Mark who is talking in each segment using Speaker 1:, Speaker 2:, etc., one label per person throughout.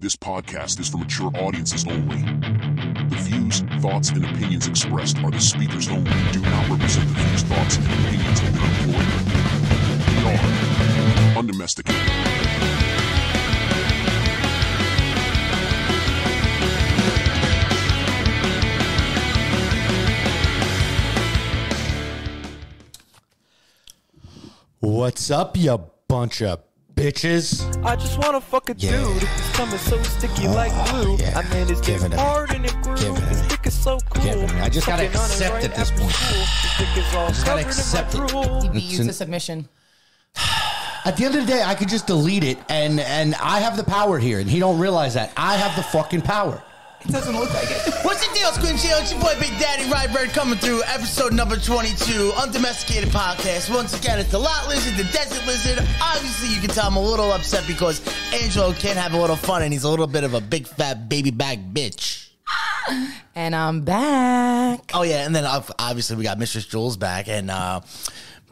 Speaker 1: This podcast is for mature audiences only. The views, thoughts, and opinions expressed are the speakers only do not represent the views, thoughts, and opinions of their employer. We are undomesticated.
Speaker 2: What's up, you bunch of bitches?
Speaker 3: I just wanna fuck a
Speaker 2: Yeah. Oh,
Speaker 3: dude. It's coming so sticky like glue.
Speaker 2: yeah.
Speaker 3: I mean, it's
Speaker 2: Give
Speaker 3: getting
Speaker 2: it to me.
Speaker 3: hard and it grew.
Speaker 2: Give it to
Speaker 3: His
Speaker 2: me.
Speaker 3: dick is so cool.
Speaker 2: Give it to me. I just gotta
Speaker 3: Fucking on him
Speaker 2: accept
Speaker 3: right
Speaker 2: at this
Speaker 3: after
Speaker 2: point.
Speaker 3: school. His dick is all
Speaker 4: Just gotta accept
Speaker 3: covered
Speaker 4: it.
Speaker 3: in my drool.
Speaker 5: be
Speaker 4: It's
Speaker 5: used
Speaker 4: an-
Speaker 5: to submission.
Speaker 2: At the end of the day, I could just delete it, and and I have the power here, and he don't realize that I have the fucking power.
Speaker 5: It doesn't look like it.
Speaker 4: What's the deal, Scream Shield? It's your boy Big Daddy Ryberg coming through episode number 22, Undomesticated Podcast. Once again, it's the Lot Lizard, the Desert Lizard. Obviously, you can tell I'm a little upset because Angelo can't have a little fun and he's a little bit of a big fat baby back bitch.
Speaker 5: And I'm back.
Speaker 4: Oh, yeah, and then ob- obviously we got Mistress Jules back and, uh,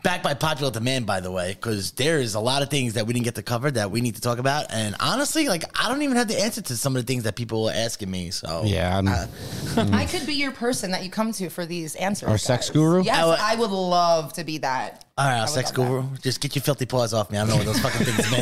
Speaker 4: Back by popular demand, by the way, because there is a lot of things that we didn't get to cover that we need to talk about. And honestly, like, I don't even have the answer to some of the things that people are asking me. So, Uh,
Speaker 2: I'm,
Speaker 5: I could be your person that you come to for these answers.
Speaker 2: Mm-hmm. Our sex
Speaker 5: guys.
Speaker 2: guru?
Speaker 5: Yes,
Speaker 4: I would-
Speaker 5: I would love to be that.
Speaker 4: All right,
Speaker 5: I
Speaker 4: I'll
Speaker 5: would
Speaker 4: sex
Speaker 5: love
Speaker 4: guru. Just get your filthy paws off me. I don't know what those fucking things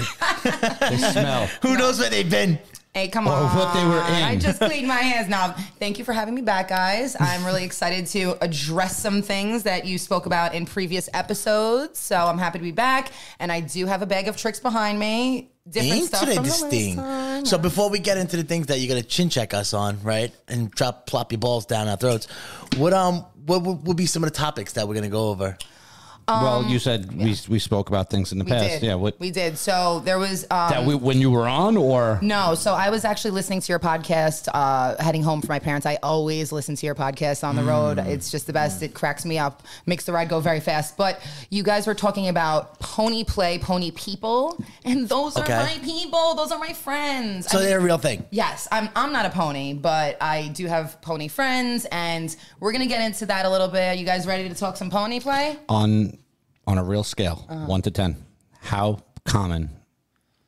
Speaker 4: mean.
Speaker 2: they smell.
Speaker 4: Who knows where they've been?
Speaker 5: Hey, come
Speaker 2: Or
Speaker 5: on.
Speaker 2: what they were in.
Speaker 5: I just cleaned my hands now. Thank you for having me back, guys. I'm really excited to address some things that you spoke about in previous episodes. So I'm happy to be back. And I do have a bag of tricks behind me. Different
Speaker 4: Ain't
Speaker 5: stuff
Speaker 4: today
Speaker 5: from
Speaker 4: this
Speaker 5: the last
Speaker 4: thing.
Speaker 5: time.
Speaker 4: So before we get into the things that you're gonna chin check us on, right, and drop plop your balls down our throats, what um what would would be some of the topics that we're gonna go over?
Speaker 6: Well, you said we we spoke about things in the
Speaker 5: Um, we
Speaker 6: past.
Speaker 5: did.
Speaker 6: Yeah, what
Speaker 5: we did. So there was um,
Speaker 6: that we, when you were on or
Speaker 5: No, so I was actually listening to your podcast uh, heading home from my parents. I always listen to your podcast on the road. It's just the best. It cracks me up, makes the ride go very fast. But you guys were talking about pony play, pony people, and those
Speaker 4: Okay.
Speaker 5: are my people. Those are my friends.
Speaker 4: So
Speaker 5: I-
Speaker 4: they're a real thing.
Speaker 5: Yes, I'm I'm not a pony, but I do have pony friends and we're going to get into that a little bit. Are you guys ready to talk some pony play?
Speaker 6: on on a real scale,
Speaker 5: Uh-huh.
Speaker 6: one to ten? How common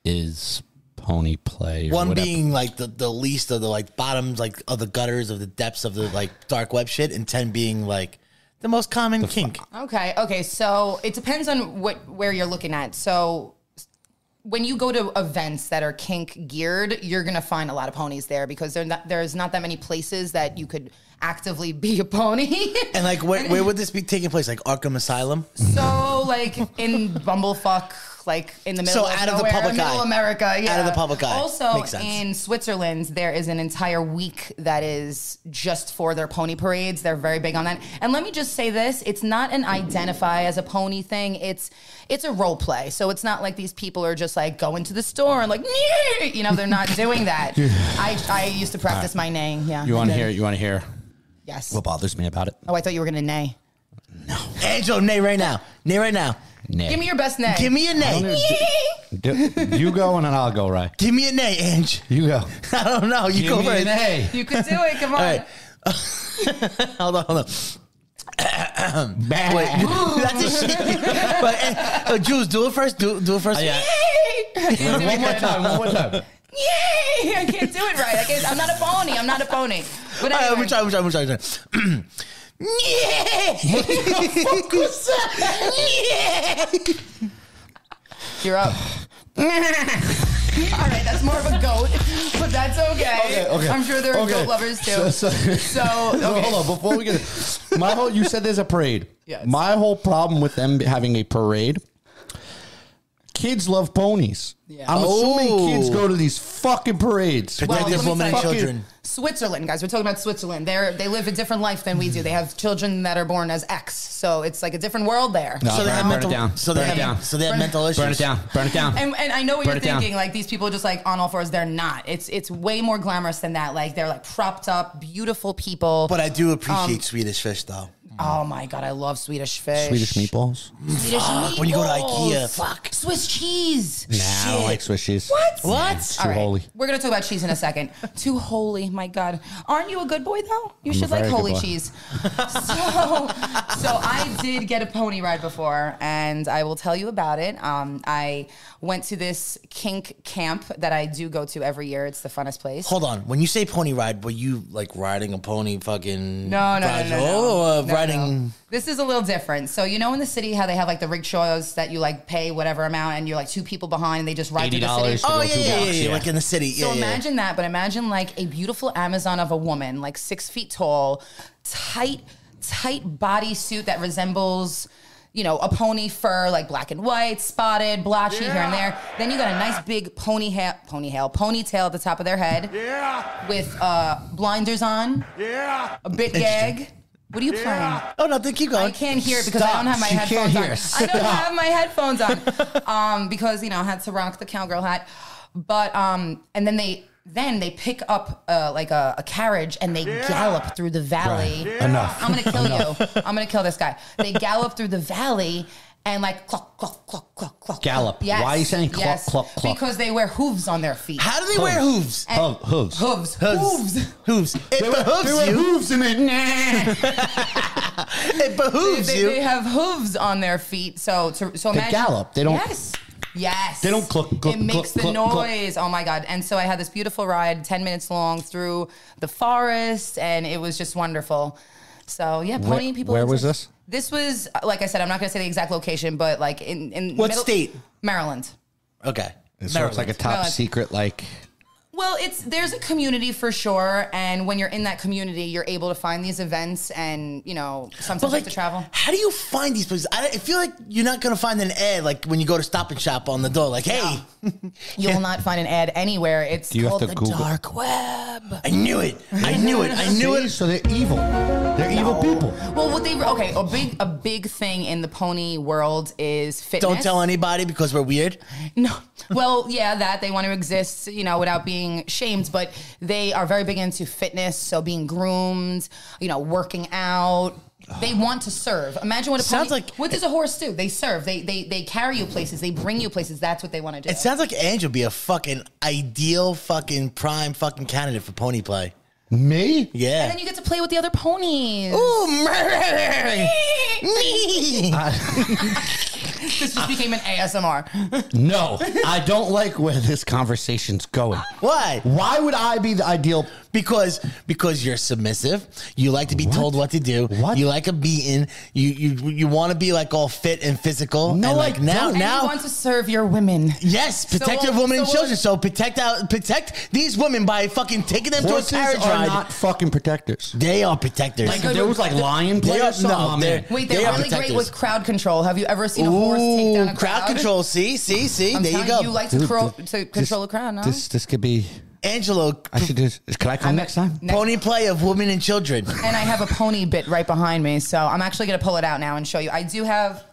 Speaker 6: is pony play? Or
Speaker 4: One
Speaker 6: whatever?
Speaker 4: being like the, the least of the like bottoms like of the gutters of the depths of the like dark web shit, and ten being like the most common kink.
Speaker 5: Okay, okay. So it depends on what where you're looking at. So when you go to events that are kink geared, you're gonna find a lot of ponies there because they're not, there's not that many places that you could actively be a pony.
Speaker 4: and like where, where would this be taking place? Like Arkham Asylum?
Speaker 5: so like in bumblefuck, like in the middle
Speaker 4: So
Speaker 5: of
Speaker 4: out of the
Speaker 5: nowhere,
Speaker 4: public
Speaker 5: middle
Speaker 4: eye.
Speaker 5: America, yeah.
Speaker 4: Out of the public eye. Makes
Speaker 5: Also
Speaker 4: sense.
Speaker 5: in Switzerland, there is an entire week that is just for their pony parades. They're very big on that. And let me just say this: it's not an identify as a pony thing. It's it's a role play. So it's not like these people are just like going to the store and like, "Nee!" you know, they're not doing that. I I used to practice my neighing. Yeah.
Speaker 6: You want to hear? You want to hear?
Speaker 5: Yes.
Speaker 6: What bothers me about it?
Speaker 5: Oh, I thought you were gonna neigh.
Speaker 4: Angelo, nay right now. Nay right now.
Speaker 6: Nay.
Speaker 5: Give me your best neigh.
Speaker 4: Give me a nay.
Speaker 6: Do- you go and then I'll go. Right?
Speaker 4: Give me a nay, Ange.
Speaker 6: You go.
Speaker 4: I don't know. You
Speaker 6: Give
Speaker 4: go
Speaker 6: me
Speaker 4: first.
Speaker 6: an A.
Speaker 5: You could do it. Come on.
Speaker 4: right. Hold on, hold on.
Speaker 6: Bad.
Speaker 4: That's a shit. but eh, uh, Jules, do it first. Do, do it first.
Speaker 6: Oh, yeah.
Speaker 5: one
Speaker 6: One more time. One more time.
Speaker 5: Yay! I can't do it right. I can't, I'm not a pony. I'm not a pony. But
Speaker 4: All right,
Speaker 5: anyway,
Speaker 4: I'm gonna try. I'm gonna try. I'm gonna try. yeah.
Speaker 5: you're up. All right, that's more of a goat, but that's okay. I'm sure there are
Speaker 2: Okay.
Speaker 5: goat lovers
Speaker 2: So,
Speaker 5: too. So,
Speaker 2: so- so
Speaker 5: okay.
Speaker 2: hold on, before we get my whole, you said there's a parade.
Speaker 5: Yes.
Speaker 2: My whole problem with them having a parade. Kids love ponies.
Speaker 5: Yeah.
Speaker 2: I'm
Speaker 4: Oh.
Speaker 2: assuming kids go to these fucking parades.
Speaker 5: Well,
Speaker 4: Protect
Speaker 5: let
Speaker 4: this
Speaker 5: me
Speaker 4: woman and
Speaker 5: tell
Speaker 2: you-
Speaker 4: children.
Speaker 5: Switzerland, guys. We're talking about Switzerland. They they live a different life than we do. They have children that are born as X, so it's like a different world there.
Speaker 6: No, burn,
Speaker 4: they have
Speaker 6: burn
Speaker 4: mental-
Speaker 6: it down.
Speaker 4: So they
Speaker 6: burn
Speaker 4: have,
Speaker 6: it down.
Speaker 4: So they have mental issues.
Speaker 6: Burn it down. Burn it down.
Speaker 5: And, and I know what
Speaker 6: Burn
Speaker 5: you're
Speaker 6: it down.
Speaker 5: thinking. Like these people are just like on all fours. They're not. It's it's way more glamorous than that. Like they're like propped up, beautiful people.
Speaker 6: Um,
Speaker 4: But I do appreciate Swedish fish, though.
Speaker 5: Oh my god, I love Swedish fish.
Speaker 6: Swedish meatballs.
Speaker 5: Swedish meatballs.
Speaker 4: when you go to Ikea,
Speaker 5: fuck Swiss cheese.
Speaker 6: Nah, I don't like Swiss cheese.
Speaker 5: What?
Speaker 4: What?
Speaker 6: It's
Speaker 5: All
Speaker 6: too
Speaker 5: right.
Speaker 6: holy.
Speaker 5: We're gonna talk about cheese in a second. Too holy, my God. Aren't you a good boy though? You
Speaker 6: I'm a
Speaker 5: should like
Speaker 6: very good
Speaker 5: holy
Speaker 6: boy.
Speaker 5: cheese. so, so I did get a pony ride before, and I will tell you about it. Um, I went to this kink camp that I do go to every year. It's the funnest place.
Speaker 4: Hold on. When you say pony ride, were you like riding a pony fucking
Speaker 5: No, no, no,
Speaker 4: ride-
Speaker 5: no, no.
Speaker 4: Oh, uh,
Speaker 5: No, no.
Speaker 4: riding
Speaker 5: This is a little different. So you know in the city how they have like the rickshaws that you like pay whatever amount and you're like two people behind and they just ride through the
Speaker 6: $80
Speaker 5: city.
Speaker 6: to
Speaker 4: Oh
Speaker 6: go
Speaker 4: yeah,
Speaker 6: to
Speaker 4: yeah, yeah,
Speaker 6: walks,
Speaker 4: yeah,
Speaker 6: yeah.
Speaker 4: like in the city. Yeah,
Speaker 5: So
Speaker 4: yeah.
Speaker 5: imagine that, but imagine like a beautiful Amazon of a woman, like six feet tall, tight, tight bodysuit that resembles, you know, a pony fur, like black and white, spotted, blotchy here and there. Then you got a nice big pony ha- ponytail, ponytail at the top of their head. Yeah. With uh, blinders on. Yeah. A bit gag. What are you playing?
Speaker 4: Oh no, then keep going.
Speaker 5: I can't hear it because I
Speaker 2: Stop.
Speaker 5: don't have my
Speaker 2: She can't
Speaker 5: headphones
Speaker 2: hear.
Speaker 5: on.
Speaker 2: Sit
Speaker 5: I don't
Speaker 2: down.
Speaker 5: have my headphones on um, because you know I had to rock the cowgirl hat. But um, and then they then they pick up uh, like a, a carriage and they gallop through the valley.
Speaker 2: Enough.
Speaker 5: I'm gonna kill you. I'm gonna kill this guy. They gallop through the valley. And like cluck cluck cluck cluck cluck
Speaker 6: Gallop.
Speaker 5: Yes,
Speaker 6: Why are you saying cluck,
Speaker 5: yes,
Speaker 6: cluck, cluck?
Speaker 5: Because they wear hooves on their feet.
Speaker 4: How do they wear hooves?
Speaker 5: And-
Speaker 6: Hoof- hooves.
Speaker 5: Hooves.
Speaker 4: Hooves.
Speaker 5: Hooves.
Speaker 4: Hooves. It
Speaker 2: There
Speaker 4: behooves
Speaker 2: were
Speaker 4: you.
Speaker 2: hooves in it. Nah.
Speaker 4: It behooves
Speaker 5: They,
Speaker 4: you.
Speaker 5: they have hooves on their feet, so to, so imagine
Speaker 6: gallop. They don't-
Speaker 5: Yes, yes.
Speaker 6: They don't cluck, cluck,
Speaker 5: It makes
Speaker 6: cluck,
Speaker 5: the
Speaker 6: cluck, cluck.
Speaker 5: noise. Oh my god! And so I had this beautiful ride, ten minutes long through the forest, and it was just wonderful. So yeah, pony people.
Speaker 6: where was
Speaker 5: exist.
Speaker 6: this?
Speaker 5: This was like I said. I'm not going to say the exact location, but like in in
Speaker 4: What state?
Speaker 5: Maryland.
Speaker 4: Okay.
Speaker 6: So it's like a top
Speaker 5: No, it's-
Speaker 6: secret, like
Speaker 5: Well, it's there's a community for sure, and when you're in that community, you're able to find these events, and you know sometimes
Speaker 4: But
Speaker 5: you
Speaker 4: like,
Speaker 5: have to travel.
Speaker 4: how do you find these places? I, I feel like you're not gonna find an ad like when you go to Stop and Shop on the door, like, "Hey,
Speaker 5: You will not find an ad anywhere. It's
Speaker 6: you have
Speaker 5: called
Speaker 6: to
Speaker 5: the
Speaker 6: Google-
Speaker 5: dark web.
Speaker 4: I knew it, I knew it, I knew
Speaker 2: See,
Speaker 4: it."
Speaker 2: So they're evil. They're evil people.
Speaker 5: Well, what they okay a big a big thing in the pony world is fitness.
Speaker 4: Don't tell anybody because we're weird.
Speaker 5: No. Well, yeah, that they want to exist, you know, without being shamed. But they are very big into fitness, so being groomed, you know, working out. They want to serve. Imagine what a
Speaker 4: Sounds
Speaker 5: pony,
Speaker 4: like-
Speaker 5: what does a horse do? They serve. They they they carry you places. They bring you places. That's what they want to do.
Speaker 4: It sounds like Angel would be a fucking ideal fucking prime fucking candidate for pony play.
Speaker 2: Me?
Speaker 5: and
Speaker 4: Yeah.
Speaker 5: then you get to play with the other ponies.
Speaker 4: Ooh,
Speaker 5: This just became an ASMR.
Speaker 6: no, I don't like where this conversation's going.
Speaker 4: Why?
Speaker 2: Why would I be the ideal?
Speaker 4: Because because you're submissive. You like to be told what to do.
Speaker 2: What?
Speaker 4: You like a beating. You you you want to be like all fit and physical.
Speaker 2: No,
Speaker 4: and
Speaker 2: I
Speaker 4: like now
Speaker 5: And
Speaker 4: now
Speaker 5: you want to serve your women.
Speaker 4: yes, protect
Speaker 5: So,
Speaker 4: your women and
Speaker 5: so-
Speaker 4: children. So protect out protect these women by fucking taking them
Speaker 6: Horses
Speaker 4: to a carriage
Speaker 6: are
Speaker 4: ride.
Speaker 6: not fucking protectors.
Speaker 4: they are protectors.
Speaker 6: Like if there was like lion
Speaker 4: They are-
Speaker 6: players. oh, something,
Speaker 4: no,
Speaker 6: I'm
Speaker 4: they're-
Speaker 6: in.
Speaker 5: Wait, they're
Speaker 4: They are
Speaker 5: really great
Speaker 4: protectors.
Speaker 5: with crowd control. Have you ever seen a horse take down
Speaker 4: Ooh,
Speaker 5: a crowd?
Speaker 4: crowd control. See, see, see.
Speaker 5: I'm
Speaker 4: there you
Speaker 5: telling
Speaker 4: go.
Speaker 5: You like to,
Speaker 6: Dude,
Speaker 5: cro-
Speaker 6: this-
Speaker 5: to control
Speaker 6: this-
Speaker 5: a crowd, no?
Speaker 6: This this could be.
Speaker 4: Angelo,
Speaker 6: I should do. Could I come next time?
Speaker 5: Next-
Speaker 4: pony play of women and children.
Speaker 5: and I have a pony bit right behind me, so I'm actually going to pull it out now and show you. I do have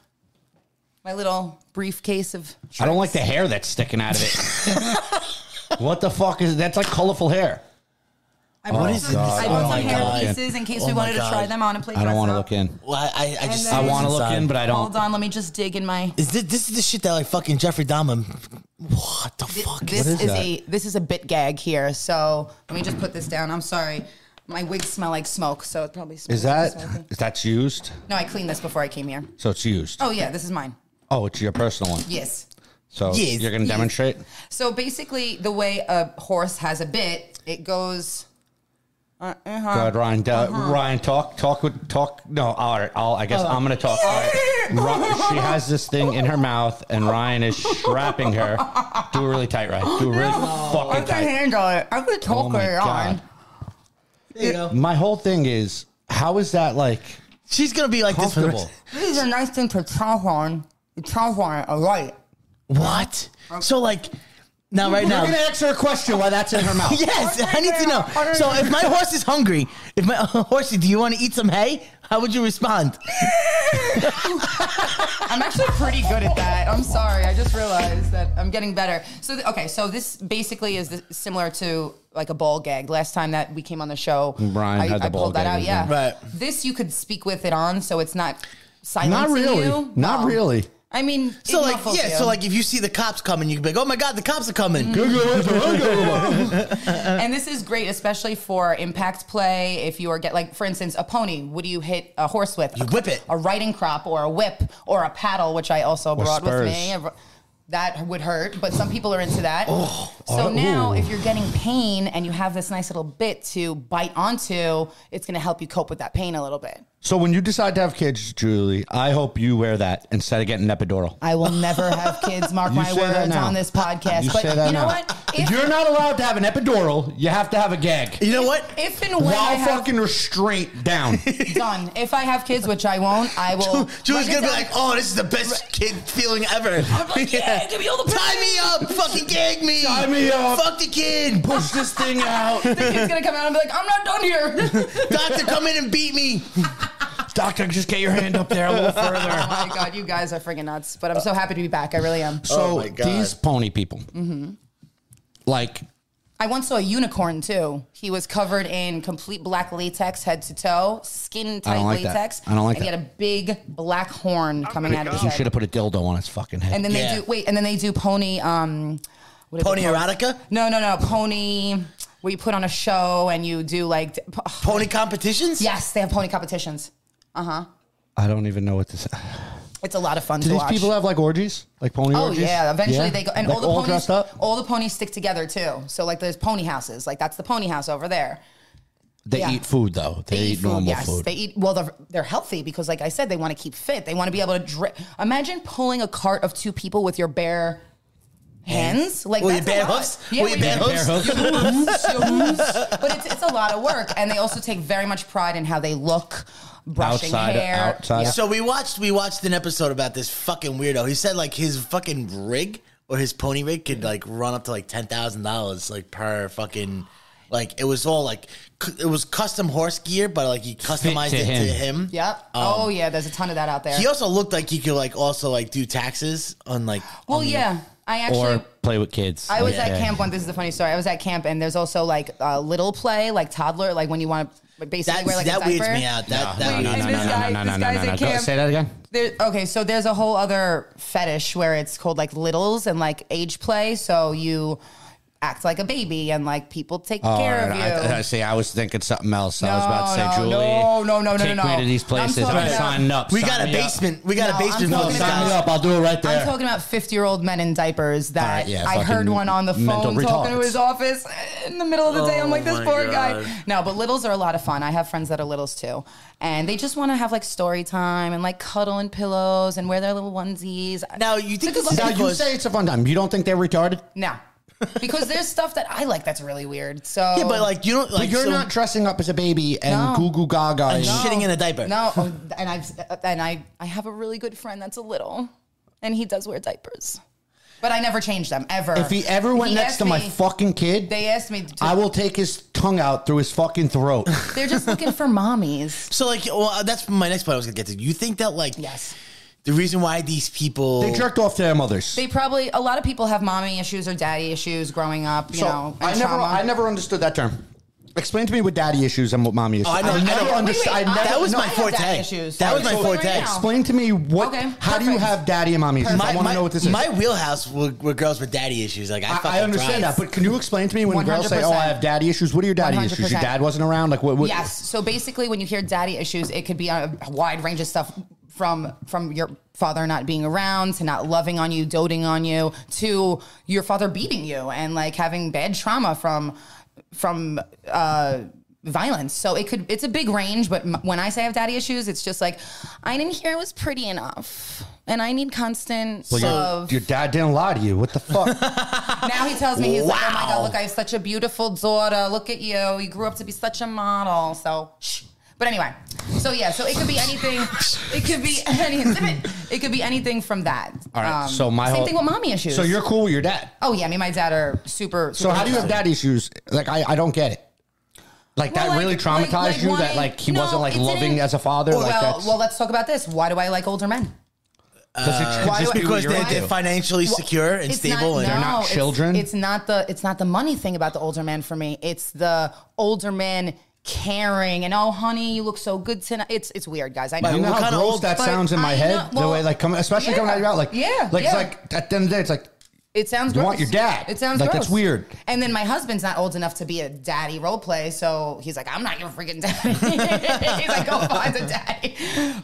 Speaker 5: my little briefcase of.
Speaker 6: I don't like the hair that's sticking out of it. what the fuck is that's like colorful hair?
Speaker 5: I bought
Speaker 6: What
Speaker 5: some-
Speaker 6: is this?
Speaker 5: I
Speaker 6: Oh
Speaker 5: bought
Speaker 6: my
Speaker 5: some hair
Speaker 6: God.
Speaker 5: pieces in case
Speaker 4: Oh
Speaker 5: we
Speaker 4: my
Speaker 5: wanted to
Speaker 4: God.
Speaker 5: try them on and play.
Speaker 6: I don't
Speaker 5: dress
Speaker 6: want to
Speaker 5: up.
Speaker 6: look in.
Speaker 4: Well, I, I, I just
Speaker 5: then- I
Speaker 6: wanna look
Speaker 4: inside.
Speaker 6: in, but I don't-
Speaker 5: Hold on, let me just dig in my.
Speaker 4: Is this, this is the shit that like fucking Jeffrey Dahmer? What the fuck?
Speaker 5: This
Speaker 6: is
Speaker 5: is,
Speaker 6: that?
Speaker 5: a this is a bit gag here, so let me just put this down. I'm sorry, my wigs smell like smoke, so it probably smells
Speaker 6: Is that
Speaker 5: Like smoking.
Speaker 6: is that's used?
Speaker 5: No, I cleaned this before I came here.
Speaker 6: So it's used.
Speaker 5: Oh yeah, this is mine.
Speaker 6: Oh, it's your personal one.
Speaker 5: Yes.
Speaker 6: So
Speaker 4: Yes.
Speaker 6: you're gonna demonstrate.
Speaker 5: So basically, the way a horse has a bit, it goes. Uh, uh-huh. Oh.
Speaker 6: Go ahead, Ryan. Uh, Ryan, talk, talk, with- talk. No, all right. I'll, I guess I'm gonna talk. All right. Ri- she has this thing in her mouth, and Ryan is strapping her. Do it really tight, Ryan. Do it really
Speaker 5: I
Speaker 6: fucking
Speaker 5: can
Speaker 6: tight.
Speaker 5: handle it. I could talk
Speaker 6: Oh my
Speaker 5: it on.
Speaker 6: God. My whole thing is, how is that like?
Speaker 4: She's gonna be like this for the rest-
Speaker 6: Comfortable.
Speaker 5: This is a nice thing to talk on. You talk on it a lot.
Speaker 4: What? So like now right now.
Speaker 6: You're gonna ask her a question while that's in her mouth.
Speaker 4: Yes, I need to know. So if my horse is hungry, if my horse, do you want to eat some hay? How would you respond?
Speaker 5: I'm actually pretty good at that. I'm sorry. I just realized that I'm getting better. So, th- okay, so this basically is th- similar to like a ball gag. Last time that we came on the show,
Speaker 6: Brian
Speaker 5: I,
Speaker 6: had the
Speaker 5: I
Speaker 6: ball
Speaker 5: pulled that
Speaker 6: gag
Speaker 5: out.
Speaker 6: as
Speaker 5: Yeah,
Speaker 4: well. Right.
Speaker 5: This you could speak with it on, so it's not
Speaker 2: Not
Speaker 5: silencing
Speaker 2: really.
Speaker 5: you.
Speaker 2: Not
Speaker 5: No.
Speaker 2: really.
Speaker 5: I mean,
Speaker 4: So
Speaker 5: it
Speaker 4: like,
Speaker 5: muffles
Speaker 4: yeah.
Speaker 5: you.
Speaker 4: So like, if you see the cops coming, you can be like, "Oh my god, the cops are coming!"
Speaker 5: and this is great, especially for impact play. If you are get like, for instance, a pony. What do you hit a horse with?
Speaker 4: You
Speaker 5: a,
Speaker 4: whip it.
Speaker 5: A riding crop, or a whip, or a paddle, which I also brought
Speaker 6: spurs.
Speaker 5: with me. A- That would hurt, but some people are into that. so now, if you're getting pain and you have this nice little bit to bite onto, it's going to help you cope with that pain a little bit.
Speaker 6: So when you decide to have kids, Julie, I hope you wear that instead of getting an epidural.
Speaker 5: I will never have kids. Mark
Speaker 6: You
Speaker 5: my
Speaker 6: say that
Speaker 5: words
Speaker 6: now.
Speaker 5: on this podcast.
Speaker 6: You
Speaker 5: but
Speaker 6: say that
Speaker 5: you know
Speaker 6: now.
Speaker 5: what? If,
Speaker 2: You're not allowed to have an epidural. You have to have a gag.
Speaker 4: You know what?
Speaker 5: if and when I
Speaker 6: While
Speaker 5: have
Speaker 6: fucking restraint down.
Speaker 5: done, if I have kids, which I won't, I will.
Speaker 4: Julie's
Speaker 5: write it
Speaker 4: gonna be
Speaker 5: down.
Speaker 4: like, "Oh, this is the best kid feeling ever." I'm
Speaker 5: like, "Yeah, give me all the
Speaker 4: Tie me up, fucking gag me, tie
Speaker 2: me up.
Speaker 4: fuck the kid,
Speaker 2: Push this thing out.
Speaker 5: the kid's gonna come out and be like, I'm not done here.
Speaker 4: doctor, come in and beat me.
Speaker 2: Doctor, just get your hand up there a little further.
Speaker 5: oh my god, you guys are freaking nuts. But I'm so happy to be back. I really am.
Speaker 6: So
Speaker 4: my God.
Speaker 6: these pony people,
Speaker 5: Mm-hmm.
Speaker 6: like
Speaker 5: I once saw a unicorn too. He was covered in complete black latex, head to toe, skin
Speaker 6: I
Speaker 5: tight
Speaker 6: don't like that.
Speaker 5: latex.
Speaker 6: I don't like
Speaker 5: and he
Speaker 6: that.
Speaker 5: had a big black horn coming out of his
Speaker 6: you should
Speaker 5: head.
Speaker 6: have put a dildo on its fucking head.
Speaker 5: And then
Speaker 4: Yeah.
Speaker 5: they do wait, and then they do pony. Um, what is it
Speaker 4: Pony
Speaker 5: called?
Speaker 4: erotica,
Speaker 5: No, no, no, pony. Where you put on a show and you do like, d- po-
Speaker 4: pony competitions.
Speaker 5: yes, they have pony competitions.
Speaker 6: I don't even know what this.
Speaker 5: It's a lot of fun
Speaker 6: Do
Speaker 5: to
Speaker 6: these
Speaker 5: watch.
Speaker 6: people have like orgies, like pony
Speaker 5: Oh
Speaker 6: orgies?
Speaker 5: yeah, eventually
Speaker 6: Yeah?
Speaker 5: they go and
Speaker 6: Like,
Speaker 5: all the ponies
Speaker 6: dressed up.
Speaker 5: all the ponies stick together too. So like there's pony houses. Like that's the pony house over there.
Speaker 6: They
Speaker 5: yeah.
Speaker 6: eat food though. They, eat, normal food.
Speaker 5: They eat well they're, they're healthy because like I said they want to keep fit. They want to be able to dri- Imagine pulling a cart of two people with your bare hands. Like
Speaker 4: Will you
Speaker 5: that's a
Speaker 4: bare
Speaker 5: lot.
Speaker 4: hoofs?
Speaker 5: Yeah,
Speaker 4: Will you
Speaker 5: with your
Speaker 4: bare hoofs?
Speaker 5: but it's, it's a lot of work and they also take very much pride in how they look, brushing
Speaker 6: Outside of-
Speaker 5: hair.
Speaker 6: outside of-
Speaker 4: So we watched we watched an episode about this fucking weirdo. He said like his fucking rig or his pony rig could like run up to like ten thousand dollars like per fucking like it was all like cu- it was custom horse gear, but like he customized
Speaker 6: to
Speaker 4: it
Speaker 6: him.
Speaker 4: to him.
Speaker 5: Yep.
Speaker 6: Um,
Speaker 5: oh yeah, there's a ton of that out there.
Speaker 4: He also looked like he could like also like do taxes on like
Speaker 5: well, yeah. I actually
Speaker 6: or play with kids.
Speaker 5: I was
Speaker 6: Like,
Speaker 5: at
Speaker 6: yeah.
Speaker 5: camp one. This is a funny story. I was at camp, and there's also like uh, little play, like toddler, like when you want to basically
Speaker 4: that
Speaker 5: wear like
Speaker 4: that
Speaker 5: a diaper.
Speaker 4: weirds me out. That that
Speaker 5: Wait,
Speaker 4: weirds
Speaker 5: and
Speaker 4: me
Speaker 5: this
Speaker 4: out.
Speaker 5: guy, this guy's at
Speaker 6: Go-
Speaker 5: camp.
Speaker 6: Say that again.
Speaker 5: There, okay, so there's a whole other fetish where it's called like littles and like age play. So you act like a baby, and like people take
Speaker 6: Oh,
Speaker 5: care
Speaker 6: all
Speaker 5: of you.
Speaker 6: right. I, I see. I was thinking something else. I was
Speaker 5: No,
Speaker 6: about to say,
Speaker 5: no,
Speaker 6: Julie,
Speaker 5: no, no, no, no,
Speaker 6: take
Speaker 5: no,
Speaker 6: me
Speaker 5: no.
Speaker 6: to these
Speaker 5: I'm
Speaker 6: places. I'm,
Speaker 5: talking about-
Speaker 6: signing up.
Speaker 4: We
Speaker 6: Sign
Speaker 4: got a
Speaker 6: me up.
Speaker 4: basement. We got
Speaker 5: No,
Speaker 4: a
Speaker 5: I'm
Speaker 4: basement
Speaker 5: talking
Speaker 4: for these
Speaker 5: about-
Speaker 6: Sign me
Speaker 4: guys.
Speaker 6: up. I'll do it right there.
Speaker 5: I'm talking about 50 year old men in diapers that
Speaker 6: Alright, yeah,
Speaker 5: I heard
Speaker 6: fucking
Speaker 5: one on the
Speaker 6: mental
Speaker 5: phone talking to
Speaker 6: retards.
Speaker 5: his office in the middle of the day. I'm like, this
Speaker 4: Oh my
Speaker 5: poor
Speaker 4: God.
Speaker 5: guy. No, but littles are a lot of fun. I have friends that are littles too. And they just want to have like story time and like cuddle and pillows and wear their little onesies.
Speaker 4: Now you think
Speaker 5: Took a
Speaker 4: this is
Speaker 5: look
Speaker 6: now you
Speaker 4: because-
Speaker 6: say it's a fun time. You don't think they're retarded?
Speaker 5: No. Because there's stuff that I like that's really weird. So
Speaker 4: yeah, but like you don't like
Speaker 6: but you're
Speaker 4: so-
Speaker 6: not dressing up as a baby and
Speaker 5: No.
Speaker 6: goo goo gaga.
Speaker 4: And
Speaker 6: and-
Speaker 4: shit. shitting in a diaper.
Speaker 5: No, and I've and I I have a really good friend that's a little, and he does wear diapers, but I never change them ever.
Speaker 6: If he ever went next
Speaker 5: asked
Speaker 6: to my
Speaker 5: me-
Speaker 6: fucking kid,
Speaker 5: they asked me. To,
Speaker 6: I will take his tongue out through his fucking throat.
Speaker 5: they're just looking for mommies.
Speaker 4: So like, well, uh, that's my next point. I was gonna get to. You think that like,
Speaker 5: Yes.
Speaker 4: the reason why these people
Speaker 6: they jerked off to their mothers.
Speaker 5: They probably a lot of people have mommy issues or daddy issues growing up. You
Speaker 6: So,
Speaker 5: know, and
Speaker 6: I never,
Speaker 5: trauma.
Speaker 6: I never understood that term. Explain to me what daddy issues and what mommy issues.
Speaker 4: Oh, I know- I know-
Speaker 6: never
Speaker 4: Wait, wait,
Speaker 6: understood. I
Speaker 5: I-
Speaker 6: never,
Speaker 4: that was
Speaker 5: no,
Speaker 4: my
Speaker 5: have
Speaker 4: forte.
Speaker 5: daddy issues.
Speaker 4: That was
Speaker 5: Sorry,
Speaker 4: my
Speaker 5: so
Speaker 4: forte.
Speaker 5: right now.
Speaker 6: Explain to me what.
Speaker 5: Okay,
Speaker 6: how do you
Speaker 5: perfect.
Speaker 6: have daddy and mommy issues?
Speaker 4: My,
Speaker 6: I want
Speaker 4: my-
Speaker 6: to know what this
Speaker 4: my
Speaker 6: is.
Speaker 4: wheelhouse were, were girls with daddy issues. Like I,
Speaker 6: I,
Speaker 4: fucking
Speaker 6: I understand
Speaker 4: thrive.
Speaker 6: that, but can you explain to me when girls say, "Oh, I
Speaker 5: 100%.
Speaker 6: have daddy issues"? What are your daddy issues? Your
Speaker 5: 100%.
Speaker 6: dad wasn't around. Like what? what
Speaker 5: Yes. So basically, when you hear daddy issues, it could be a wide range of stuff from from your father not being around to not loving on you, doting on you, to your father beating you and like having bad trauma from from uh, violence. So it could it's a big range. But m- when I say I have daddy issues, it's just like I didn't hear it was pretty enough, and I need constant
Speaker 6: Well, your-
Speaker 5: love.
Speaker 6: your, dad didn't lie to you. What the fuck?
Speaker 5: Now he tells me he's like, oh my
Speaker 4: Wow.
Speaker 5: god, look, I have such a beautiful daughter. Look at you. You grew up to be such a model. So, shh. but anyway, so yeah, so it could be anything. it could be anything. It could be anything from that. Um,
Speaker 6: All right. so my
Speaker 5: same
Speaker 6: whole,
Speaker 5: thing with mommy issues.
Speaker 6: So you're cool with your dad.
Speaker 5: Oh yeah, me and my dad are super.
Speaker 6: So
Speaker 5: super
Speaker 6: how do you have daddy issues? Like I, I don't get it. Like
Speaker 5: Well,
Speaker 6: that really traumatized
Speaker 5: like- like
Speaker 6: you.
Speaker 5: wanting-
Speaker 6: that like he
Speaker 5: No,
Speaker 6: wasn't like
Speaker 5: it
Speaker 6: loving
Speaker 5: didn't-
Speaker 6: as a father.
Speaker 5: Well,
Speaker 6: like that's
Speaker 5: well, let's talk about this. Why do I like older men?
Speaker 6: Does it- could
Speaker 4: Why?
Speaker 6: just be
Speaker 4: Because
Speaker 6: what
Speaker 4: they're,
Speaker 6: you're
Speaker 4: they're
Speaker 6: into.
Speaker 4: financially secure and
Speaker 5: It's
Speaker 4: stable,
Speaker 5: not-
Speaker 4: and
Speaker 5: no,
Speaker 6: not
Speaker 5: it's-
Speaker 6: children?
Speaker 5: It's, not the it's not the money thing about the older man for me. It's the older man caring and oh honey, you look so good tonight. It's it's weird, guys. I know.
Speaker 6: You know
Speaker 4: what
Speaker 6: how
Speaker 4: kind of
Speaker 6: gross
Speaker 4: old-
Speaker 6: that
Speaker 5: but
Speaker 6: sounds in my
Speaker 5: I
Speaker 6: head?
Speaker 5: know-
Speaker 6: the way,
Speaker 5: well,
Speaker 6: like, coming, especially
Speaker 5: yeah.
Speaker 6: coming out of your mouth, like,
Speaker 5: Yeah,
Speaker 6: like it's
Speaker 5: yeah.
Speaker 6: like at the end of the day, it's like,
Speaker 5: It sounds
Speaker 6: You
Speaker 5: gross.
Speaker 6: want your dad.
Speaker 5: It sounds
Speaker 6: Like,
Speaker 5: gross.
Speaker 6: that's weird.
Speaker 5: And then my husband's not old enough to be a daddy role play, so he's like, I'm not your freaking daddy. he's like, go find a daddy.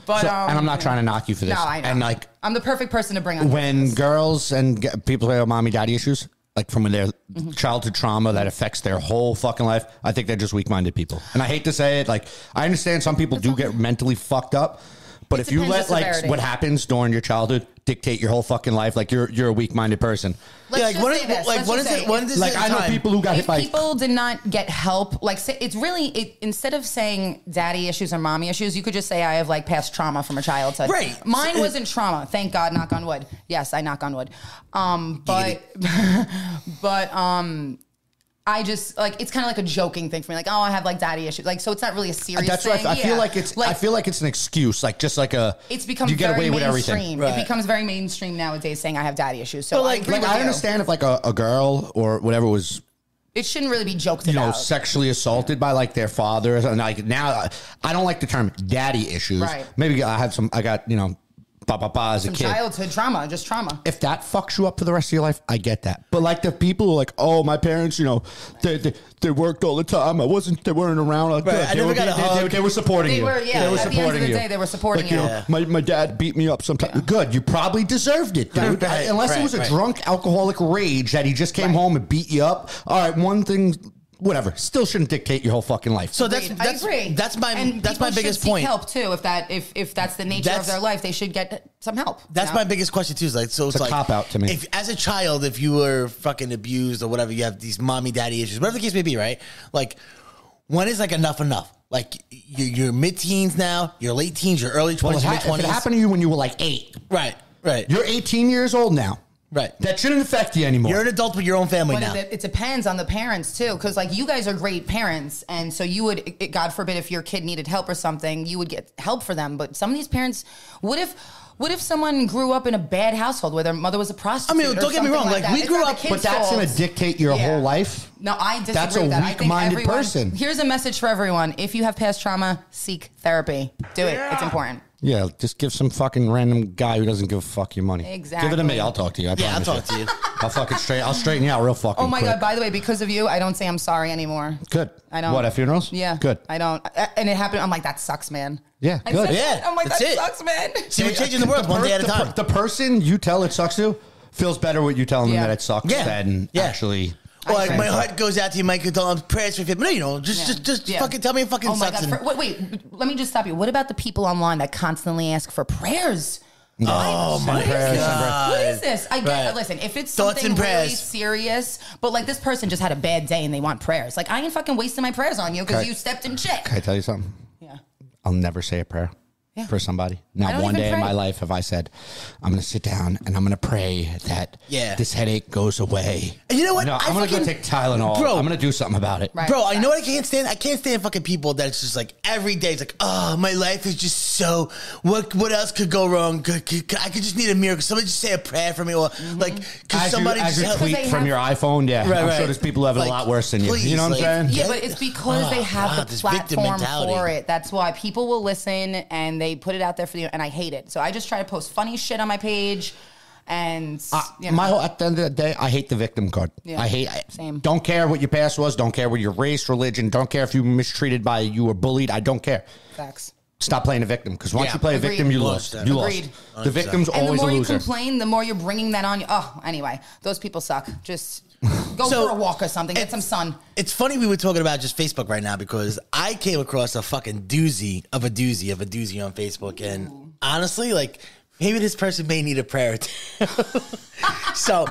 Speaker 5: But
Speaker 6: so-
Speaker 5: um,
Speaker 6: and I'm not trying to knock you for this.
Speaker 5: No, I know.
Speaker 6: And like,
Speaker 5: I'm the perfect person to bring on.
Speaker 6: when girls and g- people who have mommy daddy issues, like from when their
Speaker 5: Mm-hmm.
Speaker 6: childhood trauma that affects their whole fucking life, I think they're just weak minded people. And I hate to say it, like I understand some people do get mentally fucked up, but
Speaker 5: It
Speaker 6: if you
Speaker 5: depends
Speaker 6: let
Speaker 5: the
Speaker 6: like
Speaker 5: severity.
Speaker 6: what happens during your childhood dictate your whole fucking life, like you're you're a weak minded person.
Speaker 5: Let's
Speaker 4: like
Speaker 5: just
Speaker 4: when
Speaker 5: say
Speaker 4: it-
Speaker 5: this.
Speaker 4: like
Speaker 5: Let's
Speaker 4: when
Speaker 5: just
Speaker 4: is
Speaker 5: say
Speaker 4: it? When
Speaker 5: it.
Speaker 4: is it?
Speaker 6: Like I know
Speaker 4: time?
Speaker 6: people who got hit
Speaker 5: if
Speaker 6: by
Speaker 5: people did not get help, like say, it's really it, instead of saying daddy issues or mommy issues, you could just say I have like past trauma from a childhood.
Speaker 4: Right.
Speaker 5: Mine
Speaker 4: So-
Speaker 5: wasn't trauma. Thank God. Knock on wood. Yes, I knock on wood. Um, but but um. I just like it's kind of like a joking thing for me, like oh I have like daddy issues, like so it's not really a serious.
Speaker 6: Uh, That's
Speaker 5: thing.
Speaker 6: right. I, I feel
Speaker 5: Yeah.
Speaker 6: like it's. I feel like it's an excuse. Like just like a.
Speaker 5: it's become
Speaker 6: you get
Speaker 5: very
Speaker 6: away with everything.
Speaker 5: mainstream.
Speaker 4: Right.
Speaker 5: It becomes very mainstream nowadays saying I have daddy issues. So
Speaker 4: But,
Speaker 5: like, I,
Speaker 4: like-
Speaker 5: agree
Speaker 6: Like
Speaker 5: with
Speaker 6: I
Speaker 5: you.
Speaker 6: understand if like a, a girl or whatever was
Speaker 5: it shouldn't really be joked
Speaker 6: you know
Speaker 5: about.
Speaker 6: sexually assaulted by like their fathers and like now I- I don't like the term daddy issues.
Speaker 5: Right.
Speaker 6: Maybe I had some. I got you know, ba ba ba as a kid.
Speaker 5: childhood trauma, just trauma.
Speaker 6: if that fucks you up for the rest of your life, I get that. But like the people who are like, oh, my parents, you know, they they, they worked all the time. I wasn't, they weren't around. Like,
Speaker 4: Right, I
Speaker 6: They,
Speaker 4: never
Speaker 6: were,
Speaker 4: got a
Speaker 6: they-
Speaker 4: hug.
Speaker 6: they- they were supporting
Speaker 5: They
Speaker 6: you.
Speaker 5: were, yeah,
Speaker 6: They were
Speaker 5: at the end of
Speaker 6: supporting
Speaker 5: the
Speaker 6: you.
Speaker 5: day, they were supporting
Speaker 6: Like, you.
Speaker 5: you.
Speaker 6: know,
Speaker 5: Yeah.
Speaker 6: my, my dad beat me up sometimes. Good, you probably deserved it, dude.
Speaker 4: Right,
Speaker 6: I- Unless it
Speaker 4: right,
Speaker 6: was a
Speaker 4: right.
Speaker 6: drunk alcoholic rage that he just came home and beat you up. All right, one thing, whatever, still shouldn't dictate your whole fucking life.
Speaker 4: So that's that's
Speaker 5: I agree.
Speaker 4: that's my
Speaker 5: And
Speaker 4: that's
Speaker 5: people
Speaker 4: my
Speaker 5: should
Speaker 4: biggest
Speaker 5: seek
Speaker 4: point.
Speaker 5: Help too, if that if if that's the nature
Speaker 4: That's-
Speaker 5: of their life, they should get some help.
Speaker 4: That's my biggest question too. Is like, so it's,
Speaker 6: a
Speaker 4: like
Speaker 6: cop-out to me.
Speaker 4: If as a child, if you were fucking abused or whatever, you have these mommy daddy issues, whatever the case may be, right? Like, when is like enough enough? Like you're, you're mid teens now, you're late teens, you're early
Speaker 6: well,
Speaker 4: twenties,
Speaker 6: it ha-
Speaker 4: mid
Speaker 6: if it
Speaker 4: twenties,
Speaker 6: happened to you when you were like eight,
Speaker 4: right? Right. You're,
Speaker 6: you're 18 years old now.
Speaker 4: Right.
Speaker 6: That shouldn't affect you anymore.
Speaker 4: an adult with your own family
Speaker 5: But
Speaker 4: now.
Speaker 5: it, it depends on the parents too, because like you guys are great parents, and so you would, it- God forbid, if your kid needed help or something, you would get help for them. But some of these parents, what if? What if someone grew up in a bad household where their mother was a prostitute? or
Speaker 4: don't get me
Speaker 5: something
Speaker 4: wrong, like,
Speaker 5: Like, that?
Speaker 4: we
Speaker 5: It's
Speaker 4: grew
Speaker 5: not the
Speaker 4: up-
Speaker 5: kid's
Speaker 6: but that's going to
Speaker 5: fault.
Speaker 6: dictate your
Speaker 5: Yeah.
Speaker 6: whole life.
Speaker 5: No, I disagree.
Speaker 6: That's a
Speaker 5: with that. I think
Speaker 6: weak-minded
Speaker 5: everyone-
Speaker 6: person.
Speaker 5: Here's a message for everyone: If you have past trauma, seek therapy. Do it. It's important.
Speaker 6: Yeah, just give some fucking random guy who doesn't give a fuck your money.
Speaker 5: Exactly.
Speaker 6: Give it to me. I'll talk to you. I
Speaker 4: yeah, I'll
Speaker 6: promise
Speaker 4: talk to you.
Speaker 6: I'll fucking straight. I'll straighten you out real fucking.
Speaker 5: Oh my
Speaker 6: quick.
Speaker 5: god! By the way, because of you, I don't say I'm sorry anymore.
Speaker 6: Good.
Speaker 5: I don't.
Speaker 6: What at funerals?
Speaker 5: Yeah.
Speaker 6: Good.
Speaker 5: I don't. I- And it happened. I'm like, that sucks, man.
Speaker 6: Yeah,
Speaker 5: I
Speaker 6: good.
Speaker 5: said that.
Speaker 4: Yeah,
Speaker 5: I'm like,
Speaker 4: that's
Speaker 5: that
Speaker 4: it.
Speaker 5: sucks, man.
Speaker 4: See, we're changing the world one
Speaker 6: per-
Speaker 4: day at a
Speaker 6: the per-
Speaker 4: time.
Speaker 6: The person you tell it sucks to feels better with you telling
Speaker 5: Yeah.
Speaker 6: them that it sucks
Speaker 4: Yeah.
Speaker 6: than
Speaker 4: Yeah.
Speaker 6: actually.
Speaker 4: Well, like,
Speaker 5: I-
Speaker 4: my heart goes out to you, Michael. Dolan. Prayers for him. No, you know, just
Speaker 5: Yeah.
Speaker 4: just just
Speaker 5: Yeah.
Speaker 4: fucking tell me it fucking
Speaker 5: Oh my
Speaker 4: sucks.
Speaker 5: god!
Speaker 4: and-
Speaker 5: For, wait, wait. Let me just stop you. What about the people online that constantly ask for prayers? Oh
Speaker 6: my God.
Speaker 5: What is this? I get.
Speaker 4: Right.
Speaker 5: Listen, if it's
Speaker 4: Thoughts
Speaker 5: something
Speaker 4: and
Speaker 5: really
Speaker 4: prayers.
Speaker 5: serious, but like this person just had a bad day and they want prayers, like I ain't fucking wasting my prayers on you because
Speaker 6: Okay.
Speaker 5: you stepped in shit.
Speaker 6: Can I tell you something?
Speaker 5: Yeah.
Speaker 6: I'll never say a prayer
Speaker 5: Yeah.
Speaker 6: for somebody.
Speaker 5: I
Speaker 6: Not
Speaker 5: don't
Speaker 6: one
Speaker 5: even
Speaker 6: day in
Speaker 5: pray.
Speaker 6: my life have I said, "I'm going to sit down and I'm going to pray that
Speaker 4: Yeah.
Speaker 6: this headache goes away."
Speaker 4: And you know what?
Speaker 6: No,
Speaker 4: I
Speaker 6: I'm going to go
Speaker 4: fucking-
Speaker 6: take Tylenol.
Speaker 4: Bro.
Speaker 6: I'm going to do something about it.
Speaker 5: Right.
Speaker 4: Bro, I know what I can't stand. I can't stand fucking people that it's just like every day. It's like, oh, my life is just so. What what else could go wrong? Could, could, could- I could just need a miracle. Somebody just say a prayer for me, or like, could
Speaker 6: as
Speaker 4: somebody
Speaker 6: you, as
Speaker 4: just
Speaker 6: you
Speaker 4: help?
Speaker 6: tweet
Speaker 5: Because they
Speaker 6: from
Speaker 5: have-
Speaker 6: your iPhone, yeah,
Speaker 4: Right,
Speaker 6: I'm
Speaker 4: right.
Speaker 6: sure there's people who have it
Speaker 4: Like,
Speaker 6: a lot worse than you.
Speaker 4: please,
Speaker 6: you know what I'm saying?
Speaker 4: like-
Speaker 5: Yeah, but it's because
Speaker 4: Oh,
Speaker 5: they have
Speaker 4: God,
Speaker 5: the
Speaker 4: this victim
Speaker 5: platform
Speaker 4: mentality.
Speaker 5: for it. That's why people will listen and they put it out there for you, and I hate it. So I just try to post funny shit on my page, and
Speaker 4: Ah,
Speaker 5: you know,
Speaker 6: My whole, at the end of the day, I hate the victim card.
Speaker 5: Yeah,
Speaker 6: I hate. I-
Speaker 5: same.
Speaker 6: Don't care what your past was. Don't care what your race, religion. Don't care if you were mistreated by you were bullied. I don't care.
Speaker 5: facts.
Speaker 6: Stop playing a victim because once
Speaker 4: Yeah.
Speaker 6: you play a
Speaker 5: Agreed.
Speaker 6: victim, you
Speaker 4: Lost
Speaker 6: lost.
Speaker 4: that.
Speaker 6: You
Speaker 5: Agreed.
Speaker 6: lost. The victim's
Speaker 5: And the
Speaker 6: always a
Speaker 5: more you
Speaker 6: loser.
Speaker 5: complain, the more you're bringing that on you. Oh, anyway, those people suck. Just go
Speaker 4: So-
Speaker 5: for a walk or something. Get some sun.
Speaker 4: It's funny we were talking about just Facebook right now because I came across a fucking doozy of a doozy of a doozy on Facebook, and honestly, like maybe this person may need a prayer. too. so,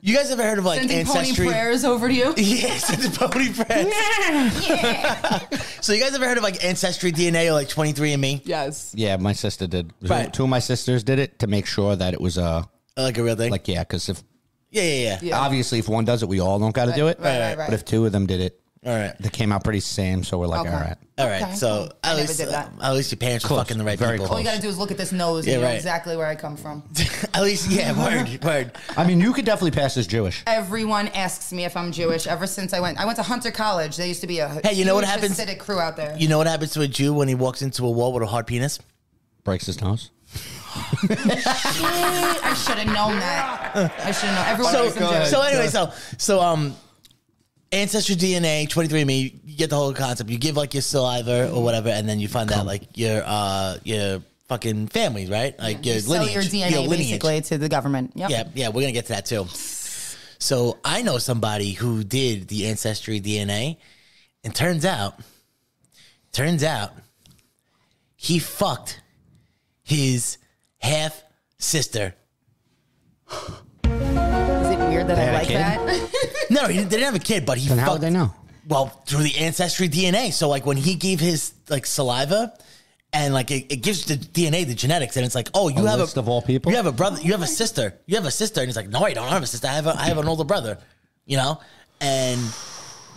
Speaker 4: you guys ever heard of like
Speaker 5: Sending
Speaker 4: ancestry?
Speaker 5: pony prayers over to you.
Speaker 4: Yes, it's pony prayers.
Speaker 5: yeah.
Speaker 4: So you guys ever heard of like ancestry DNA or like 23andMe?
Speaker 5: Yes.
Speaker 6: yeah, my sister did. Two-
Speaker 4: Right.
Speaker 6: Two of my sisters did it to make sure that it was uh
Speaker 4: Like a real thing?
Speaker 6: like yeah because if
Speaker 4: yeah, yeah, yeah.
Speaker 5: Yeah.
Speaker 6: obviously if one does it, we all don't got to do it.
Speaker 5: right, right, right.
Speaker 6: But if two of them did it,
Speaker 4: All right.
Speaker 6: They came out pretty same, so we're like,
Speaker 5: Okay.
Speaker 6: all right.
Speaker 4: All right.
Speaker 5: Okay.
Speaker 4: So
Speaker 5: I
Speaker 4: at
Speaker 5: never
Speaker 4: least, uh,
Speaker 5: did that.
Speaker 4: at least your parents
Speaker 6: Close.
Speaker 4: were fucking the right
Speaker 6: Very
Speaker 4: people.
Speaker 5: All you gotta do is look at this nose
Speaker 4: Yeah,
Speaker 5: and you know
Speaker 4: right.
Speaker 5: exactly where I come from.
Speaker 4: at least, yeah, word, word.
Speaker 6: I mean, you could definitely pass as Jewish.
Speaker 5: Everyone asks me if I'm Jewish ever since I went. I went to Hunter College. There used to be a
Speaker 4: Hey, you know what
Speaker 5: huge
Speaker 4: happens-
Speaker 5: Hasidic crew out there.
Speaker 4: You know what happens to a Jew when he walks into a wall with a hard penis?
Speaker 6: Breaks his nose.
Speaker 5: I should have known that. I should have known. Everyone
Speaker 4: So,
Speaker 5: thinks I'm Jewish.
Speaker 4: so anyway, so, so, um, Ancestry DNA, 23andMe, you get the whole concept. You give like your saliva or whatever, and then you find out like your, uh, your fucking family, right? Like your
Speaker 5: Sell
Speaker 4: lineage.
Speaker 5: your DNA basically to the government. Yep.
Speaker 4: Yeah, yeah, we're gonna get to that too. So I know somebody who did the ancestry DNA, and turns out, turns out, he fucked his half sister.
Speaker 5: Is it weird that
Speaker 6: had a
Speaker 5: I like
Speaker 6: kid?
Speaker 5: that?
Speaker 4: No, he didn't have a kid, but he
Speaker 6: Then
Speaker 4: fucked.
Speaker 6: how would they know?
Speaker 4: Well, through the ancestry DNA. So like when he gave his like saliva. And like it, it gives the DNA the genetics, and it's like, oh, you
Speaker 6: A
Speaker 4: have
Speaker 6: list
Speaker 4: a
Speaker 6: of all people?
Speaker 4: You have a brother. You have a sister. You have a sister, and he's like, no, I don't have a sister. I have a, I have an older brother. You know, and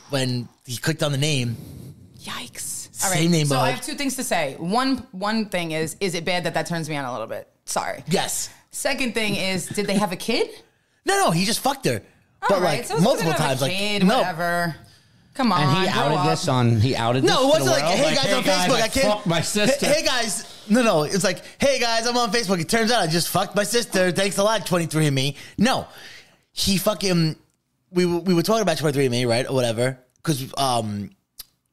Speaker 4: when he clicked on the name,
Speaker 5: Yikes.
Speaker 4: Same name,
Speaker 5: So
Speaker 4: but-
Speaker 5: I have two things to say. One one thing is, is it bad that that turns me on a little bit? Sorry.
Speaker 4: yes,
Speaker 5: Second thing is, did they have a kid?
Speaker 4: no, no, he just fucked her,
Speaker 5: All
Speaker 4: but
Speaker 5: right,
Speaker 4: like
Speaker 5: so it's
Speaker 4: multiple
Speaker 5: good to have
Speaker 4: times,
Speaker 5: a
Speaker 4: like
Speaker 5: kid,
Speaker 4: no,
Speaker 5: whatever. Come on.
Speaker 6: And he
Speaker 5: grow
Speaker 6: outed
Speaker 5: up.
Speaker 6: this on. He outed.
Speaker 4: No,
Speaker 6: this
Speaker 4: it
Speaker 6: to
Speaker 4: wasn't
Speaker 6: the
Speaker 4: like,
Speaker 6: world,
Speaker 4: hey guys on
Speaker 6: guys,
Speaker 4: Facebook, I can't.
Speaker 6: fucked my sister.
Speaker 4: Hey, hey guys, no, no, it's like, hey guys, I'm on Facebook. It turns out I just fucked my sister. Thanks a lot, 23andMe. No, he fucking. We were, we were talking about 23andMe, right, or whatever, because um.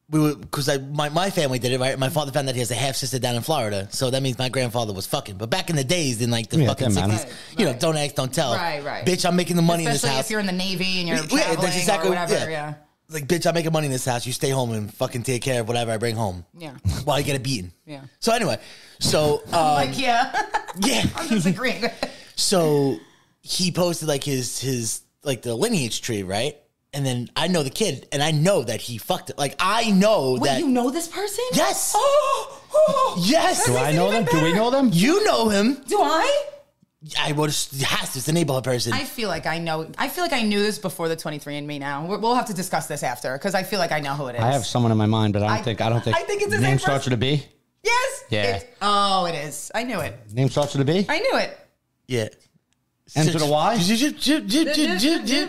Speaker 4: We were because I my, my family did it right. My father found that he has a half sister down in Florida, so that means my grandfather was fucking. But back in the days, in like the
Speaker 6: Yeah,
Speaker 4: fucking
Speaker 6: that matters.
Speaker 4: sixties, you know,
Speaker 5: Right,
Speaker 4: don't ask, don't tell.
Speaker 5: Right, right.
Speaker 4: Bitch, I'm making the money
Speaker 5: Especially
Speaker 4: in this house.
Speaker 5: if you're in the Navy and you're
Speaker 4: Yeah,
Speaker 5: traveling
Speaker 4: that's exactly-
Speaker 5: or whatever.
Speaker 4: yeah.
Speaker 5: Yeah.
Speaker 4: like, bitch, I'm making money in this house. You stay home and fucking take care of whatever I bring home.
Speaker 5: Yeah.
Speaker 4: While I get it beaten.
Speaker 5: Yeah.
Speaker 4: So anyway, so um,
Speaker 5: Like, yeah.
Speaker 4: yeah,
Speaker 5: Oh I'm disagreeing.
Speaker 4: so he posted like his his like the lineage tree, right? And then I know the kid, and I know that he fucked it. Like I know
Speaker 5: Wait,
Speaker 4: that
Speaker 5: you know this person?
Speaker 4: Yes.
Speaker 5: Oh, oh.
Speaker 4: Yes.
Speaker 5: That
Speaker 4: Do
Speaker 6: Do I
Speaker 5: makes it
Speaker 6: know
Speaker 5: even
Speaker 6: them? Do we
Speaker 5: better.
Speaker 6: know them?
Speaker 4: you know him.
Speaker 5: Do I?
Speaker 4: I would has to. It's a neighborhood person.
Speaker 5: I feel like I know. I feel like I knew this before the 23andMe. Now We're, we'll have to discuss this after because I feel like I know who it is.
Speaker 6: I have someone in my mind, but I don't
Speaker 5: I-
Speaker 6: think. I don't think.
Speaker 5: I think it's the
Speaker 6: name
Speaker 5: same
Speaker 6: starts
Speaker 5: person.
Speaker 6: with a B.
Speaker 5: Yes.
Speaker 6: Yeah.
Speaker 5: It- oh, it is. I knew it.
Speaker 6: Name starts with a B.
Speaker 5: I knew it.
Speaker 4: yeah.
Speaker 6: Ends with a Y?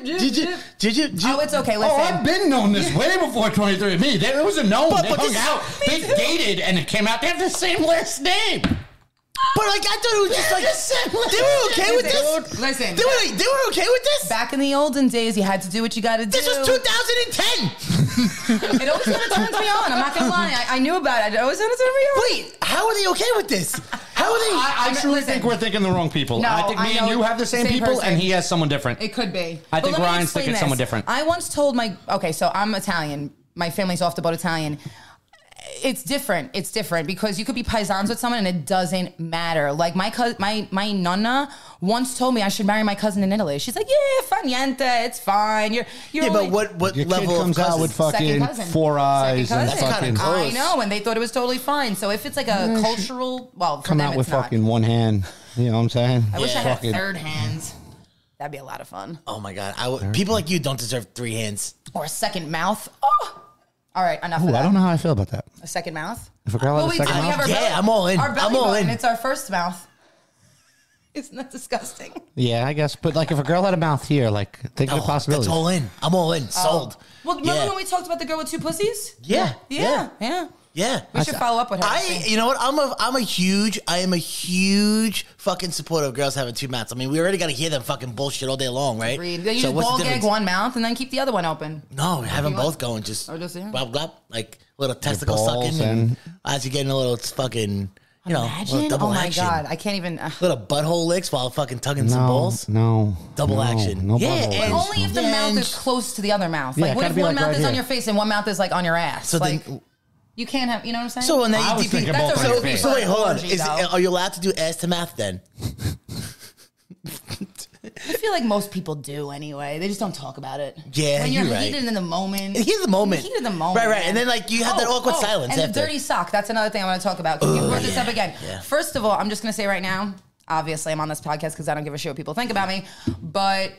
Speaker 5: Oh, it's okay. Listen.
Speaker 6: Oh, I've been known this way before 23 Me. They, it was a known.
Speaker 4: But-
Speaker 6: they
Speaker 4: but
Speaker 6: hung
Speaker 4: this-
Speaker 6: out. They dated, and it came out. They have the same last name.
Speaker 4: But like I thought it was just like they were okay with this.
Speaker 5: Listen.
Speaker 4: they were they were okay with this.
Speaker 5: Back in the olden days, you had to do what you got to do.
Speaker 4: This was 2010.
Speaker 5: It always kind of turns me on. I'm not gonna lie. I, I knew about it. It always kind of turned me on.
Speaker 4: Wait, how are they okay with this? How are they?
Speaker 6: I, I
Speaker 5: I-
Speaker 6: truly
Speaker 5: listen.
Speaker 6: think we're thinking the wrong people.
Speaker 5: No,
Speaker 6: I think
Speaker 5: I
Speaker 6: me
Speaker 5: know
Speaker 6: and you have the same,
Speaker 5: same
Speaker 6: people,
Speaker 5: person.
Speaker 6: and he has someone different.
Speaker 5: It could be.
Speaker 6: I
Speaker 5: But
Speaker 6: think
Speaker 5: let me
Speaker 6: Ryan's
Speaker 5: explain
Speaker 6: thinking
Speaker 5: this.
Speaker 6: someone different.
Speaker 5: I once told my okay, so I'm Italian. My family's off the boat Italian. It's different. It's different because you could be paisans with someone and it doesn't matter. Like my cousin, my my nonna once told me I should marry my cousin in Italy. She's like, yeah, fa niente, it's fine. You're you're
Speaker 4: yeah, but
Speaker 5: only-
Speaker 4: what what
Speaker 6: Your kid
Speaker 4: level
Speaker 6: comes
Speaker 4: of
Speaker 6: out
Speaker 4: cousins?
Speaker 6: with
Speaker 5: Second
Speaker 6: fucking
Speaker 5: cousin.
Speaker 6: four eyes
Speaker 5: Second
Speaker 6: and
Speaker 5: cousin.
Speaker 4: That's
Speaker 6: fucking Mm,
Speaker 4: kinda cool.
Speaker 5: I know, and they thought it was totally fine. So if it's like a cultural, well, for
Speaker 6: come
Speaker 5: them
Speaker 6: out
Speaker 5: it's
Speaker 6: with
Speaker 5: not.
Speaker 6: fucking one hand. You know what I'm saying?
Speaker 5: I wish I had
Speaker 6: fucking
Speaker 5: a third hand. That'd be a lot of fun.
Speaker 4: oh my god, I w- people like you don't deserve three hands.
Speaker 5: Or a second mouth. Oh. All right, enough of
Speaker 6: Ooh,
Speaker 5: that.
Speaker 6: I don't know how I feel about that.
Speaker 5: A second mouth?
Speaker 6: If a girl had a
Speaker 5: we
Speaker 6: second
Speaker 5: do. We
Speaker 6: mouth?
Speaker 5: have our
Speaker 4: Yeah, I'm all in.
Speaker 5: Our belly
Speaker 4: I'm all
Speaker 5: button.
Speaker 4: in.
Speaker 5: It's our first mouth. Isn't that disgusting?
Speaker 6: Yeah, I guess. But like, if a girl had a mouth here, like, think of the
Speaker 4: Oh, that's
Speaker 6: possibilities.
Speaker 4: all in. I'm all in.
Speaker 5: Oh.
Speaker 4: Sold.
Speaker 5: Well, remember
Speaker 4: Yeah.
Speaker 5: when we talked about the girl with two pussies?
Speaker 4: Yeah.
Speaker 5: Yeah, yeah.
Speaker 4: Yeah.
Speaker 5: We should follow up with her.
Speaker 4: I, e- you know what? I'm a, I'm a huge, I am a huge fucking supporter of girls having two mouths. I mean, we already got to hear them fucking bullshit all day long, right?
Speaker 5: Agreed. You
Speaker 4: So
Speaker 5: just
Speaker 4: what's the
Speaker 5: ball gag
Speaker 4: difference?
Speaker 5: one mouth and then keep the other one open.
Speaker 4: No, have them
Speaker 5: you want-
Speaker 4: both going, just,
Speaker 5: Or just, yeah.
Speaker 4: blop, blop, like little testicle
Speaker 6: balls
Speaker 4: sucking, and as you're getting a little fucking, you know, little
Speaker 5: Imagine.
Speaker 4: double
Speaker 5: Oh my
Speaker 4: action,
Speaker 5: god, I can't even. ugh.
Speaker 4: little butthole licks while fucking tugging some
Speaker 6: No,
Speaker 4: balls.
Speaker 6: No.
Speaker 4: Double
Speaker 6: no,
Speaker 4: action.
Speaker 6: No
Speaker 4: Yeah,
Speaker 6: butthole
Speaker 4: and-
Speaker 6: action.
Speaker 5: Only if the
Speaker 4: Yeah,
Speaker 5: mouth
Speaker 4: and-
Speaker 5: is close to the other mouth.
Speaker 6: Yeah,
Speaker 5: like,
Speaker 6: it
Speaker 5: what
Speaker 6: gotta
Speaker 5: if
Speaker 6: be
Speaker 5: one
Speaker 6: like
Speaker 5: mouth
Speaker 6: right
Speaker 5: is on
Speaker 6: here.
Speaker 5: your face and one mouth is like on your ass?
Speaker 4: So then-
Speaker 5: like, you can't have. You know what I'm saying?
Speaker 4: So when they
Speaker 6: I was
Speaker 4: EDP
Speaker 6: thinking
Speaker 5: That's a
Speaker 6: both on your
Speaker 5: really
Speaker 6: face.
Speaker 4: So wait, hold on.
Speaker 5: Orgy,
Speaker 4: Is,
Speaker 5: though.
Speaker 4: are you allowed to do ass to mouth then?
Speaker 5: I feel like most people do anyway. They just don't talk about it.
Speaker 4: Yeah,
Speaker 5: when you're
Speaker 4: you're right.
Speaker 5: heated in the moment.
Speaker 4: Heat of the moment.
Speaker 5: Heat of the moment.
Speaker 4: Right, right.
Speaker 5: man.
Speaker 4: And then, like, you have that awkward silence
Speaker 5: And
Speaker 4: after. Oh,
Speaker 5: the dirty sock. That's another thing I want to talk about. Can you brought this up again?
Speaker 4: yeah.
Speaker 5: First of all, I'm just gonna say right now. Obviously, I'm on this podcast because I don't give a shit what people think about me, but.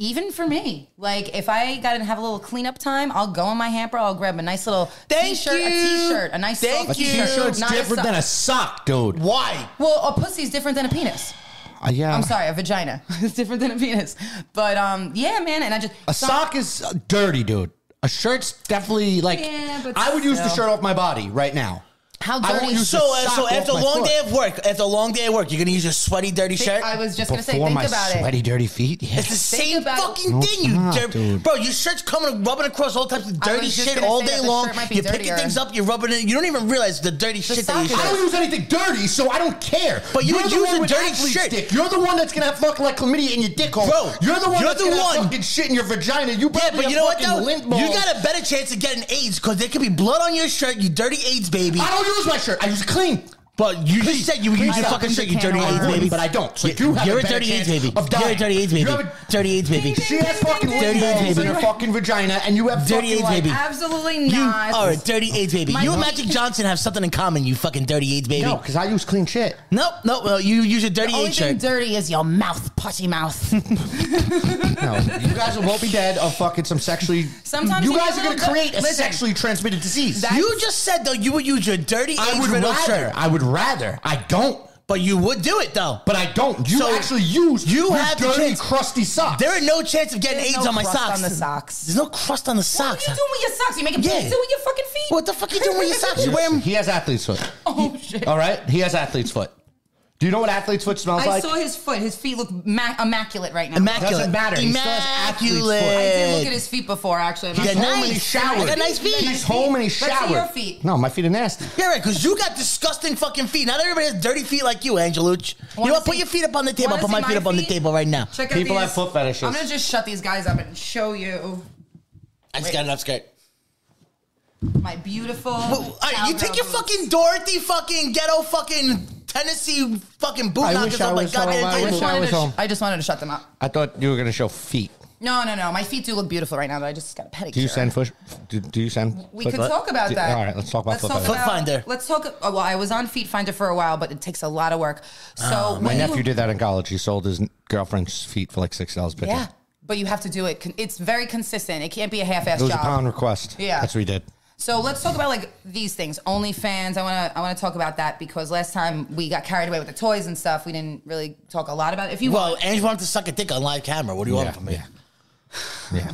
Speaker 5: Even for me, like if I gotta have a little cleanup time, I'll go in my hamper. I'll grab a nice little
Speaker 4: Thank
Speaker 5: t-shirt, a
Speaker 4: you.
Speaker 5: t-shirt, a nice
Speaker 4: Thank
Speaker 5: soft
Speaker 4: you.
Speaker 5: t-shirt.
Speaker 4: T-shirt's
Speaker 5: not a
Speaker 2: different
Speaker 5: sock.
Speaker 2: than a sock, dude.
Speaker 4: Why?
Speaker 5: Well, a pussy's different than a penis.
Speaker 2: Uh, yeah.
Speaker 5: I'm sorry, a vagina. it's different than a penis. But um, yeah, man. And I just
Speaker 2: A sock is uh, dirty, dude. A shirt's definitely like
Speaker 5: Yeah, but
Speaker 2: I would use the
Speaker 5: still.
Speaker 2: shirt off my body right now.
Speaker 5: How
Speaker 2: I won't
Speaker 5: dirty?
Speaker 2: use
Speaker 4: So,
Speaker 2: Just
Speaker 4: uh,
Speaker 2: sock
Speaker 4: so
Speaker 2: off
Speaker 4: after a
Speaker 2: my
Speaker 4: long
Speaker 2: foot.
Speaker 4: day of work, after a long day of work, you're gonna use your sweaty, dirty shirt.
Speaker 5: I was just gonna say,
Speaker 2: Before
Speaker 5: think
Speaker 2: my
Speaker 5: about it.
Speaker 2: sweaty, dirty feet. Yeah.
Speaker 4: It's the
Speaker 5: Think
Speaker 4: same
Speaker 5: about it.
Speaker 4: fucking
Speaker 2: No,
Speaker 4: thing, you
Speaker 2: it's not,
Speaker 4: dirt.
Speaker 2: dude.
Speaker 4: Bro, your shirt's coming, rubbing across all types of
Speaker 5: I was
Speaker 4: dirty
Speaker 5: just
Speaker 4: shit
Speaker 5: gonna
Speaker 4: all
Speaker 5: say
Speaker 4: day
Speaker 5: that the
Speaker 4: long.
Speaker 5: shirt might be
Speaker 4: You're picking
Speaker 5: dirtier.
Speaker 4: things up, you're rubbing it. You don't even realize the dirty shit that you
Speaker 5: sock
Speaker 2: I
Speaker 5: is-
Speaker 4: shit.
Speaker 2: don't use anything dirty, so I don't care.
Speaker 4: But you
Speaker 2: You're
Speaker 4: would
Speaker 2: the
Speaker 4: use
Speaker 2: one
Speaker 4: a
Speaker 2: with
Speaker 4: dirty
Speaker 2: athlete's
Speaker 4: shirt.
Speaker 2: dick. You're the one that's gonna have fucking like chlamydia in your dick hole.
Speaker 4: Bro,
Speaker 2: you're the one
Speaker 4: you're
Speaker 2: that's
Speaker 4: the
Speaker 2: gonna
Speaker 4: one.
Speaker 2: have fucking shit in your vagina. You
Speaker 4: Yeah,
Speaker 2: probably
Speaker 4: but
Speaker 2: have
Speaker 4: you know what
Speaker 2: fucking
Speaker 4: though?
Speaker 2: lint
Speaker 4: You
Speaker 2: balls.
Speaker 4: got a better chance of getting AIDS because there could be blood on your shirt, you dirty AIDS baby.
Speaker 2: I don't use my shirt. I use it clean.
Speaker 4: But you just said you would use your
Speaker 5: stop.
Speaker 4: fucking
Speaker 5: Use
Speaker 4: shirt,
Speaker 5: the
Speaker 4: you
Speaker 5: can
Speaker 4: dirty
Speaker 5: of
Speaker 4: AIDS
Speaker 5: worms.
Speaker 4: baby.
Speaker 2: But I don't. So
Speaker 4: You-
Speaker 2: you have
Speaker 4: you're a
Speaker 2: better
Speaker 4: dirty AIDS
Speaker 2: chance
Speaker 4: baby.
Speaker 2: of
Speaker 4: You're a
Speaker 2: dying.
Speaker 4: dirty AIDS
Speaker 2: You
Speaker 4: baby.
Speaker 2: have a-
Speaker 4: Dirty AIDS baby.
Speaker 2: She has fucking
Speaker 5: Dirty
Speaker 2: dirty
Speaker 5: AIDS
Speaker 2: balls in
Speaker 4: baby.
Speaker 2: her fucking vagina, and you have
Speaker 4: Dirty
Speaker 2: dirty
Speaker 4: AIDS
Speaker 2: fucking like,
Speaker 4: baby.
Speaker 5: Absolutely
Speaker 4: You
Speaker 5: not.
Speaker 4: are a dirty AIDS baby.
Speaker 5: My
Speaker 4: You and
Speaker 5: mom-
Speaker 4: Magic Johnson have something in common, you fucking dirty AIDS baby.
Speaker 2: No, because I use clean shit.
Speaker 4: Nope, nope. Well, you use your dirty
Speaker 5: The only
Speaker 4: AIDS
Speaker 5: thing
Speaker 4: shirt.
Speaker 5: dirty is your mouth, putty mouth.
Speaker 2: No, you guys will both be dead of fucking some sexually.
Speaker 5: Sometimes
Speaker 2: you
Speaker 5: you
Speaker 2: guys
Speaker 5: need
Speaker 2: are
Speaker 5: a
Speaker 2: going to
Speaker 5: little
Speaker 2: create
Speaker 5: bit-
Speaker 2: a
Speaker 5: Listen.
Speaker 2: sexually transmitted disease.
Speaker 5: That-
Speaker 4: You just said though you would use your dirty AIDS
Speaker 2: I would
Speaker 4: riddled
Speaker 2: rather.
Speaker 4: shirt,
Speaker 2: I would rather. I don't.
Speaker 4: but you would do it though.
Speaker 2: But I don't. You
Speaker 4: So,
Speaker 2: actually use
Speaker 4: you
Speaker 2: your
Speaker 4: have the
Speaker 2: dirty,
Speaker 4: chance-
Speaker 2: crusty socks.
Speaker 4: There are no chance of getting
Speaker 5: There's
Speaker 4: AIDS
Speaker 5: no
Speaker 4: on my
Speaker 5: crust
Speaker 4: socks.
Speaker 5: on the socks.
Speaker 4: There's no crust on the
Speaker 5: What
Speaker 4: socks.
Speaker 5: are you doing with your socks? You making
Speaker 4: Yeah.
Speaker 5: pizza with your fucking feet?
Speaker 4: What the fuck you doing with your socks? You wear 'em-
Speaker 2: He has athlete's foot.
Speaker 5: Oh shit!
Speaker 2: All right, he has athlete's foot. Do you know what athlete's foot smells
Speaker 5: I
Speaker 2: like?
Speaker 5: saw his foot. His feet look ma- immaculate right now.
Speaker 4: Immaculate.
Speaker 2: Doesn't matter. He still has athlete's foot.
Speaker 4: Immaculate.
Speaker 5: I did look at his feet before, actually.
Speaker 4: He
Speaker 5: Nice.
Speaker 4: got nice.
Speaker 2: and he
Speaker 4: I
Speaker 2: showered.
Speaker 4: got nice feet.
Speaker 2: He's home and he showered.
Speaker 5: Let's see your feet.
Speaker 2: No, my feet are nasty.
Speaker 4: Yeah, right, because you got disgusting fucking feet. Not everybody has dirty feet like you, Angeluch. You know
Speaker 5: Wanna
Speaker 4: what? Put
Speaker 5: see-
Speaker 4: your feet up on the table.
Speaker 5: wanna
Speaker 4: Put my
Speaker 5: see
Speaker 4: feet
Speaker 5: my
Speaker 4: up on the
Speaker 5: feet?
Speaker 4: table right now.
Speaker 5: Check out
Speaker 2: People
Speaker 5: these.
Speaker 2: have foot fetishes.
Speaker 5: I'm gonna just shut these guys up and show you
Speaker 4: I just got an upskirt.
Speaker 5: my beautiful.
Speaker 4: All right, uh, you
Speaker 5: cowgirl
Speaker 4: take your
Speaker 5: boots.
Speaker 4: fucking Dorothy fucking ghetto fucking Tennessee fucking boot
Speaker 2: I
Speaker 4: knockers
Speaker 2: wish I
Speaker 4: on my
Speaker 2: was home. I
Speaker 5: I
Speaker 4: goddamn
Speaker 2: wish
Speaker 5: just,
Speaker 2: I
Speaker 4: table.
Speaker 5: wanted
Speaker 2: was
Speaker 5: to sh-
Speaker 2: home.
Speaker 5: I just wanted to shut them up.
Speaker 2: I thought you were going to show feet.
Speaker 5: No, no, no. My feet do look beautiful right now, though. I just got a pedicure.
Speaker 2: Do you send foot? Do, do you send?
Speaker 5: We
Speaker 2: foot-
Speaker 5: could talk about
Speaker 2: Do-
Speaker 5: that.
Speaker 2: All right, let's talk about foot.
Speaker 5: talk
Speaker 2: fetish.
Speaker 4: Foot Finder.
Speaker 5: Let's talk. oh, well, I was on Feet Finder for a while, but it takes a lot of work. So when
Speaker 2: Ah, My
Speaker 5: you-
Speaker 2: nephew did that in college. He sold his girlfriend's feet for like six dollars.
Speaker 5: Yeah, but you have to do it. con- It's very consistent. It can't be a half-ass
Speaker 2: It was
Speaker 5: job.
Speaker 2: upon request.
Speaker 5: Yeah.
Speaker 2: That's what we did.
Speaker 5: So let's talk about like these things. OnlyFans. I wanna I wanna talk about that because last time we got carried away with the toys and stuff. We didn't really talk a lot about it. If you
Speaker 4: Well,
Speaker 5: want,
Speaker 4: Ange wanted to suck a dick on live camera. What do you
Speaker 2: Yeah.
Speaker 4: want from me?
Speaker 2: yeah. Yeah.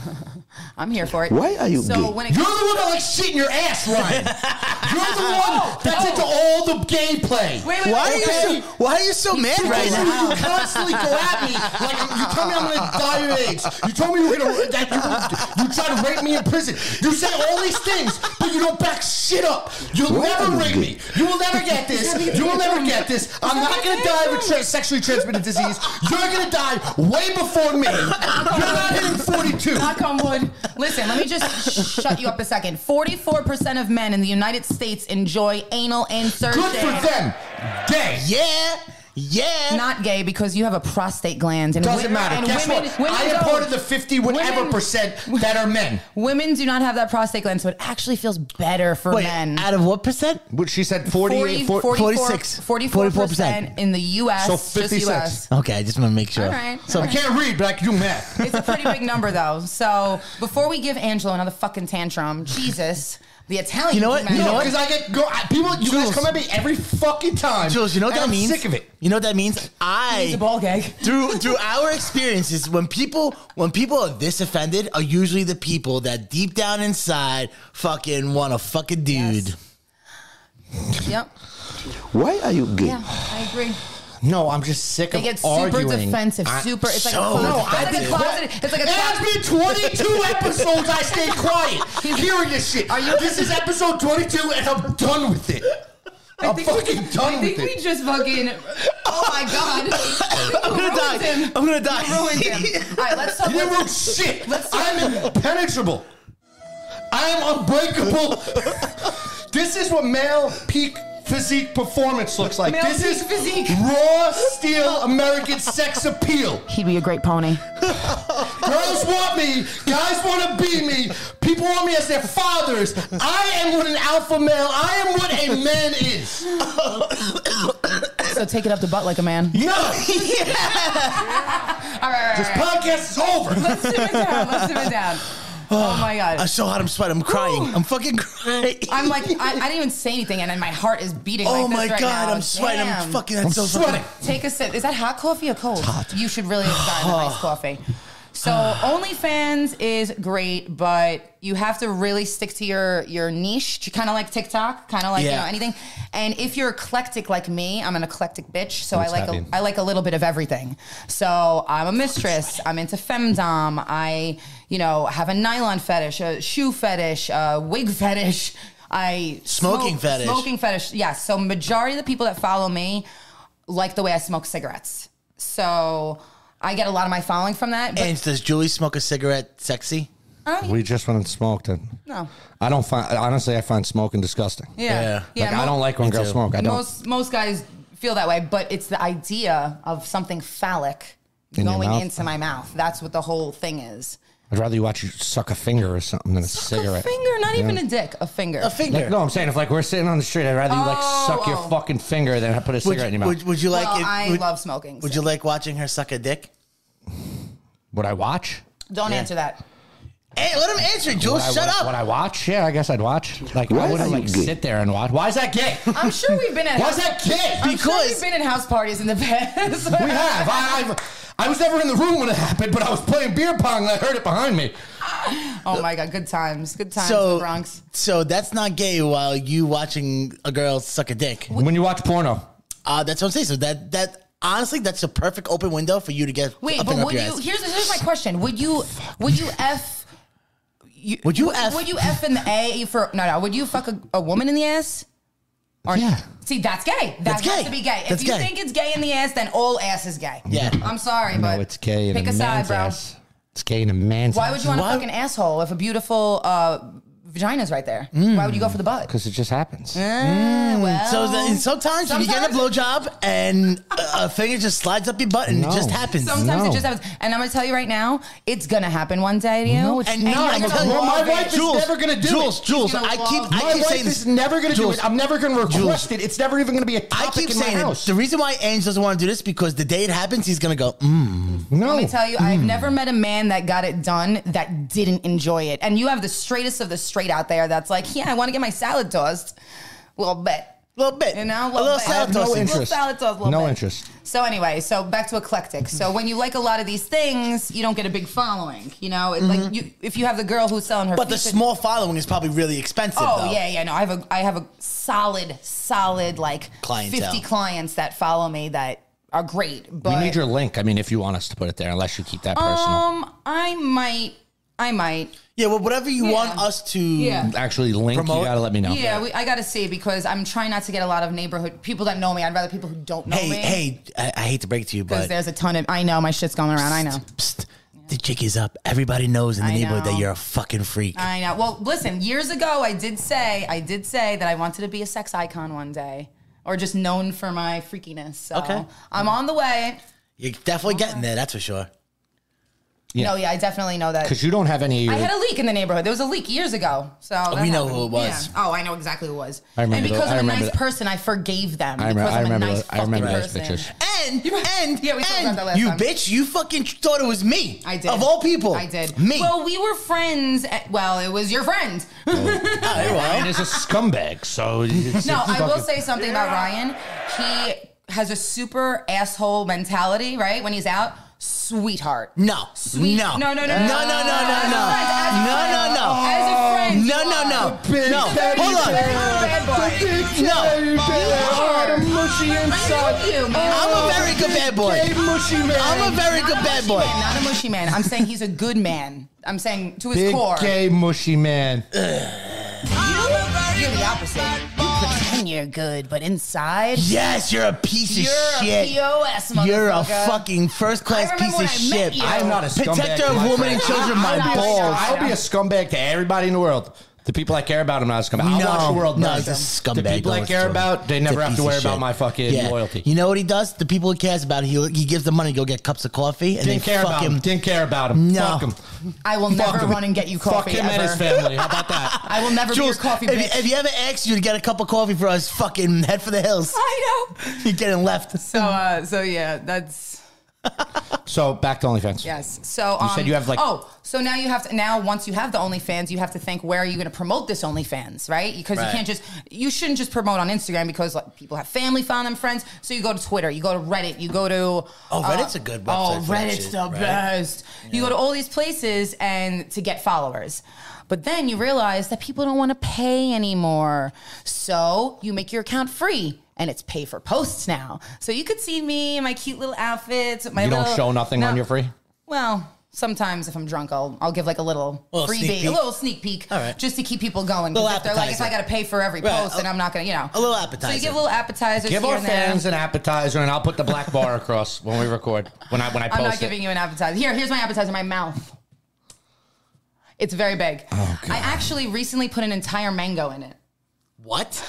Speaker 5: I'm here for it.
Speaker 7: Why are you
Speaker 5: So
Speaker 7: gay?
Speaker 5: when it
Speaker 2: You're the
Speaker 5: comes,
Speaker 2: one that likes shit in your ass, Ryan. You're the one that's
Speaker 5: oh.
Speaker 2: into all the gay play.
Speaker 5: wait, wait,
Speaker 4: Why are
Speaker 5: wait, wait.
Speaker 4: you so Why are you so mad
Speaker 2: you,
Speaker 4: right now?
Speaker 2: you constantly go at me like I'm- you told me I'm gonna die of AIDS. You told me you were gonna that you, were- you tried to rape me in prison. You say all these things, but you don't back shit up. You'll
Speaker 7: What
Speaker 2: never
Speaker 7: happened
Speaker 2: rape
Speaker 7: to
Speaker 2: me. You will never get this. You will never get this. I'm not gonna die of a tra- sexually transmitted disease. You're gonna die way before me. You're not hitting 42.
Speaker 5: Knock on wood. Listen, let me just shut you up a second. Forty-four percent of men in the United States enjoy anal insertion.
Speaker 2: Good for them. Gay.
Speaker 4: Yeah, yeah.
Speaker 5: Not gay because you have a prostate gland. And
Speaker 2: Doesn't
Speaker 5: women-
Speaker 2: matter.
Speaker 5: and
Speaker 2: Guess
Speaker 5: women-
Speaker 2: what?
Speaker 5: women
Speaker 2: I am
Speaker 5: don't.
Speaker 2: part of the 50 whatever
Speaker 5: Women-
Speaker 2: percent that are men.
Speaker 5: Women do not have that prostate gland, so it actually feels better for
Speaker 4: Wait,
Speaker 5: men.
Speaker 4: out of what percent?
Speaker 2: What she said
Speaker 5: 40,
Speaker 4: 46.
Speaker 5: 44
Speaker 4: 44%.
Speaker 5: percent in the U.S.
Speaker 2: So
Speaker 5: Just
Speaker 2: 56.
Speaker 5: US.
Speaker 4: Okay, I just want to make sure.
Speaker 5: All right.
Speaker 4: So
Speaker 5: all
Speaker 2: I
Speaker 5: right.
Speaker 2: can't read, but I can do math.
Speaker 5: It's a pretty big number, though. So before we give Angelo another fucking tantrum, Jesus, the Italian.
Speaker 4: You know what?
Speaker 5: came out.
Speaker 4: You know
Speaker 2: No,
Speaker 4: what?
Speaker 2: because I get go. I, people, you
Speaker 4: Jules.
Speaker 2: guys come at me every fucking time.
Speaker 4: Jules, you know what
Speaker 2: and
Speaker 4: that
Speaker 2: I'm
Speaker 4: means?
Speaker 2: Sick of it.
Speaker 4: You know what that means?
Speaker 5: It's a
Speaker 4: I
Speaker 5: ball gag.
Speaker 4: through through our experiences, when people when people are this offended, are usually the people that deep down inside fucking want to fuck a dude.
Speaker 5: Yes. Yep.
Speaker 7: Why are you gay?
Speaker 5: Yeah, I agree.
Speaker 2: No, I'm just sick
Speaker 5: They
Speaker 2: of
Speaker 5: get super
Speaker 2: arguing.
Speaker 5: defensive.
Speaker 2: I-
Speaker 5: Super. It's like a
Speaker 4: so
Speaker 5: closet. It's like a
Speaker 4: offended.
Speaker 5: closet. It's like a closet.
Speaker 2: It's been 22 episodes. I stayed quiet, hearing this shit. Are you? This is episode 22, and I'm done with it. I'm fucking done
Speaker 5: I
Speaker 2: with
Speaker 5: think we
Speaker 2: it.
Speaker 5: just fucking. Oh my god.
Speaker 4: I'm gonna die. I'm gonna die.
Speaker 5: You ruined him. All right, let's talk.
Speaker 2: You wrote shit. I'm impenetrable. I'm unbreakable. this is what male peak physique performance looks like.
Speaker 5: Male
Speaker 2: this
Speaker 5: peak
Speaker 2: is
Speaker 5: physique.
Speaker 2: raw steel American sex appeal.
Speaker 5: He'd be a great pony.
Speaker 2: Girls want me. Guys want to be me. People want me as their fathers. I am what an alpha male. I am what a man is.
Speaker 5: So take it up the butt like a man.
Speaker 2: No,
Speaker 5: All right, all right,
Speaker 2: this
Speaker 5: all right.
Speaker 2: podcast is over.
Speaker 5: Let's simmer down. Let's simmer down. Oh my
Speaker 4: I
Speaker 5: god.
Speaker 4: so hot I'm sweating. I'm crying. I'm fucking crying.
Speaker 5: I'm like, I, I didn't even say anything, and then my heart is beating.
Speaker 4: oh
Speaker 5: like this
Speaker 4: my
Speaker 5: right
Speaker 4: god,
Speaker 5: now.
Speaker 4: I'm sweating.
Speaker 5: Damn.
Speaker 4: I'm fucking. That's so sweating.
Speaker 5: Take a sip. Is that hot coffee or cold? You should really have gotten a nice coffee. So OnlyFans is great, but you have to really stick to your your niche, kind of like TikTok, kind of like you
Speaker 4: Yeah.
Speaker 5: know anything. And if you're eclectic like me, I'm an eclectic bitch, so
Speaker 6: What's
Speaker 5: I like
Speaker 6: that
Speaker 5: a,
Speaker 6: mean?
Speaker 5: I like a little bit of everything. So I'm a mistress. I'm into femdom. I you know have a nylon fetish, a shoe fetish, a wig fetish. I
Speaker 4: Smoking fetish.
Speaker 5: Smoking fetish. Yes. So majority of the people that follow me like the way I smoke cigarettes. So I get a lot of my following from that. But
Speaker 4: And does Julie smoke a cigarette sexy?
Speaker 6: We just went and smoked it.
Speaker 5: no.
Speaker 6: I don't find honestly. I find smoking disgusting.
Speaker 5: Yeah.
Speaker 4: Yeah.
Speaker 5: Yeah,
Speaker 6: like
Speaker 5: mo-
Speaker 6: I don't like when girls
Speaker 4: too.
Speaker 6: smoke. I don't.
Speaker 5: most most guys feel that way, but it's the idea of something phallic
Speaker 6: In your
Speaker 5: going
Speaker 6: mouth?
Speaker 5: into my mouth. That's what the whole thing is.
Speaker 6: I'd rather you watch you suck a finger or something than a cigarette.
Speaker 5: A finger, not even a dick, a finger.
Speaker 4: A finger.
Speaker 6: Like, no, I'm saying if like we're sitting on the street, I'd rather you like
Speaker 5: Oh,
Speaker 6: suck your
Speaker 5: oh.
Speaker 6: fucking finger than I put a
Speaker 4: would,
Speaker 6: cigarette in your
Speaker 4: you,
Speaker 6: mouth.
Speaker 4: would, would you like
Speaker 5: well,
Speaker 4: it?
Speaker 5: I
Speaker 4: would,
Speaker 5: love smoking.
Speaker 4: Would
Speaker 5: so
Speaker 4: you like watching her suck a dick?
Speaker 6: Would I watch?
Speaker 5: don't answer that.
Speaker 4: Hey, let him answer, Jules.
Speaker 6: Would I,
Speaker 4: Shut
Speaker 6: would,
Speaker 4: up.
Speaker 6: Would I watch? Yeah, I guess I'd watch. Like
Speaker 8: Why
Speaker 6: I wouldn't
Speaker 8: are you
Speaker 6: like
Speaker 8: gay?
Speaker 6: sit there and watch. Why is that gay?
Speaker 5: I'm sure we've been at
Speaker 6: Why is that gay?
Speaker 5: I'm sure
Speaker 4: Because-
Speaker 5: we've been in house parties in the past.
Speaker 6: We have. I, I've, I was never in the room when it happened, but I was playing beer pong and I heard it behind me.
Speaker 5: Oh my god, good times, good times, in
Speaker 4: so,
Speaker 5: the Bronx.
Speaker 4: so that's not gay. While you watching a girl suck a dick,
Speaker 6: When you watch porno,
Speaker 4: uh, that's what I'm saying. So that that honestly, that's a perfect open window for you to get.
Speaker 5: Wait,
Speaker 4: a thing
Speaker 5: but
Speaker 4: up
Speaker 5: would
Speaker 4: your
Speaker 5: you?
Speaker 4: ass.
Speaker 5: Here's here's my question. Would you? Would you f? You,
Speaker 4: Would you F?
Speaker 5: Would you f in the a for no no? Would you fuck a, a woman in the ass? Or,
Speaker 6: Yeah.
Speaker 5: See, that's gay. That
Speaker 4: That's
Speaker 5: has
Speaker 4: gay.
Speaker 5: to be gay. If
Speaker 4: That's
Speaker 5: you
Speaker 4: gay.
Speaker 5: think it's gay in the ass, then all ass is gay.
Speaker 4: Yeah.
Speaker 5: I'm sorry, but
Speaker 6: no, it's gay in
Speaker 5: Pick
Speaker 6: a
Speaker 5: a side,
Speaker 6: man's
Speaker 5: bro.
Speaker 6: ass. It's gay in a man's
Speaker 5: Why would you want to
Speaker 4: Why-
Speaker 5: fuck an asshole if a beautiful uh, vagina's right there?
Speaker 6: Mm.
Speaker 5: Why would you go for the butt?
Speaker 6: Because it just happens.
Speaker 5: well,
Speaker 4: So then sometimes, if you get a blowjob and a a finger just slides up your butt and
Speaker 6: No.
Speaker 4: it just happens.
Speaker 5: Sometimes
Speaker 6: No.
Speaker 5: it just happens. And I'm gonna tell you right now, it's gonna happen one day to you.
Speaker 6: No, it's
Speaker 5: and
Speaker 4: not.
Speaker 5: you're
Speaker 4: I'm
Speaker 5: gonna
Speaker 4: telling you,
Speaker 5: love
Speaker 6: my
Speaker 5: it.
Speaker 6: wife is never gonna do
Speaker 4: Jules,
Speaker 6: it.
Speaker 4: Jules,
Speaker 5: She's gonna
Speaker 4: I keep,
Speaker 5: love
Speaker 4: I
Speaker 6: My
Speaker 4: keep saying
Speaker 6: wife
Speaker 4: this.
Speaker 6: is never going to do
Speaker 4: Jules,
Speaker 6: it. I'm never going to request
Speaker 4: Jules.
Speaker 6: it. It's never even going to be a
Speaker 4: I
Speaker 6: topic
Speaker 4: keep
Speaker 6: in my
Speaker 4: saying it.
Speaker 6: house.
Speaker 4: The reason why Ange doesn't want to do this because the day it happens, he's gonna go. Mm.
Speaker 6: no.
Speaker 5: Let me tell you, I've never met a man that got it done that didn't enjoy it. And you have the straightest of the straight out there that's like, yeah, I want to get my salad tossed. A little bit.
Speaker 4: A little bit,
Speaker 5: You know?
Speaker 4: a little
Speaker 5: bit.
Speaker 4: salad
Speaker 6: no
Speaker 4: tossing.
Speaker 6: interest.
Speaker 5: Little salad toss, little
Speaker 6: No
Speaker 5: bit.
Speaker 6: interest.
Speaker 5: So anyway, so back to eclectic. So when you like a lot of these things, you don't get a big following. You know, It's like you if you have the girl who's selling her
Speaker 4: Mm-hmm. But the
Speaker 5: feet-
Speaker 4: small following is probably really expensive.
Speaker 5: Oh
Speaker 4: though.
Speaker 5: yeah, yeah. No, I have a I have a solid, solid like
Speaker 4: Clientele.
Speaker 5: fifty clients that follow me that are great. But
Speaker 6: We need your link. I mean, if you want us to put it there, unless you keep that personal.
Speaker 5: um, I might, I might.
Speaker 4: yeah. Well, whatever you
Speaker 5: Yeah.
Speaker 4: want us to.
Speaker 5: Yeah.
Speaker 6: Actually, link.
Speaker 4: Promote-
Speaker 6: You gotta let me know.
Speaker 5: Yeah, we, I gotta see because I'm trying not to get a lot of neighborhood people that know me. I'd rather people who don't know
Speaker 4: Hey,
Speaker 5: me.
Speaker 4: hey, I, I hate to break it to you,
Speaker 5: Oh, because
Speaker 4: but
Speaker 5: there's a ton of I know my shit's going around. I know.
Speaker 4: psst, the jig is up. Everybody knows in the
Speaker 5: I
Speaker 4: neighborhood that
Speaker 5: know.
Speaker 4: you're a fucking freak.
Speaker 5: I know. Well, listen. Years ago, I did say I did say that I wanted to be a sex icon one day, or just known for my freakiness. So
Speaker 4: Okay.
Speaker 5: I'm on the way.
Speaker 4: You're definitely getting there. That's for sure.
Speaker 6: Yeah.
Speaker 5: No, yeah, I definitely know that.
Speaker 6: Because you don't have any.
Speaker 5: I had a leak in the neighborhood. There was a leak years ago. So that
Speaker 4: we know
Speaker 5: happened.
Speaker 4: who it was.
Speaker 5: Yeah. Oh, I know exactly who it was.
Speaker 6: I remember
Speaker 5: and because
Speaker 6: the- I
Speaker 5: I'm a
Speaker 6: remember
Speaker 5: nice
Speaker 6: the-
Speaker 5: person, I forgive them.
Speaker 6: I remember-
Speaker 5: because
Speaker 6: I
Speaker 5: I'm
Speaker 6: remember
Speaker 5: a nice
Speaker 6: those- I remember
Speaker 5: fucking
Speaker 6: those
Speaker 5: person.
Speaker 6: pictures.
Speaker 4: And and
Speaker 5: Yeah, we talked
Speaker 4: and
Speaker 5: about that last
Speaker 4: you
Speaker 5: time.
Speaker 4: bitch, you fucking thought it was me.
Speaker 5: I did.
Speaker 4: of all people.
Speaker 5: I did.
Speaker 4: me.
Speaker 5: Well, we were friends. At, well, it was your friend.
Speaker 4: Oh, you're
Speaker 6: and
Speaker 4: right.
Speaker 6: is a scumbag. So it's-
Speaker 5: No,
Speaker 6: it's
Speaker 5: I will
Speaker 6: fucking-
Speaker 5: say something about Ryan. He has a super asshole mentality, right? When he's out, sweetheart.
Speaker 4: No.
Speaker 5: Sweet.
Speaker 4: No.
Speaker 5: No, no, no,
Speaker 4: No, no, no,
Speaker 5: As
Speaker 4: no,
Speaker 5: a
Speaker 4: no.
Speaker 5: friend, as a
Speaker 4: No,
Speaker 5: friend.
Speaker 4: no, no.
Speaker 5: As a friend.
Speaker 4: No,
Speaker 5: you
Speaker 4: no,
Speaker 5: are.
Speaker 4: no.
Speaker 6: Big
Speaker 4: No.
Speaker 6: daddy
Speaker 4: Hold
Speaker 5: You're a
Speaker 4: on.
Speaker 5: bad boy.
Speaker 4: No.
Speaker 5: hard and
Speaker 6: mushy
Speaker 5: I love you, man.
Speaker 4: I'm a very good bad boy.
Speaker 6: mushy man.
Speaker 4: I'm a very good bad
Speaker 5: mushy
Speaker 4: boy.
Speaker 5: Man, not a mushy man. I'm saying he's a good man. I'm saying to his
Speaker 6: big
Speaker 5: core.
Speaker 6: gay mushy man.
Speaker 5: You, you're the opposite. You pretend you're good, but inside,
Speaker 4: Yes, you're a piece
Speaker 5: you're
Speaker 4: of
Speaker 5: a
Speaker 4: shit.
Speaker 5: POS motherfucker.
Speaker 4: You're a fucking first class
Speaker 5: I remember
Speaker 4: piece
Speaker 5: when
Speaker 4: of
Speaker 5: I met
Speaker 4: shit.
Speaker 5: you.
Speaker 6: I am not a scumbag.
Speaker 4: Protector
Speaker 6: to
Speaker 4: of
Speaker 6: my
Speaker 4: women
Speaker 6: friends.
Speaker 4: and children,
Speaker 5: I-
Speaker 4: my
Speaker 5: I- I-
Speaker 4: balls.
Speaker 5: I-
Speaker 6: I'll be a scumbag to everybody in the world. The people I care about, I'm not as coming. I'll
Speaker 4: No,
Speaker 6: watch the world
Speaker 4: no,
Speaker 6: burn.
Speaker 4: he's a scumbag.
Speaker 6: The people
Speaker 4: Don't
Speaker 6: I
Speaker 4: listen
Speaker 6: care
Speaker 4: to him.
Speaker 6: about, they
Speaker 4: He's a
Speaker 6: never have
Speaker 4: piece
Speaker 6: to
Speaker 4: of
Speaker 6: worry
Speaker 4: shit.
Speaker 6: about my fucking
Speaker 4: Yeah.
Speaker 6: loyalty.
Speaker 4: You know what he does? The people he cares about, he he gives the money to go get cups of coffee and
Speaker 6: didn't
Speaker 4: they
Speaker 6: care
Speaker 4: fuck
Speaker 6: about him.
Speaker 4: him.
Speaker 6: Didn't care about him.
Speaker 4: No.
Speaker 6: Fuck him.
Speaker 5: I will
Speaker 6: Fuck
Speaker 5: never
Speaker 6: him.
Speaker 5: run and get you coffee
Speaker 6: Fuck him
Speaker 5: ever.
Speaker 6: and his family. How about that?
Speaker 5: I will never
Speaker 4: Jules,
Speaker 5: be your coffee
Speaker 4: if,
Speaker 5: bitch.
Speaker 4: if he ever asks you to get a cup of coffee for us, fucking head for the hills.
Speaker 5: I know.
Speaker 4: You're getting left.
Speaker 5: So, uh, so yeah, that's
Speaker 6: So back to OnlyFans.
Speaker 5: yes. So um,
Speaker 6: said you have, like-
Speaker 5: oh, so now you have to now once you have the OnlyFans, you have to think where are you going to promote this OnlyFans, right? Because
Speaker 4: Right.
Speaker 5: you can't just you shouldn't just promote on Instagram because like people have family, found them friends. So you go to Twitter, you go to Reddit, you go to
Speaker 4: Oh, Reddit's a good website
Speaker 5: Oh,
Speaker 4: for that
Speaker 5: Reddit's
Speaker 4: shit,
Speaker 5: the
Speaker 4: right?
Speaker 5: best. You go to all these places and to get followers. But then you realize that people don't want to pay anymore. So you make your account free and it's pay for posts now. So you could see me in my cute little outfits. My
Speaker 6: You don't
Speaker 5: little-
Speaker 6: show nothing
Speaker 5: No.
Speaker 6: on your free.
Speaker 5: Well, sometimes if I'm drunk, I'll I'll give like a little,
Speaker 4: Little
Speaker 5: freebie,
Speaker 4: sneak peek.
Speaker 5: a little sneak peek,
Speaker 4: All right.
Speaker 5: just to keep people going.
Speaker 4: Little
Speaker 5: Because if they're like, if I
Speaker 4: appetizer.
Speaker 5: got to pay for every
Speaker 4: Right,
Speaker 5: post,
Speaker 4: a-
Speaker 5: then I'm not gonna, you know,
Speaker 4: a little
Speaker 5: So you
Speaker 4: appetizer.
Speaker 5: give little appetizers.
Speaker 6: Give
Speaker 5: here
Speaker 6: our
Speaker 5: and there.
Speaker 6: fans an appetizer, and I'll put the black bar across when we record. When I when I post
Speaker 5: I'm not
Speaker 6: it.
Speaker 5: giving you an appetizer. Here, here's my appetizer. My mouth. It's very big.
Speaker 4: Oh,
Speaker 5: I actually recently put an entire mango in it.
Speaker 4: What?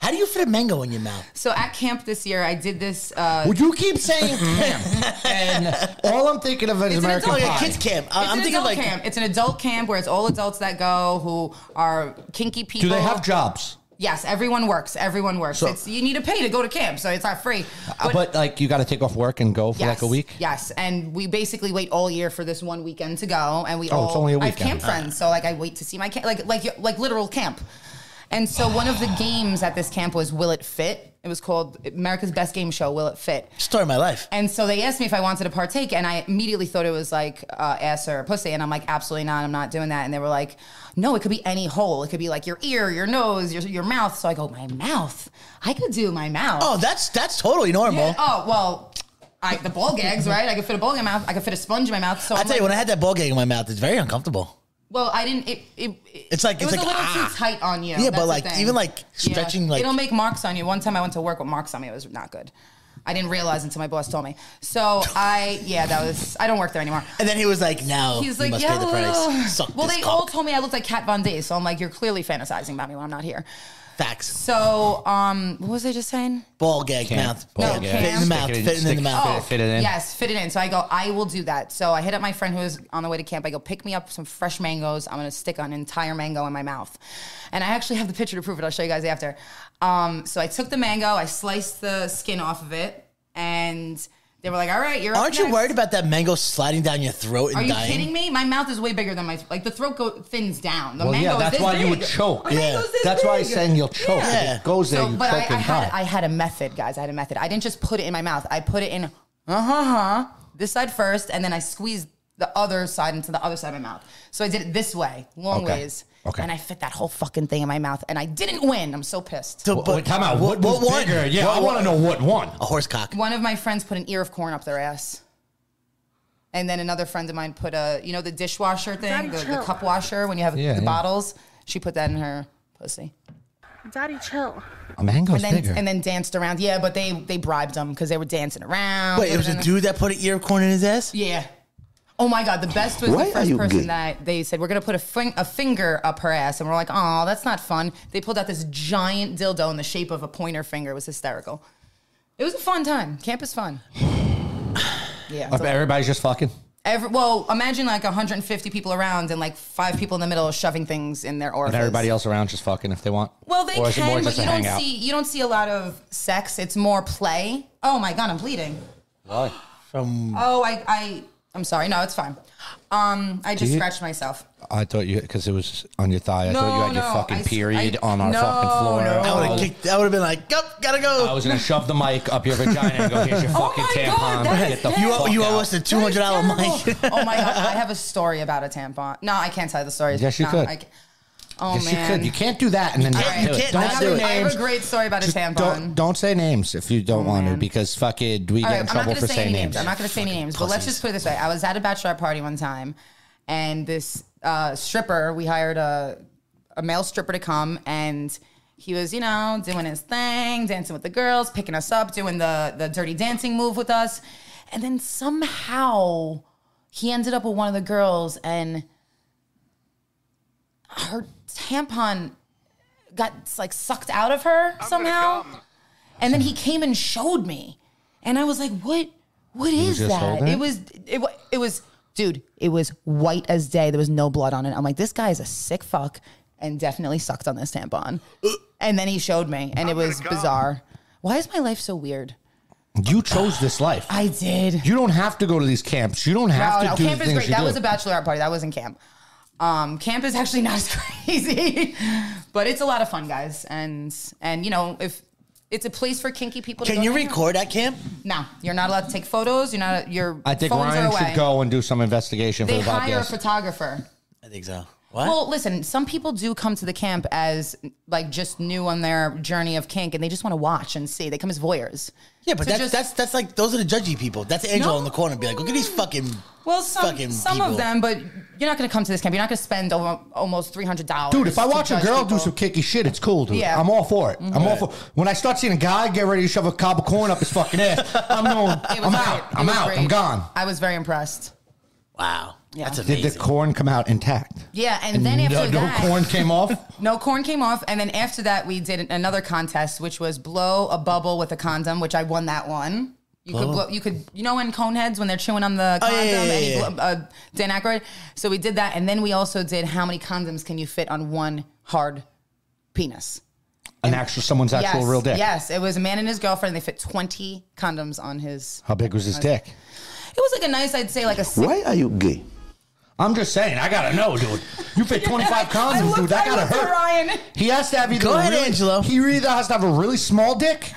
Speaker 4: How do you fit a mango in your mouth?
Speaker 5: So at camp this year, I did this. Uh,
Speaker 6: Would you keep saying camp? and all I'm thinking of is
Speaker 5: It's an
Speaker 6: American
Speaker 5: adult-
Speaker 6: Pie.
Speaker 5: yeah,
Speaker 4: Kids camp. I-
Speaker 5: it's
Speaker 4: Uh, I'm
Speaker 5: an
Speaker 4: thinking
Speaker 5: adult
Speaker 4: like
Speaker 5: camp. It's an adult camp where it's all adults that go who are kinky people.
Speaker 6: Do they have jobs?
Speaker 5: Yes, everyone works. Everyone works.
Speaker 6: So-
Speaker 5: it's you need to pay to go to camp, so it's not free.
Speaker 6: Uh, But, like you got to take off work and go for
Speaker 5: yes,
Speaker 6: like a week.
Speaker 5: Yes, and we basically wait all year for this one weekend to go, and we
Speaker 6: Oh,
Speaker 5: all.
Speaker 6: it's only a
Speaker 5: I have
Speaker 6: weekend.
Speaker 5: camp friends, so like I wait to see my camp, like like like literal camp. And so one of the games at this camp was Will It Fit? It was called America's Best Game Show. Will It Fit?
Speaker 4: story of my life.
Speaker 5: And so they asked me if I wanted to partake, and I immediately thought it was like uh, ass or pussy, and I'm like, absolutely not, I'm not doing that. And they were like, no, it could be any hole. It could be like your ear, your nose, your, your mouth. So I go, my mouth. I could do my mouth.
Speaker 4: Oh, that's that's totally normal.
Speaker 5: Yeah, oh well, I, the ball gags, right? I could fit a ball gag in my mouth. I could fit a sponge in Oh, my mouth. So
Speaker 4: I
Speaker 5: I'm
Speaker 4: tell you,
Speaker 5: like-
Speaker 4: when I had that ball gag in my mouth, it's very uncomfortable.
Speaker 5: well, I didn't. It, it, it-
Speaker 4: It's like-
Speaker 5: it
Speaker 4: it's
Speaker 5: was
Speaker 4: like,
Speaker 5: a little
Speaker 4: ah.
Speaker 5: too tight on you.
Speaker 4: Yeah, but
Speaker 5: That's the
Speaker 4: like,
Speaker 5: thing.
Speaker 4: even, like,
Speaker 5: Yeah.
Speaker 4: stretching, like-
Speaker 5: it'll make marks on you. One time I went to work with marks on me. It was not good. I didn't realize until my boss told me. So I, yeah, that was. I don't work there anymore.
Speaker 4: And then he was like, "Now
Speaker 5: He's
Speaker 4: you
Speaker 5: like,
Speaker 4: must
Speaker 5: yeah.
Speaker 4: pay the
Speaker 5: well, uh,
Speaker 4: price." Suck
Speaker 5: well,
Speaker 4: this
Speaker 5: they
Speaker 4: cock.
Speaker 5: all told me I looked like Kat Von D. So I'm like, you're clearly fantasizing about me when I'm not here.
Speaker 4: facts.
Speaker 5: So, um, what was I just saying?
Speaker 4: Ball gag
Speaker 6: Camp.
Speaker 4: mouth.
Speaker 6: Ball
Speaker 5: No,
Speaker 6: gag.
Speaker 5: camp.
Speaker 4: Fit in the mouth.
Speaker 6: Stick it in-
Speaker 4: Fit in
Speaker 6: stick
Speaker 4: the
Speaker 6: it-
Speaker 4: mouth.
Speaker 6: Fit it in.
Speaker 5: Oh, Yes, fit it in. So I go, I will do that. So I hit up my friend who was on the way to camp. I go, pick me up some fresh mangoes. I'm gonna stick an entire mango in my mouth. And I actually have the picture to prove it. I'll show you guys after. Um, so I took the mango, I sliced the skin off of it, and they were like, All right, you're up
Speaker 4: Aren't you
Speaker 5: Oh. next."
Speaker 4: worried about that mango sliding down your throat and
Speaker 5: Are you
Speaker 4: dying?
Speaker 5: kidding me? My mouth is way bigger than my like the throat go, thins down. The
Speaker 6: Well,
Speaker 5: mango
Speaker 6: yeah,
Speaker 5: is
Speaker 6: that's
Speaker 5: this
Speaker 6: why you
Speaker 5: big.
Speaker 6: would choke.
Speaker 5: The
Speaker 6: Yeah.
Speaker 5: mango's this
Speaker 6: That's why I'm
Speaker 5: big.
Speaker 6: saying you'll choke.
Speaker 5: Yeah.
Speaker 6: If It goes there,
Speaker 5: So,
Speaker 6: you
Speaker 5: but
Speaker 6: choke
Speaker 5: I, I
Speaker 6: and
Speaker 5: had
Speaker 6: die.
Speaker 5: I had a method, guys. I had a method. I didn't just put it in my mouth. I put it in uh huh this side first, and then I squeezed the other side into the other side of my mouth. So I did it this way, long
Speaker 6: Okay.
Speaker 5: ways,
Speaker 6: Okay.
Speaker 5: and I fit that whole fucking thing in my mouth, and I didn't win. I'm so pissed.
Speaker 4: So,
Speaker 6: Wait,
Speaker 4: but-
Speaker 6: wait, time out. What, was
Speaker 4: one?
Speaker 6: bigger? Yeah,
Speaker 4: What
Speaker 6: I want to
Speaker 4: one?
Speaker 6: know what one.
Speaker 4: A horse cock.
Speaker 5: One of my friends put an ear of corn up their ass. And then another friend of mine put a, you know, the dishwasher thing, the, the cup washer when you have
Speaker 6: Yeah,
Speaker 5: the
Speaker 6: yeah.
Speaker 5: bottles. She put that in her pussy.
Speaker 9: Daddy, chill.
Speaker 6: A mango's
Speaker 5: And then,
Speaker 6: bigger.
Speaker 5: and then danced around. Yeah, but they they bribed them because they were dancing around.
Speaker 4: Wait, it was a dude that put an ear corn in his ass.
Speaker 5: Yeah. Oh my God, the best was
Speaker 8: Why
Speaker 5: the
Speaker 8: are
Speaker 5: first
Speaker 8: you
Speaker 5: person
Speaker 8: gay?
Speaker 5: that they said, we're going to put a, fin- a finger up her ass. And we're like, oh, that's not fun. They pulled out this giant dildo in the shape of a pointer finger. It was hysterical. It was a fun time. Camp is fun. Yeah.
Speaker 6: Up- Everybody's just fucking.
Speaker 5: Every, well, imagine like 150 people around and like five people in the middle shoving things in their
Speaker 6: And
Speaker 5: orifice.
Speaker 6: everybody else around just fucking if they want.
Speaker 5: Well, they
Speaker 6: Or is it more
Speaker 5: can, but
Speaker 6: just
Speaker 5: you
Speaker 6: a
Speaker 5: don't
Speaker 6: hangout?
Speaker 5: see you don't see a lot of sex. It's more play. Oh my god, I'm bleeding.
Speaker 6: Uh,
Speaker 4: From
Speaker 5: Oh, I, I I'm sorry. No, it's fine. Um, I just
Speaker 6: you-
Speaker 5: scratched myself.
Speaker 6: I thought you because it was on your thigh. I thought you
Speaker 5: No,
Speaker 6: had your
Speaker 5: no, I
Speaker 6: fucking
Speaker 5: s-
Speaker 6: period
Speaker 5: I-
Speaker 6: on our
Speaker 5: no,
Speaker 6: fucking floor.
Speaker 5: no.
Speaker 4: I would have
Speaker 5: Oh.
Speaker 4: kicked. I would have been like, "Yup, gotta go."
Speaker 6: I was gonna shove the mic up your vagina and go, "Here's your
Speaker 5: Oh
Speaker 6: fucking
Speaker 5: my
Speaker 6: tampon."
Speaker 5: God, that
Speaker 6: Get
Speaker 5: is
Speaker 6: the
Speaker 5: bad.
Speaker 4: you
Speaker 6: fuck
Speaker 4: owe, you owe
Speaker 6: out."
Speaker 4: us a two hundred dollar mic.
Speaker 5: oh my god, I have a story about a tampon. No, I can't tell you the story.
Speaker 6: Yes, you
Speaker 5: No,
Speaker 6: could.
Speaker 5: I ca- oh
Speaker 6: Yes,
Speaker 5: man,
Speaker 6: you could. You can't do that and then not
Speaker 4: you
Speaker 6: do it.
Speaker 4: can't
Speaker 5: I
Speaker 6: Don't
Speaker 4: not
Speaker 5: have,
Speaker 6: say
Speaker 5: a,
Speaker 4: do it.
Speaker 5: I have
Speaker 6: names.
Speaker 5: a great story about a
Speaker 6: Just
Speaker 5: tampon.
Speaker 6: Don't, don't say names if you don't want to
Speaker 5: man.
Speaker 6: because fucking we
Speaker 5: All right,
Speaker 6: get in
Speaker 5: I'm not
Speaker 6: trouble
Speaker 5: going
Speaker 6: for
Speaker 5: to say
Speaker 6: saying
Speaker 5: any names.
Speaker 6: names.
Speaker 5: I'm not going to say any names, but let's just put it this way: I was at a bachelorette party one time, and this uh, stripper, we hired a a male stripper to come, and he was, you know, doing his thing, dancing with the girls, picking us up, doing the the dirty dancing move with us, and then somehow he ended up with one of the girls and. her tampon got like sucked out of her somehow. And then he came and showed me, and I was like, "What? What is
Speaker 6: just
Speaker 5: that?"
Speaker 6: holding
Speaker 5: It
Speaker 6: it?
Speaker 5: was it, wa- it was dude. It was white as day. There was no blood on it. I'm like, this guy is a sick fuck, and definitely sucked on this tampon. and then he showed me, and it was bizarre. Why is my life so weird?
Speaker 6: You chose this life.
Speaker 5: I did.
Speaker 6: you don't have to go to these camps. You don't have to
Speaker 5: no, no,
Speaker 6: do
Speaker 5: camp
Speaker 6: the
Speaker 5: is
Speaker 6: things
Speaker 5: great.
Speaker 6: you
Speaker 5: That
Speaker 6: do.
Speaker 5: was a bachelorette party. That wasn't camp. Um, camp is actually not as crazy, but it's a lot of fun, guys. And and you know if it's a place for kinky people. to
Speaker 4: Can
Speaker 5: go
Speaker 4: you
Speaker 5: hang out.
Speaker 4: record at camp?
Speaker 5: No, you're not allowed to take photos. You're not. Your
Speaker 6: I think
Speaker 5: phones
Speaker 6: Ryan
Speaker 5: are away.
Speaker 6: should go and do some investigation
Speaker 5: They
Speaker 6: for the
Speaker 5: hire a
Speaker 6: podcast.
Speaker 5: photographer.
Speaker 4: I think so. What?
Speaker 5: Well, listen, some people do come to the camp as like just new on their journey of kink, and they just want to watch and see. They come as voyeurs.
Speaker 4: yeah, but
Speaker 5: to
Speaker 4: that's
Speaker 5: just-
Speaker 4: that's that's like those are the judgy people. That's Angela
Speaker 5: No.
Speaker 4: in the corner, be like, look at these fucking.
Speaker 5: Well, some
Speaker 4: fucking
Speaker 5: some
Speaker 4: people.
Speaker 5: of them, but you're not going to come to this camp. You're not going to spend over, almost three hundred dollars.
Speaker 6: Dude, if I watch a girl do some kinky shit, it's cool, dude.
Speaker 5: Yeah.
Speaker 6: I'm all for it. I'm all for When I start seeing a guy get ready to shove a cob of corn up his fucking ass, I'm going, I'm out. I'm out. I'm gone.
Speaker 5: I was very impressed.
Speaker 4: Wow, that's
Speaker 6: Did
Speaker 4: amazing.
Speaker 6: the corn come out intact?
Speaker 5: Yeah, and, then
Speaker 6: no,
Speaker 5: after
Speaker 6: no
Speaker 5: that,
Speaker 6: corn came off.
Speaker 5: no corn came off, and then after that, we did another contest, which was blow a bubble with a condom, which I won that one. You
Speaker 6: Oh.
Speaker 5: could blow, you could, you know, in Coneheads when they're chewing on the
Speaker 4: Oh,
Speaker 5: condom,
Speaker 4: yeah, yeah,
Speaker 5: and
Speaker 4: yeah,
Speaker 5: he
Speaker 4: yeah.
Speaker 5: blew, uh, Dan Aykroyd. So we did that, and then we also did how many condoms can you fit on one hard penis?
Speaker 6: An actual someone's actual
Speaker 5: yes,
Speaker 6: real dick.
Speaker 5: Yes, it was a man and his girlfriend. They fit twenty condoms on his.
Speaker 6: How big was his dick?
Speaker 5: It was like a nice, I'd say, like a six
Speaker 8: Why are you gay?
Speaker 6: I'm just saying, I gotta know, dude. You fit 25
Speaker 5: I
Speaker 6: condoms,
Speaker 5: looked-
Speaker 6: dude. That
Speaker 5: I
Speaker 6: gotta
Speaker 5: looked at
Speaker 6: hurt.
Speaker 5: Ryan.
Speaker 6: He has to have either.
Speaker 4: Go
Speaker 6: a
Speaker 4: ahead,
Speaker 6: really-
Speaker 4: Angelo.
Speaker 6: He either has to have a really small dick,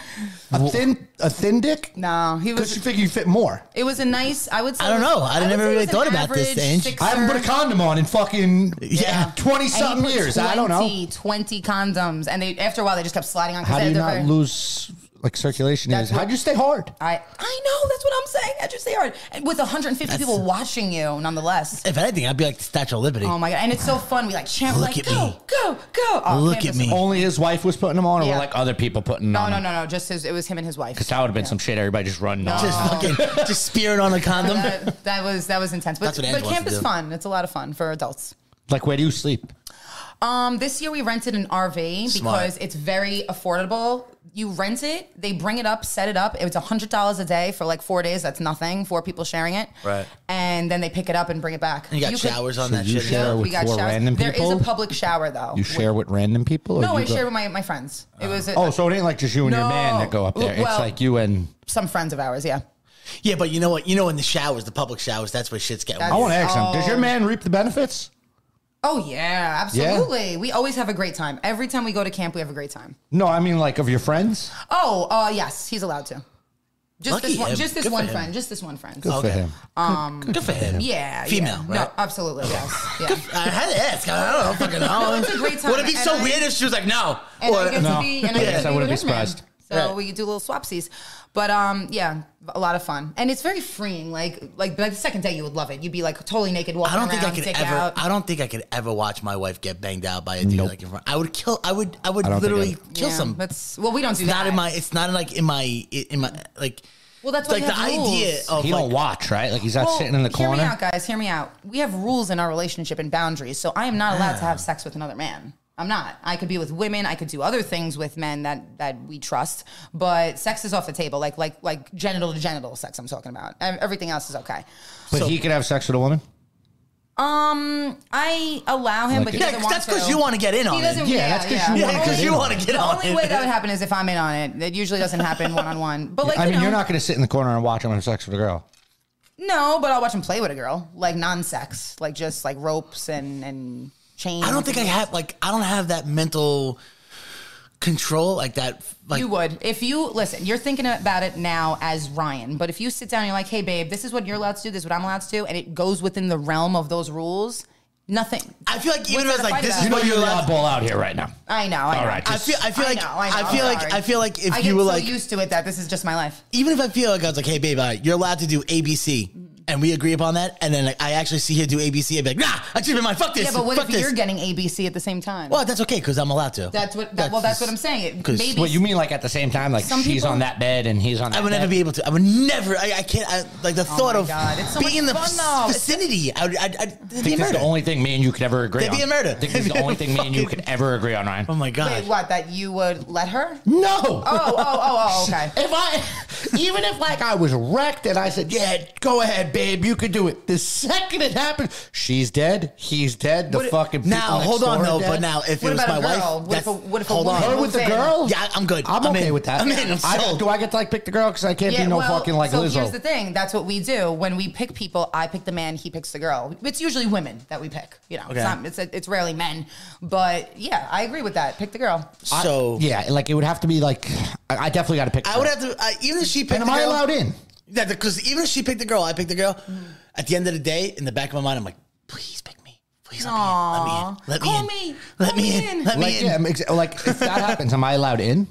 Speaker 6: a thin, a thin dick.
Speaker 5: No, he
Speaker 6: Because
Speaker 5: was.
Speaker 6: you figure you fit more.
Speaker 5: It was a nice. I would. Say
Speaker 4: I don't know. I
Speaker 5: would
Speaker 4: never
Speaker 5: say it
Speaker 4: really
Speaker 5: was
Speaker 4: thought
Speaker 5: an
Speaker 4: about this,
Speaker 5: average
Speaker 4: Ange.
Speaker 5: sixer.
Speaker 6: I haven't put a condom on in fucking
Speaker 4: Yeah.
Speaker 5: And
Speaker 6: twenty
Speaker 5: he
Speaker 6: something
Speaker 5: put
Speaker 6: years. I don't know.
Speaker 5: 20 20 condoms, and they after a while they just kept sliding on. 'cause
Speaker 6: How do
Speaker 5: they're-
Speaker 6: you
Speaker 5: they're
Speaker 6: not
Speaker 5: very-
Speaker 6: lose like circulation?
Speaker 5: That's
Speaker 6: Is
Speaker 5: what-
Speaker 6: how'd you stay hard?
Speaker 5: I I know that's what I'm saying. I just say hard And with 150 people watching you, nonetheless.
Speaker 4: if anything, I'd be like the Statue of Liberty.
Speaker 5: Oh my god! And it's so fun. We like chant, we're
Speaker 4: Look
Speaker 5: like
Speaker 4: at
Speaker 5: go,
Speaker 4: me.
Speaker 5: go, go. Oh,
Speaker 4: Look
Speaker 5: Cam
Speaker 4: at
Speaker 5: was-
Speaker 4: me.
Speaker 6: Only his wife was putting them on, or
Speaker 5: Yeah.
Speaker 6: were like other people putting
Speaker 5: No,
Speaker 6: on?
Speaker 5: no, no, no. Just his. It was him and his wife.
Speaker 6: Because that would have been some shit. Everybody just running on.
Speaker 4: just fucking just spearing on a condom.
Speaker 5: That, that was that was intense. But,
Speaker 4: That's what Ange
Speaker 5: but
Speaker 4: wants
Speaker 5: camp
Speaker 4: to
Speaker 5: is
Speaker 4: do.
Speaker 5: fun. It's a lot of fun for adults.
Speaker 6: Like, where do you sleep?
Speaker 5: Um, this year we rented an RV
Speaker 4: Smart.
Speaker 5: because it's very affordable. You rent it, they bring it up, set it up. It was hundred dollars a day for like four days. That's nothing. Four people sharing it,
Speaker 4: Right.
Speaker 5: And then they pick it up and bring it back.
Speaker 4: you got
Speaker 5: could-
Speaker 4: showers on
Speaker 6: So
Speaker 4: that
Speaker 6: you
Speaker 4: shit.
Speaker 6: share
Speaker 5: we
Speaker 6: with
Speaker 5: got
Speaker 6: four
Speaker 5: showers.
Speaker 6: random
Speaker 5: There is
Speaker 6: people.
Speaker 5: a public shower though.
Speaker 6: You share with random people? Or
Speaker 5: no,
Speaker 6: you
Speaker 5: I
Speaker 6: go-
Speaker 5: shared with my, my friends. It was a,
Speaker 6: Oh, so it ain't like just you and your man
Speaker 5: No.
Speaker 6: that go up there. it's
Speaker 5: Well-
Speaker 6: like you and.
Speaker 5: some friends of ours. Yeah,
Speaker 4: Yeah, but you know what? You know, in the showers, the public showers, that's where shit's getting.
Speaker 5: That's-
Speaker 6: I
Speaker 4: weird.
Speaker 6: want to ask him. Does
Speaker 5: Oh.
Speaker 6: your man reap the benefits?
Speaker 5: Oh yeah, absolutely. We always have a great time. Every time we go to camp, we have a great time.
Speaker 6: No, I mean like of your friends.
Speaker 5: Oh, uh, yes, he's allowed to. Just
Speaker 4: Lucky
Speaker 5: this one,
Speaker 4: him.
Speaker 5: just this
Speaker 4: Good for
Speaker 5: one
Speaker 4: him.
Speaker 5: friend, just this one friend.
Speaker 6: Good for him.
Speaker 4: Good for him.
Speaker 5: Yeah,
Speaker 4: Female,
Speaker 5: yeah.
Speaker 4: right?
Speaker 5: No, absolutely, yes. Yeah.
Speaker 4: I had to ask. I don't know. Fucking know.
Speaker 5: it's a great time.
Speaker 4: Would it be
Speaker 5: And
Speaker 4: so
Speaker 5: I-
Speaker 4: weird if she was like, no?
Speaker 5: and
Speaker 4: Or-
Speaker 5: I get
Speaker 6: No.
Speaker 5: to be, and I,
Speaker 6: Yeah.
Speaker 5: get
Speaker 6: Yes,
Speaker 5: to
Speaker 6: I
Speaker 5: be
Speaker 6: wouldn't be
Speaker 5: with him.
Speaker 6: surprised.
Speaker 5: So
Speaker 4: Yeah.
Speaker 5: we do little swapsies, but um, yeah, a lot of fun, and it's very freeing. Like, like by the second day, you would love it. You'd be like totally naked, walking
Speaker 4: I don't think I
Speaker 5: around,
Speaker 4: could
Speaker 5: dick
Speaker 4: ever.
Speaker 5: out.
Speaker 4: I don't think I could ever watch my wife get banged out by a dude like in front. I would kill. I would. I would
Speaker 6: I don't think
Speaker 4: literally
Speaker 6: I-
Speaker 4: kill
Speaker 5: Yeah,
Speaker 4: some.
Speaker 5: That's well, we don't do
Speaker 4: It's
Speaker 5: that.
Speaker 4: not in my. It's not like in my. In my like.
Speaker 5: Well, that's why
Speaker 4: like
Speaker 5: we
Speaker 4: the
Speaker 5: have rules.
Speaker 4: idea of
Speaker 6: He
Speaker 4: like,
Speaker 6: don't watch, right? Like he's not
Speaker 5: Well,
Speaker 6: sitting in the corner.
Speaker 5: Hear me out, guys. Hear me out. We have rules in our relationship and boundaries, so I am not allowed to have sex with another man. I'm not. I could be with women. I could do other things with men that that we trust, but sex is off the table. Like like like genital to genital sex. I'm talking about. Ev- Everything else is okay.
Speaker 6: But he could have sex with a woman.
Speaker 5: Um, I allow him, but he
Speaker 4: Yeah,
Speaker 5: doesn't
Speaker 4: 'cause
Speaker 5: want
Speaker 4: that's
Speaker 5: to.
Speaker 4: 'cause you wanna get in on
Speaker 5: he
Speaker 4: it.
Speaker 5: Doesn't,
Speaker 6: Yeah,
Speaker 5: yeah,
Speaker 6: that's 'cause
Speaker 5: yeah.
Speaker 6: you
Speaker 4: Yeah,
Speaker 6: wanna
Speaker 4: because
Speaker 6: get
Speaker 4: you
Speaker 6: in
Speaker 4: want
Speaker 6: on
Speaker 4: to
Speaker 6: it.
Speaker 4: get
Speaker 5: The
Speaker 4: on
Speaker 5: only
Speaker 4: it.
Speaker 5: way that would happen is if I'm in on it. That usually doesn't happen one on one. But like,
Speaker 6: I
Speaker 5: you
Speaker 6: mean,
Speaker 5: know,
Speaker 6: you're not going to sit in the corner and watch him have sex with a girl.
Speaker 5: No, but I'll watch him play with a girl, like non-sex, like just like ropes and and chains.
Speaker 4: I don't think I have. Like, I don't have that mental control like that. Like,
Speaker 5: you would. If you listen, you're thinking about it now as Ryan, but if you sit down and you're like, hey, babe, this is what you're allowed to do, this is what I'm allowed to do, and it goes within the realm of those rules, nothing.
Speaker 4: I feel like even
Speaker 5: What's
Speaker 4: if it's
Speaker 5: there to
Speaker 4: like
Speaker 5: fight
Speaker 4: this
Speaker 5: about?
Speaker 4: is
Speaker 5: You know
Speaker 4: what you're allowed.
Speaker 6: ball out here right now.
Speaker 5: I know. I
Speaker 6: All
Speaker 5: know.
Speaker 6: right,
Speaker 4: I feel. I feel
Speaker 5: I
Speaker 4: like.
Speaker 5: know, I know,
Speaker 4: I
Speaker 5: I'm
Speaker 4: feel like.
Speaker 5: sorry.
Speaker 4: I feel like
Speaker 5: I
Speaker 4: if
Speaker 5: get
Speaker 4: you were
Speaker 5: so
Speaker 4: like.
Speaker 5: used to it that this is just my life.
Speaker 4: uh, Even if I feel like I was like, hey, babe, all right, you're allowed to do ABC. and we agree upon that, and then like, I actually see her do ABC, I'd be like, nah, I changed my mind. Fuck this.
Speaker 5: Yeah, but what
Speaker 4: fuck
Speaker 5: if
Speaker 4: this.
Speaker 5: you're getting ABC at the same time?
Speaker 4: Well, that's okay because I'm allowed to.
Speaker 5: That's what. That, well, that's what I'm saying. It,
Speaker 4: 'Cause
Speaker 5: maybe
Speaker 6: What you mean, like at the same time, like
Speaker 5: Some
Speaker 6: she's
Speaker 5: people-
Speaker 6: on that bed and he's on. That
Speaker 4: I would never
Speaker 6: bed?
Speaker 4: be able to. I would never. I, I can't. I, like the thought
Speaker 5: Oh my
Speaker 4: of
Speaker 5: God, it's so
Speaker 4: being
Speaker 5: much
Speaker 4: in the
Speaker 5: fun,
Speaker 4: vic-
Speaker 5: though. It's-
Speaker 4: vicinity. I would. I'd, I'd, it'd be a
Speaker 6: Think this is
Speaker 4: murder.
Speaker 6: the only thing me and you could ever agree
Speaker 4: There'd
Speaker 6: on.
Speaker 4: be a murder.
Speaker 6: Think this is the only thing me and you could ever agree on, Ryan.
Speaker 4: oh my god.
Speaker 5: Wait, what? That you would let her?
Speaker 6: No.
Speaker 5: Oh, oh, oh, oh. Okay.
Speaker 6: If I, even if like I was wrecked and I said, "Yeah, go ahead, babe, you could do it." The second it happened, she's dead. He's dead. The
Speaker 5: What-
Speaker 6: fucking people
Speaker 4: Now
Speaker 6: next
Speaker 4: hold on
Speaker 6: door
Speaker 4: though.
Speaker 6: dead.
Speaker 4: But now if
Speaker 5: What
Speaker 4: it was
Speaker 5: about
Speaker 4: my
Speaker 5: a girl?
Speaker 4: wife,
Speaker 5: What if a-
Speaker 4: that's-
Speaker 5: what if a
Speaker 4: hold
Speaker 5: woman-
Speaker 4: on.
Speaker 6: her with the
Speaker 5: Okay.
Speaker 6: girl.
Speaker 4: Yeah, I'm good.
Speaker 6: I'm,
Speaker 4: I'm
Speaker 6: okay
Speaker 4: in.
Speaker 6: with that.
Speaker 4: I'm in. I'm
Speaker 6: I-
Speaker 4: sold.
Speaker 6: do I get to like pick the girl because I can't be no fucking like
Speaker 5: so
Speaker 6: Lizzo?
Speaker 5: here's the thing. That's what we do when we pick people. I pick the man. He picks the girl. It's usually women that we pick. You know,
Speaker 4: Okay.
Speaker 5: it's not. It's it's rarely men. But yeah, I agree with that. Pick the girl.
Speaker 4: so
Speaker 6: yeah, like it would have to be like I, I definitely got to pick.
Speaker 4: I would have to. I, even if she picked.
Speaker 6: And am
Speaker 4: the
Speaker 6: I
Speaker 4: girl-
Speaker 6: allowed in?
Speaker 4: Yeah, because even if she picked the girl, I picked the girl. At the end of the day, in the back of my mind, I'm like, please pick me. Please let
Speaker 5: Aw.
Speaker 4: me in. Let me
Speaker 5: Call
Speaker 4: in.
Speaker 5: me.
Speaker 4: Let
Speaker 5: Call
Speaker 4: me
Speaker 5: me
Speaker 4: in.
Speaker 5: in.
Speaker 4: Let me in. Let me
Speaker 6: Like,
Speaker 4: in.
Speaker 6: yeah, I'm ex- like if that happens, am I allowed in?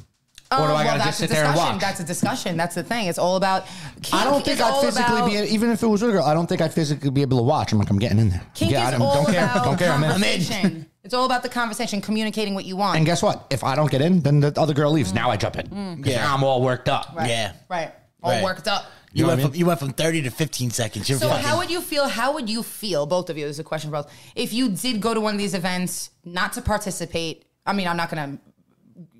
Speaker 6: or do I
Speaker 5: Um, well,
Speaker 6: got to
Speaker 5: that's
Speaker 6: just
Speaker 5: a
Speaker 6: sit there and
Speaker 5: discussion.
Speaker 6: watch?
Speaker 5: That's a discussion. That's the thing. It's all about.
Speaker 6: I don't think I'd physically be
Speaker 5: in.
Speaker 6: even if it was with a girl. I don't think I'd physically be able to watch. I'm like, I'm getting in there.
Speaker 5: Kink
Speaker 6: yeah,
Speaker 5: is
Speaker 6: I don't,
Speaker 5: all
Speaker 6: don't care.
Speaker 5: about
Speaker 6: Don't care. I'm in.
Speaker 5: conversation. it's all about the conversation, communicating what you want.
Speaker 6: And guess what? If I don't get in, then the other girl leaves. Now I jump in. 'Cause
Speaker 4: Yeah.
Speaker 6: now I'm all worked up.
Speaker 5: Mm. right.
Speaker 4: Yeah.
Speaker 5: Right. All
Speaker 4: Right.
Speaker 5: worked up.
Speaker 4: You,
Speaker 6: know
Speaker 4: went
Speaker 6: what I
Speaker 4: from, you went from 30 to 15 seconds. You're
Speaker 5: So
Speaker 4: fucking,
Speaker 5: how would you feel? How would you feel, both of you? This is a question for both. If you did go to one of these events, not to participate. I mean, I'm not going to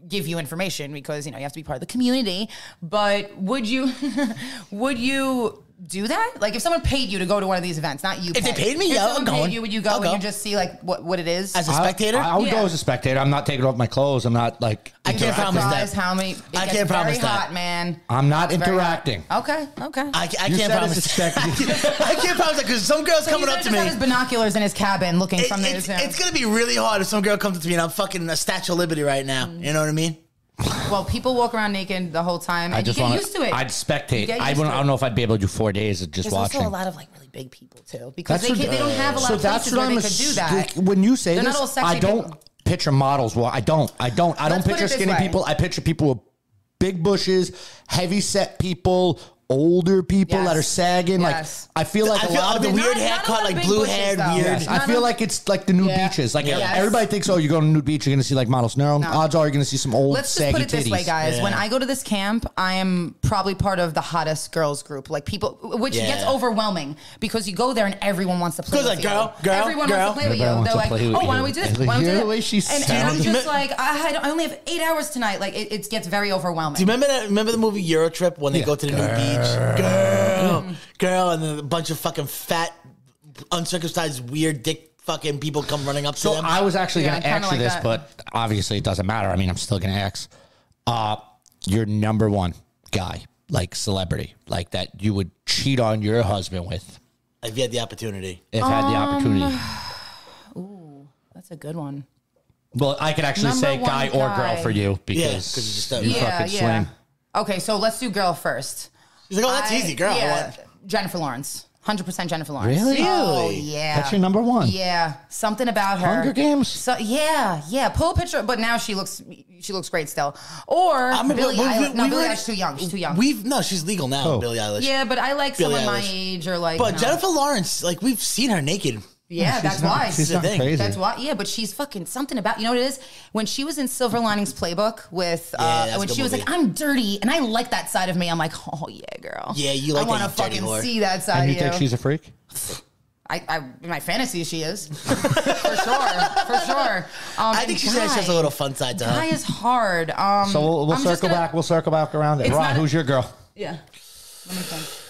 Speaker 5: give you information because you know you have to be part of the community. But would you? would you? Do that? Like, if someone paid you to go to one of these events, not you.
Speaker 4: If they
Speaker 5: pay.
Speaker 4: paid me,
Speaker 5: If
Speaker 4: yeah, I'm
Speaker 5: someone
Speaker 4: going.
Speaker 5: Paid you, would you go
Speaker 4: I'll
Speaker 5: and
Speaker 4: go.
Speaker 5: you just see like what, what it is?
Speaker 4: as a
Speaker 6: I-
Speaker 4: spectator?
Speaker 6: I, I would
Speaker 5: Yeah.
Speaker 6: go as a spectator. I'm not taking off my clothes. I'm not like.
Speaker 4: I can't
Speaker 6: interacting.
Speaker 4: promise that.
Speaker 5: Surprise how many? It
Speaker 4: I
Speaker 5: gets
Speaker 4: can't promise
Speaker 5: very
Speaker 4: that.
Speaker 5: Hot man.
Speaker 6: I'm not
Speaker 5: It's very Uh, hot.
Speaker 6: interacting.
Speaker 5: Okay. Okay.
Speaker 4: I, ca- I
Speaker 6: You
Speaker 4: can't
Speaker 6: said
Speaker 4: promise.
Speaker 6: it's a spectator.
Speaker 4: I can't promise because some girl's
Speaker 5: So
Speaker 4: coming
Speaker 5: he's
Speaker 4: up to
Speaker 5: just
Speaker 4: me.
Speaker 5: Had his binoculars in his cabin, looking
Speaker 4: It-
Speaker 5: from uh, there.
Speaker 4: it's,
Speaker 5: too.
Speaker 4: it's gonna be really hard if some girl comes up to me and I'm fucking a Statue of Liberty right now. You know what I mean?
Speaker 5: well, people walk around naked the whole time. And
Speaker 6: I just
Speaker 5: you get
Speaker 6: want
Speaker 5: used to it.
Speaker 6: I'd spectate.
Speaker 5: get
Speaker 6: I,
Speaker 5: used to
Speaker 6: wouldn't, I
Speaker 5: it.
Speaker 6: don't know if I'd be able to do four days of just
Speaker 5: There's
Speaker 6: watching.
Speaker 5: also a lot of like really big people too, because they,
Speaker 6: what-
Speaker 5: can, they don't have a lot
Speaker 6: so
Speaker 5: of
Speaker 6: that's
Speaker 5: places
Speaker 6: what
Speaker 5: where
Speaker 6: I'm
Speaker 5: they
Speaker 6: ass-
Speaker 5: could do that.
Speaker 6: like, When you say
Speaker 5: They're not
Speaker 6: this,
Speaker 5: all sexy
Speaker 6: I don't
Speaker 5: people.
Speaker 6: picture models. Well, I don't. I don't. I don't
Speaker 5: Let's put
Speaker 6: picture
Speaker 5: it this
Speaker 6: skinny
Speaker 5: way.
Speaker 6: people. I picture people with big bushes, heavy set people, older people that
Speaker 5: Yes.
Speaker 6: are sagging.
Speaker 5: Yes.
Speaker 6: Like I feel like
Speaker 4: I
Speaker 6: a
Speaker 4: feel
Speaker 6: lot
Speaker 4: like
Speaker 6: of
Speaker 4: the
Speaker 6: it-
Speaker 5: Not- not
Speaker 4: weird
Speaker 5: a
Speaker 4: haircut,
Speaker 5: lot of
Speaker 4: like
Speaker 5: big
Speaker 4: blue
Speaker 5: bushes,
Speaker 4: haired,
Speaker 5: though.
Speaker 4: weird.
Speaker 6: Yes, I
Speaker 5: Not
Speaker 6: feel
Speaker 5: a-
Speaker 6: like it's like the new
Speaker 5: Yeah.
Speaker 6: beaches. Like
Speaker 5: Yes.
Speaker 6: everybody thinks, oh, you go to Nude Beach, you're gonna see like models. No, odds are you're gonna see some old
Speaker 5: Let's just
Speaker 6: saggy
Speaker 5: put it this
Speaker 6: titties.
Speaker 5: way, guys. When I go to this camp, I am probably part of the hottest girls group. Like people, which
Speaker 4: Yeah.
Speaker 5: gets overwhelming because you go there and everyone wants to play.
Speaker 4: Goes
Speaker 5: with
Speaker 4: like,
Speaker 5: you.
Speaker 4: "Girl, girl,
Speaker 5: everyone
Speaker 4: girl."
Speaker 5: wants to play with you.
Speaker 6: Everyone
Speaker 5: They're
Speaker 6: wants
Speaker 5: like,
Speaker 6: to play with
Speaker 5: oh, why
Speaker 6: you."
Speaker 5: don't we do this?
Speaker 6: Like,
Speaker 5: Why don't we
Speaker 6: hear
Speaker 5: do
Speaker 6: the way
Speaker 5: this?
Speaker 6: she
Speaker 5: and, and I'm
Speaker 6: sounds?
Speaker 5: just like, I, I don't- I only have eight hours tonight. Like it, it gets very overwhelming.
Speaker 4: Do you remember that? Remember the movie Eurotrip when they go to the new beach, girl, girl, and then a bunch of fucking fat, uncircumcised, weird dick fucking people come running up
Speaker 6: So
Speaker 4: to them.
Speaker 6: I was actually
Speaker 5: Yeah,
Speaker 6: going to
Speaker 5: kinda
Speaker 6: ask you
Speaker 5: like
Speaker 6: this,
Speaker 5: that.
Speaker 6: but obviously it doesn't matter. I mean, I'm still going to ask. Uh, your number one guy, like celebrity, like that you would cheat on your husband with
Speaker 4: I've had the opportunity.
Speaker 6: if had
Speaker 5: Um,
Speaker 6: the opportunity.
Speaker 5: That's a good one.
Speaker 6: Well, I could actually
Speaker 5: Number
Speaker 6: say
Speaker 5: one
Speaker 6: guy, or girl
Speaker 5: guy.
Speaker 6: for you
Speaker 4: Yeah,
Speaker 6: because
Speaker 4: 'cause you just uh, don't-
Speaker 6: you
Speaker 5: Yeah,
Speaker 6: fucking
Speaker 5: yeah.
Speaker 6: swing.
Speaker 5: Okay, so let's do girl first.
Speaker 4: He's like, oh, that's
Speaker 5: I-
Speaker 4: easy, girl.
Speaker 5: yeah,
Speaker 4: What?
Speaker 5: Jennifer Lawrence. 100% Jennifer Lawrence.
Speaker 6: Really?
Speaker 5: Oh,
Speaker 4: Really?
Speaker 5: yeah.
Speaker 6: That's your number one.
Speaker 5: Yeah, something about her.
Speaker 6: Hunger Games?
Speaker 5: So yeah, yeah. Pull a picture, but now she looks she looks great still. Or
Speaker 4: I mean,
Speaker 5: Billie
Speaker 4: we- we-
Speaker 5: Eilish. no,
Speaker 4: we
Speaker 5: Billie
Speaker 4: were-
Speaker 5: Eilish's too young. She's too young.
Speaker 4: We've no, she's legal now,
Speaker 6: Oh.
Speaker 4: Billie Eilish.
Speaker 5: yeah, but I like
Speaker 4: Billie
Speaker 5: someone my
Speaker 4: Eilish.
Speaker 5: age or like.
Speaker 4: But
Speaker 5: you know.
Speaker 4: Jennifer Lawrence, like we've seen her naked.
Speaker 5: Yeah, that's
Speaker 6: not-
Speaker 5: why.
Speaker 6: she's
Speaker 4: the
Speaker 6: not
Speaker 4: thing.
Speaker 6: crazy.
Speaker 5: That's why, yeah. But she's fucking something about you know what it is when she was in Silver Linings Playbook with
Speaker 4: Yeah,
Speaker 5: uh,
Speaker 4: that's a
Speaker 5: when
Speaker 4: good
Speaker 5: she was
Speaker 4: movie.
Speaker 5: like I'm dirty and I like that side of me. I'm like, oh yeah, girl.
Speaker 4: Yeah, you like
Speaker 5: I
Speaker 4: that,
Speaker 5: want to
Speaker 4: you dirty
Speaker 5: fucking
Speaker 4: whore.
Speaker 5: see that side.
Speaker 6: And you
Speaker 5: of
Speaker 6: think she's a freak?
Speaker 5: I, I, in my fantasy, she is for sure, for sure. Um,
Speaker 4: I
Speaker 5: and
Speaker 4: think she says she has a
Speaker 5: guy-
Speaker 4: little fun side to her.
Speaker 5: Guy is hard. Um,
Speaker 6: So we'll, we'll
Speaker 5: I'm just
Speaker 6: circle
Speaker 5: gonna-
Speaker 6: back. We'll circle back around it.
Speaker 5: It's
Speaker 6: Ron,
Speaker 5: not-
Speaker 6: who's your girl?
Speaker 5: Yeah. Let me think.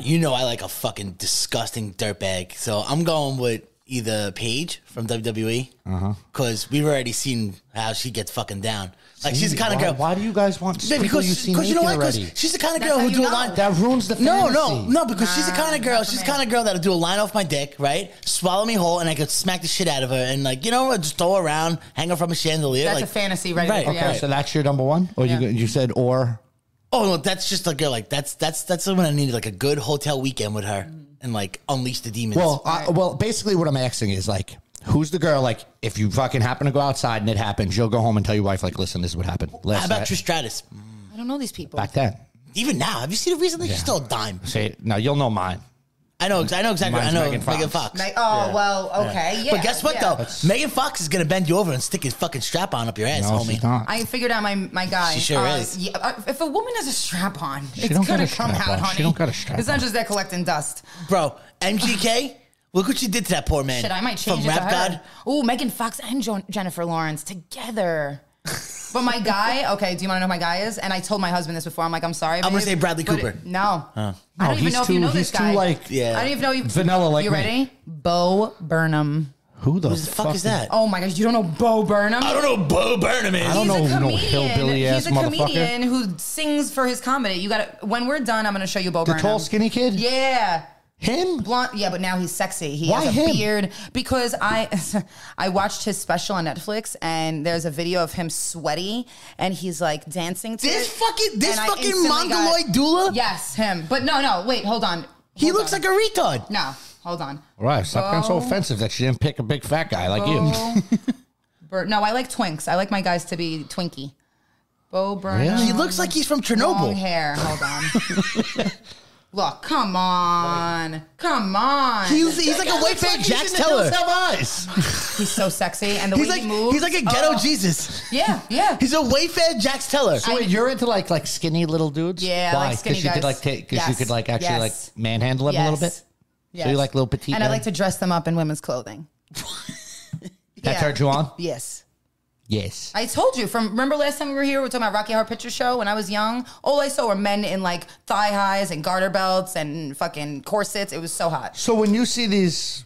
Speaker 4: You know I like a fucking disgusting dirtbag. So I'm going with either Paige from WWE.
Speaker 6: Uh-huh.
Speaker 4: Because we've already seen how she gets fucking down. Like she's the kind of
Speaker 6: Why-
Speaker 4: girl.
Speaker 6: Why do you guys want
Speaker 4: Yeah,
Speaker 6: people
Speaker 4: because
Speaker 6: you've seen
Speaker 4: because you know
Speaker 6: naked
Speaker 4: what? 'Cause
Speaker 6: already?
Speaker 4: She's the kind of
Speaker 5: That's
Speaker 4: girl
Speaker 5: how
Speaker 4: who
Speaker 5: you
Speaker 4: do a
Speaker 5: know.
Speaker 4: line.
Speaker 6: That ruins the
Speaker 4: No, no,
Speaker 6: fantasy.
Speaker 4: no. Because she's the kind of girl.
Speaker 5: not for
Speaker 4: She's the
Speaker 5: me.
Speaker 4: kind of girl that'll do a line off my dick, right? Swallow me whole, and I could smack the shit out of her, and like you know, what, just throw her around, hang her from a chandelier.
Speaker 5: That's
Speaker 4: like,
Speaker 5: a fantasy, right?
Speaker 4: Right.
Speaker 5: there,
Speaker 4: Okay,
Speaker 5: yeah.
Speaker 6: So that's your number one, or you
Speaker 5: Yeah.
Speaker 6: you said or
Speaker 4: Oh no, that's just a girl. Like that's that's that's when I needed like a good hotel weekend with her, and like unleash the demons.
Speaker 6: Well, I, well, basically, what I'm asking is like, who's the girl? Like, if you fucking happen to go outside and it happens, you'll go home and tell your wife, like, listen, this is what happened. Last
Speaker 4: how about
Speaker 6: night-
Speaker 4: Trish Stratus?
Speaker 5: I don't know these people.
Speaker 6: back then.
Speaker 4: Even now, have you seen her recently? She's still a dime.
Speaker 6: Say, now you'll know mine.
Speaker 4: I know. I know exactly. I
Speaker 6: Mine's
Speaker 4: know
Speaker 6: Megan
Speaker 4: Megan
Speaker 6: Fox.
Speaker 4: Fox.
Speaker 5: Like, oh well, okay, yeah.
Speaker 4: but guess what
Speaker 5: yeah.
Speaker 4: though? Megan Fox is gonna bend you over and stick his fucking strap on up your ass,
Speaker 6: No, she's
Speaker 4: homie.
Speaker 6: not.
Speaker 5: I figured out my my guy.
Speaker 4: She sure is.
Speaker 5: yeah, uh, if a woman has a strap on, it's
Speaker 6: don't got
Speaker 5: gonna
Speaker 6: a
Speaker 5: come out,
Speaker 6: strap on. She
Speaker 5: honey.
Speaker 6: don't got a strap
Speaker 5: It's not
Speaker 6: on.
Speaker 5: just that collecting dust.
Speaker 4: Bro, MGK, look what you did to that poor man.
Speaker 5: Shit, I might change
Speaker 4: From
Speaker 5: it
Speaker 4: Rap
Speaker 5: to her.
Speaker 4: God.
Speaker 5: Ooh, Megan Fox and jo- Jennifer Lawrence together. but my guy, okay, do you want to know who my guy is? And I told my husband this before. I'm like, I'm sorry.
Speaker 4: gonna
Speaker 5: babe,
Speaker 4: say Bradley
Speaker 5: but-
Speaker 4: Cooper.
Speaker 5: no, I
Speaker 6: No,
Speaker 5: don't even
Speaker 6: he's
Speaker 5: know if you
Speaker 6: too-
Speaker 5: know this
Speaker 6: he's too,
Speaker 5: guy.
Speaker 6: like,
Speaker 4: Yeah.
Speaker 5: I don't even know you
Speaker 6: vanilla like
Speaker 5: You
Speaker 6: me.
Speaker 5: ready? Bo Burnham.
Speaker 6: Who the,
Speaker 4: Who the fuck, is that?
Speaker 5: Oh my gosh, you don't know Bo Burnham?
Speaker 4: I don't know who Bo Burnham is.
Speaker 6: I
Speaker 5: he's
Speaker 6: don't know
Speaker 5: a
Speaker 6: no
Speaker 5: comedian.
Speaker 6: hillbilly ass
Speaker 5: he's a
Speaker 6: motherfucker.
Speaker 5: comedian who sings for his comedy. You got to when we're done, I'm going to show you Bo
Speaker 6: The
Speaker 5: Burnham.
Speaker 6: tall, skinny kid?
Speaker 5: Yeah.
Speaker 6: Him?
Speaker 5: Blonde, yeah, but now he's sexy. He
Speaker 6: Why
Speaker 5: has a
Speaker 6: him?
Speaker 5: beard because I I watched his special on Netflix and there's a video of him sweaty and he's like dancing to
Speaker 4: This
Speaker 5: it.
Speaker 4: fucking- this
Speaker 5: And I
Speaker 4: fucking
Speaker 5: instantly got-
Speaker 4: mongoloid doula?
Speaker 5: Yes, him. But no, no, wait, hold on.
Speaker 4: he
Speaker 5: Hold
Speaker 4: looks
Speaker 5: on.
Speaker 4: like a retard.
Speaker 5: no. Hold on.
Speaker 6: Right. Stop being so
Speaker 5: Bo-
Speaker 6: offensive that she didn't pick a big fat guy like you.
Speaker 5: Bo Bur- no, I like twinks. I like my guys to be twinky. Bo Burnham.
Speaker 4: He looks like he's from
Speaker 5: long
Speaker 4: Chernobyl.
Speaker 5: hair. Hold on. Look, come on, come on.
Speaker 4: He's, he's like a white
Speaker 6: Fuck,
Speaker 4: man
Speaker 6: he's
Speaker 4: Jax
Speaker 6: in the Hills
Speaker 4: Teller.
Speaker 6: Have Eyes.
Speaker 5: He's so sexy, and the
Speaker 4: He's
Speaker 5: way
Speaker 4: like
Speaker 5: he moves,
Speaker 4: he's like a ghetto
Speaker 5: oh,
Speaker 4: Jesus.
Speaker 5: Yeah, yeah.
Speaker 4: He's a Wayfair Jax Teller.
Speaker 6: So wait, you're into like like skinny little dudes?
Speaker 5: Yeah, I like
Speaker 6: Why?
Speaker 5: skinny
Speaker 6: you
Speaker 5: guys.
Speaker 6: could like take because you
Speaker 5: Yes.
Speaker 6: could like actually
Speaker 5: Yes.
Speaker 6: like manhandle him a little bit.
Speaker 5: Yes.
Speaker 6: So you like little petite
Speaker 5: and I
Speaker 6: men?
Speaker 5: like to dress them up in women's clothing.
Speaker 6: That
Speaker 5: Yeah.
Speaker 6: turned you on?
Speaker 5: Yes.
Speaker 6: Yes.
Speaker 5: I told you from remember last time we were here, we were talking about Rocky Horror Picture Show. When I was young, all I saw were men in like thigh highs and garter belts and fucking corsets. It was so hot.
Speaker 6: So when you see these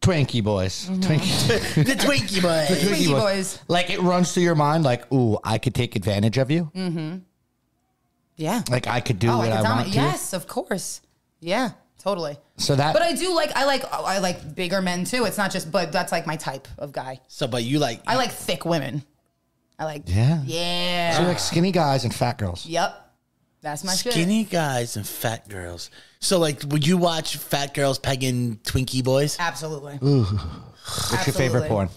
Speaker 6: Twinkie boys, Twinkie,
Speaker 4: the Twinkie boy.
Speaker 5: Twinkie Mm-hmm. boys.
Speaker 6: like it runs through your mind, like, ooh, I could take advantage of you.
Speaker 5: Yeah.
Speaker 6: Like I could do
Speaker 5: Mm. Oh, I
Speaker 6: what
Speaker 5: could
Speaker 6: I,
Speaker 5: dominate.
Speaker 6: want to.
Speaker 5: Yes, of course. Yeah, totally.
Speaker 6: So that-
Speaker 5: But I do like I like oh, I like bigger men too. It's not just but that's like my type of guy.
Speaker 4: So but you like
Speaker 5: I like thick women. I like
Speaker 6: Yeah.
Speaker 5: Yeah.
Speaker 6: So you like skinny guys and fat girls.
Speaker 5: Yep. That's my shit.
Speaker 4: skinny guys and fat girls. So like would you watch fat girls pegging Twinkie boys?
Speaker 5: Absolutely.
Speaker 6: What's your favorite porn?